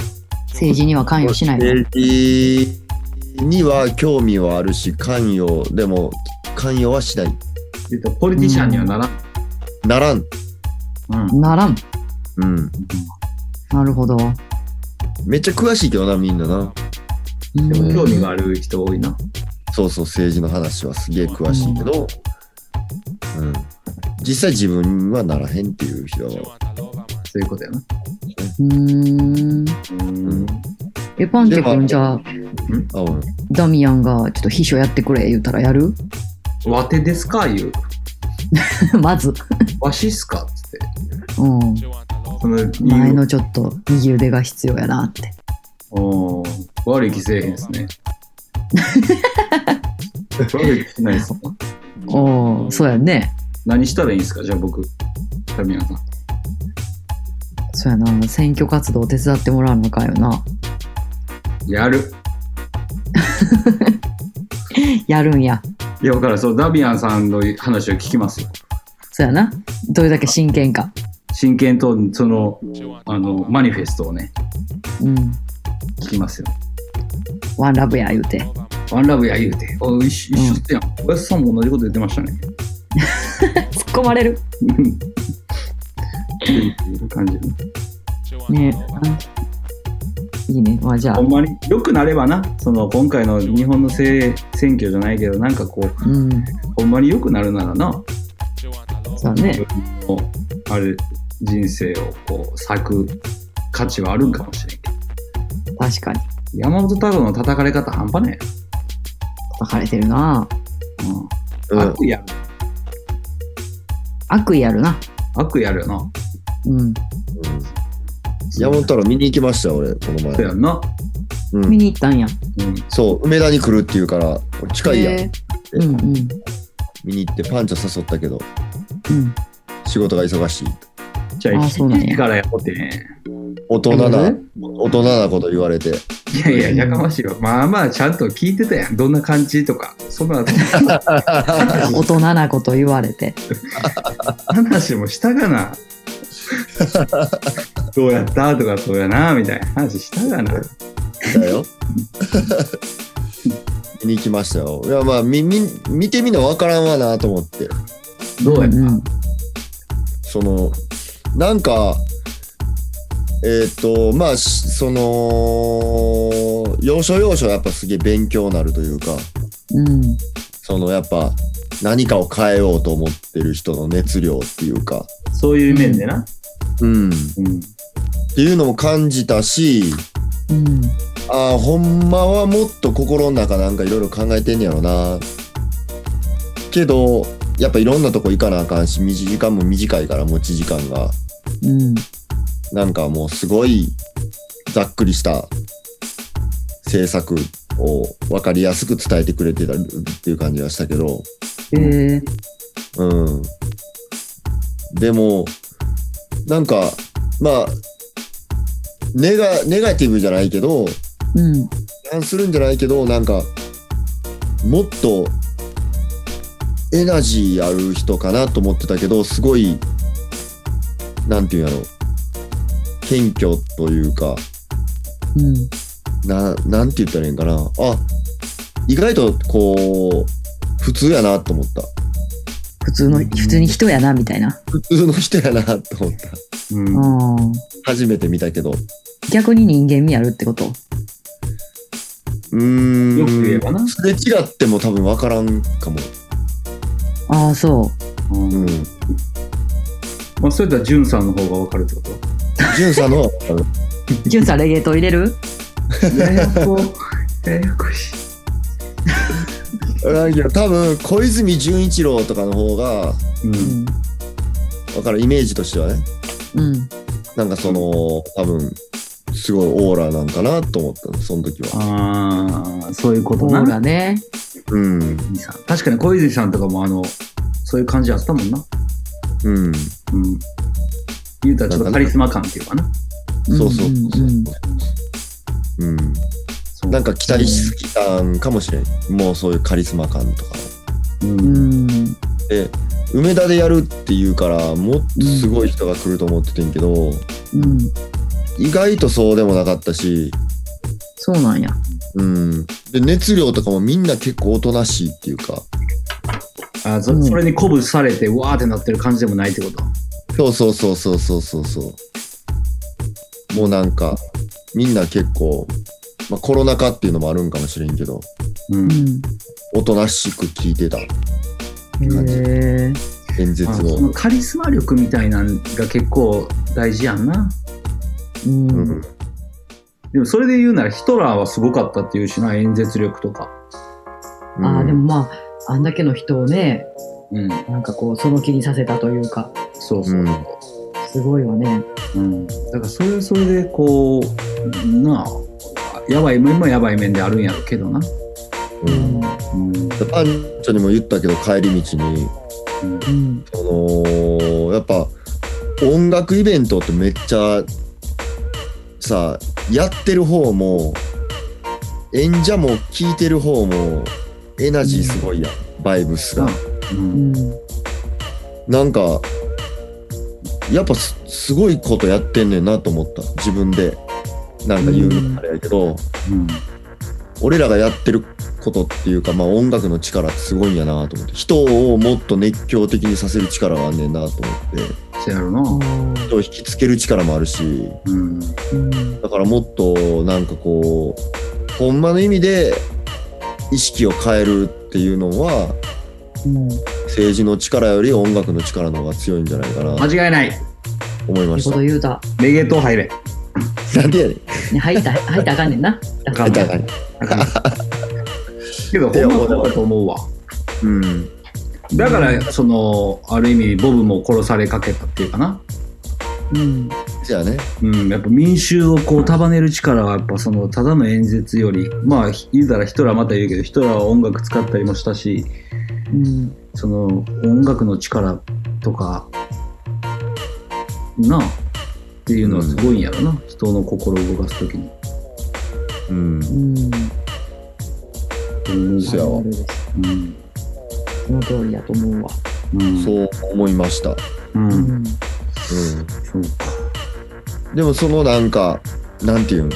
Speaker 3: 政治には関与しない。
Speaker 2: 政治には興味はあるし、関与、でも関与はしない。
Speaker 4: えっと、ポリティシャンにはならん。
Speaker 2: ならん。
Speaker 4: うん。
Speaker 3: ならん。
Speaker 2: うん。
Speaker 3: なるほど。
Speaker 2: めっちゃ詳しいけどな、みんなな。
Speaker 3: うん
Speaker 4: でも興味がある人多いな。
Speaker 2: そうそう、政治の話はすげえ詳しいけど、うん。実際自分はならへんっていう人は
Speaker 4: そういうことやな。
Speaker 3: うーん。
Speaker 4: うん。
Speaker 3: え、パンチ
Speaker 2: で
Speaker 3: 君
Speaker 2: も
Speaker 3: じゃあ、
Speaker 2: あ、うん。
Speaker 3: ダミアンがちょっと秘書やってくれ言うたらやる *laughs*
Speaker 4: わてですか言う。
Speaker 3: まず。
Speaker 4: わしっすかつって。
Speaker 3: うん。
Speaker 4: その理由
Speaker 3: 前のちょっと右腕が必要やなって。
Speaker 4: おー悪い気せえへんですね。悪い気しないですね。
Speaker 3: おお、そうやね。
Speaker 4: 何したらいいんですかじゃあ僕、タミヤさん。
Speaker 3: そうやな。選挙活動手伝ってもらうのかんよな。
Speaker 4: やる。
Speaker 3: やるんや。
Speaker 4: いや、だからんそう、ダミアンさんの話を聞きますよ。
Speaker 3: そうやな。どれだけ真剣か。
Speaker 4: 真剣と、その、あの、マニフェストをね、
Speaker 3: うん。
Speaker 4: 聞きますよ。
Speaker 3: ワンラブや言うて。
Speaker 4: ワンラブや言うて。お一緒一緒ってやん。おやすさんも同じこと言ってましたね。
Speaker 3: 突っ込まれる。
Speaker 4: っていう感じやな
Speaker 3: ねいいね。まあじゃあ
Speaker 4: ほ。んまに良くなればな、その今回の日本のせい選挙じゃないけど、なんかこう、
Speaker 3: うん。
Speaker 4: ほんまに良くなるならな、
Speaker 3: そうやね。
Speaker 4: のあれ人生をこう割く価値はあるんかもしれんけど
Speaker 3: 確かに。
Speaker 4: 山本太郎の叩かれ方半端ね
Speaker 3: 分かれてるな。
Speaker 4: えよ、うん
Speaker 2: うん
Speaker 4: 悪意ある
Speaker 3: 悪意あるな。
Speaker 4: 悪意あるよな
Speaker 3: うん。
Speaker 2: 山本太郎見に行きました俺この
Speaker 4: そう
Speaker 2: 前、
Speaker 4: やんな、
Speaker 2: う
Speaker 3: 見
Speaker 2: ん、
Speaker 3: に行ったんや。
Speaker 4: うん、
Speaker 2: そう梅田に来るっていうから近いやん、
Speaker 3: へーうんうん。
Speaker 2: 見に行ってパンチャ誘ったけど
Speaker 3: うん。
Speaker 2: 仕事が忙しい
Speaker 4: じゃ
Speaker 3: あ
Speaker 4: あ
Speaker 3: そうなんや
Speaker 4: いいからやろうってね
Speaker 2: 大人
Speaker 3: え
Speaker 2: な大人なこと言われて
Speaker 4: いやいややかましいわまあまあちゃんと聞いてたやんどんな感じとかそんな
Speaker 3: 大人なこと言われて。
Speaker 4: 話もしたが *laughs* などうやったとかどうやなみたいな話したがな
Speaker 2: だよ見に行きましたよいやまあみみ見てみなわからんわなと思って
Speaker 4: どうやった、
Speaker 3: ん。
Speaker 2: そのなんかえっ、とまあしその要所要所やっぱすげえ勉強になるというか
Speaker 3: うん。
Speaker 2: そのやっぱ何かを変えようと思ってる人の熱量っていうか、
Speaker 4: そういう面でな、
Speaker 2: うん、っ
Speaker 4: うん、
Speaker 2: ていうのも感じたし
Speaker 3: うん。
Speaker 2: ああほんまはもっと心の中なんかいろいろ考えてんねやろなけどやっぱいろんなとこ行かなあかんしみじ時間も短いから持ち時間が
Speaker 3: うん。
Speaker 2: なんかもうすごいざっくりした制作を分かりやすく伝えてくれてたっていう感じはしたけど、
Speaker 3: えー、
Speaker 2: うん。でも、なんか、まあ、ネガ、ネガティブじゃないけど、
Speaker 3: うん。
Speaker 2: 批判するんじゃないけど、なんか、もっとエナジーある人かなと思ってたけど、すごい、なんていうんやろ、謙虚というか、
Speaker 3: うん。
Speaker 2: な、なんて言ったらいいんかな。あ、意外とこう、普通やなと思った。
Speaker 3: 普通の、普通に人やな、みたいな。
Speaker 2: 普通の人やなと思った。
Speaker 4: うん
Speaker 3: う。ん。
Speaker 2: 初めて見たけど。
Speaker 3: 逆に人間味あるってこと
Speaker 2: うーん。
Speaker 4: よく言えばな
Speaker 2: すれ違っても多分分からんかも。
Speaker 3: ああ、そ
Speaker 2: うん。
Speaker 4: まあ、それとは、じゅんさんの方がわかるってこと
Speaker 2: ジュンさんの、あの
Speaker 3: う。ジュンさん、レゲート入れる
Speaker 4: ややこ、 *laughs* ややこしい。
Speaker 2: なんか多分小泉純一郎とかの方が
Speaker 4: うん。
Speaker 3: う
Speaker 2: 分かるイメージとしてはね
Speaker 3: ん。うん。
Speaker 2: なんかその多分すごいオーラなんかなと思ったのその時は
Speaker 4: ああ、そういうこと
Speaker 3: オ
Speaker 4: な。
Speaker 3: ーラね。
Speaker 2: うん
Speaker 4: さん確かに小泉さんとかも、あの、そういう感じあったもんな。
Speaker 2: うん
Speaker 4: うん。言うたらちょっとカリスマ感っていうかな。
Speaker 2: そうそうそうそう
Speaker 3: うんうん
Speaker 2: うん
Speaker 4: そう
Speaker 2: なんか期待しすぎたんかもしれんもうそういうカリスマ感とか
Speaker 4: うん
Speaker 3: うん。
Speaker 2: 梅田でやるっていうからもっとすごい人が来ると思っててんけど
Speaker 3: うん。
Speaker 2: 意外とそうでもなかったし
Speaker 3: そうなんや。
Speaker 2: うんで熱量とかもみんな結構おとなしいっていうか
Speaker 4: あ
Speaker 3: う
Speaker 4: そ
Speaker 3: ん
Speaker 4: それに鼓舞されて、うわーってなってる感じでもないってこと。
Speaker 2: そうそうそうそうそうそうそう。もうなんか、みんな結構、まあ、コロナ禍っていうのもあるんかもしれんけど、
Speaker 4: う。
Speaker 3: うんん。
Speaker 2: おとなしく聞いてた感じ
Speaker 3: へえ。
Speaker 2: 演説
Speaker 4: まあそ
Speaker 2: を。
Speaker 4: のカリスマ力みたいなんが結構大事やんな。
Speaker 3: う。
Speaker 2: うんん、
Speaker 4: でもそれで言うならヒトラーはすごかったっていうしな、演説力とか。
Speaker 3: あ
Speaker 2: う
Speaker 3: あ、
Speaker 2: ん
Speaker 3: でもまあ、あんだけの人をね、
Speaker 4: うん。
Speaker 3: なんかこう、その気にさせたというか、
Speaker 4: そうそう。
Speaker 2: うん
Speaker 3: すごいわね。
Speaker 4: うん、だからそれはそれでこうなあやばい面もやばい面であるんやろうけどな、
Speaker 2: う
Speaker 3: うんん。
Speaker 4: うん
Speaker 2: でパンチョにも言ったけど、帰り道に、
Speaker 3: うん。
Speaker 2: そのやっぱ、音楽イベントってめっちゃ、さ、やってる方も、演者も聞いてる方も、エナジーすごいやん、バイブスが。
Speaker 4: うん
Speaker 3: うん。
Speaker 2: なんか、やっぱすすごいことやってんねんなと思った。自分で。なんか言うのもあれやけど、
Speaker 4: うん
Speaker 2: 俺らがやってることっていうか、まあ音楽の力ってすごいんやなと思って。人をもっと熱狂的にさせる力があんねんなと思って。
Speaker 4: そやろな、
Speaker 2: 人を引きつける力もあるし、
Speaker 4: うん、
Speaker 3: うん
Speaker 2: だからもっとなんかこう、ほんまの意味で意識を変えるっていうのは、
Speaker 3: うん。い
Speaker 2: 政治の力より音楽の力の方が強いんじゃないかなと
Speaker 4: 間違いない
Speaker 2: 思いま
Speaker 3: い
Speaker 2: し
Speaker 3: こと
Speaker 2: た。
Speaker 3: 言うた。
Speaker 4: レゲエ党入れ
Speaker 2: なんでやねん。
Speaker 3: ね入った、入ったらあかんねんな。だから
Speaker 4: あ *laughs* かん
Speaker 2: だから
Speaker 4: あかんけどほんまそうだと思うわ
Speaker 2: うん。
Speaker 4: だからそのある意味ボブも殺されかけたっていうかな
Speaker 3: うん。
Speaker 2: じゃあね。
Speaker 4: うん、やっぱ民衆をこう束ねる力はやっぱそのただの演説よりまあ言うたらヒトラーまた言うけどヒトラーは音楽使ったりもしたし
Speaker 3: うん。
Speaker 4: その音楽の力とかなあっていうのはすごいんやろな、人の心を動かす時に。
Speaker 2: うん。
Speaker 3: うん。
Speaker 4: うん
Speaker 2: そやわ
Speaker 3: あるあるです
Speaker 4: うん
Speaker 3: その通りやと思うわ。
Speaker 4: うん
Speaker 2: そう思いました。
Speaker 4: うん
Speaker 3: うん。
Speaker 4: そうか
Speaker 2: うん。でもそのなんか、なんていうん、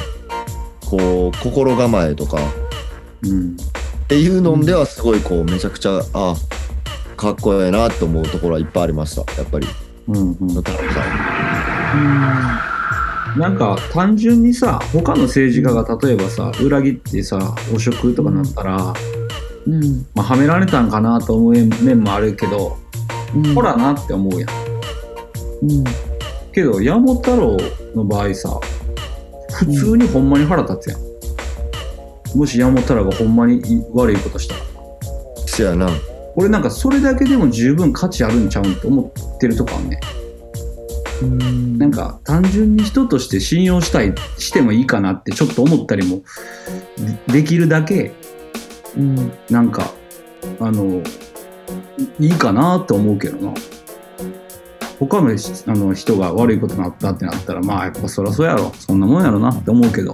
Speaker 2: こう、心構えとか
Speaker 4: うん
Speaker 2: っていうのではすごいこう、めちゃくちゃ、あ、かっこええなと思うところはいっぱいありました。やっぱり。
Speaker 4: うんうん、
Speaker 2: 田中さ
Speaker 4: なんか単純にさ他の政治家が例えばさ裏切ってさ汚職とかなったら、
Speaker 3: うん。
Speaker 4: まあ、はめられたんかなと思う面もあるけど、
Speaker 3: うん。
Speaker 4: ほらなって思うやん
Speaker 3: うん。
Speaker 4: けど山本太郎の場合さ普通にほんまに腹立つやん、もし山本太郎がほんまに悪いことしたら
Speaker 2: ん。せやな。
Speaker 4: 俺なんかそれだけでも十分価値あるんちゃうんって思ってるとかね
Speaker 3: うん。
Speaker 4: なんか単純に人として信用したいしてもいいかなってちょっと思ったりもできるだけ
Speaker 3: うん。
Speaker 4: なんかあのいいいかなと思うけどな他のしあの人が悪いことになったってなったらまあやっぱそりゃそうやろそんなもんやろなって思うけど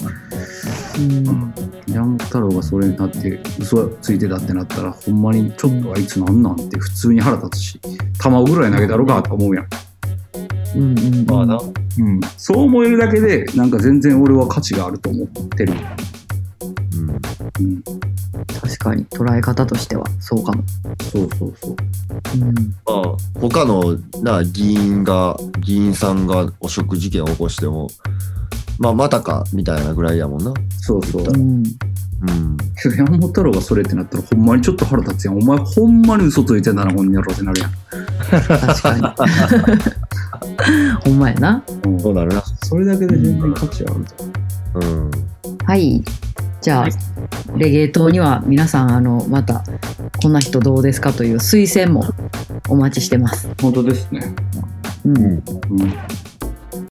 Speaker 3: うん。
Speaker 4: ヤン太郎がそれになって嘘ついてたってなったらほんまにちょっとあいつなんなんて普通に腹立つし球ぐらい投げたろかと思うやん、
Speaker 3: うん。うん。
Speaker 2: まあな。
Speaker 4: うん、そう思えるだけでなんか全然俺は価値があると思ってる、
Speaker 2: うん
Speaker 4: うん、
Speaker 3: 確かに、捉え方としては、そうかも。
Speaker 4: そうそうそう
Speaker 3: う
Speaker 2: ま
Speaker 3: ん。
Speaker 2: あ、他のな議員が議員さんが汚職事件を起こしても、まあ、またかみたいなぐらいやもんな。
Speaker 4: そうそう
Speaker 3: うん。
Speaker 2: うん、
Speaker 4: けど山本太郎がそれってなったらほんまにちょっと腹立つやんお前ほんまに嘘ついてんだな本人やろってなるやん、
Speaker 3: 確かに。ほんまやな。
Speaker 4: うん
Speaker 2: そうなるな。
Speaker 4: それだけで全然価値あると思う
Speaker 2: うん、
Speaker 3: はい。じゃあ、レゲエ島には皆さん、あの、また、こんな人どうですかという推薦もお待ちしてます。
Speaker 4: 本当ですね
Speaker 3: うん。
Speaker 4: うん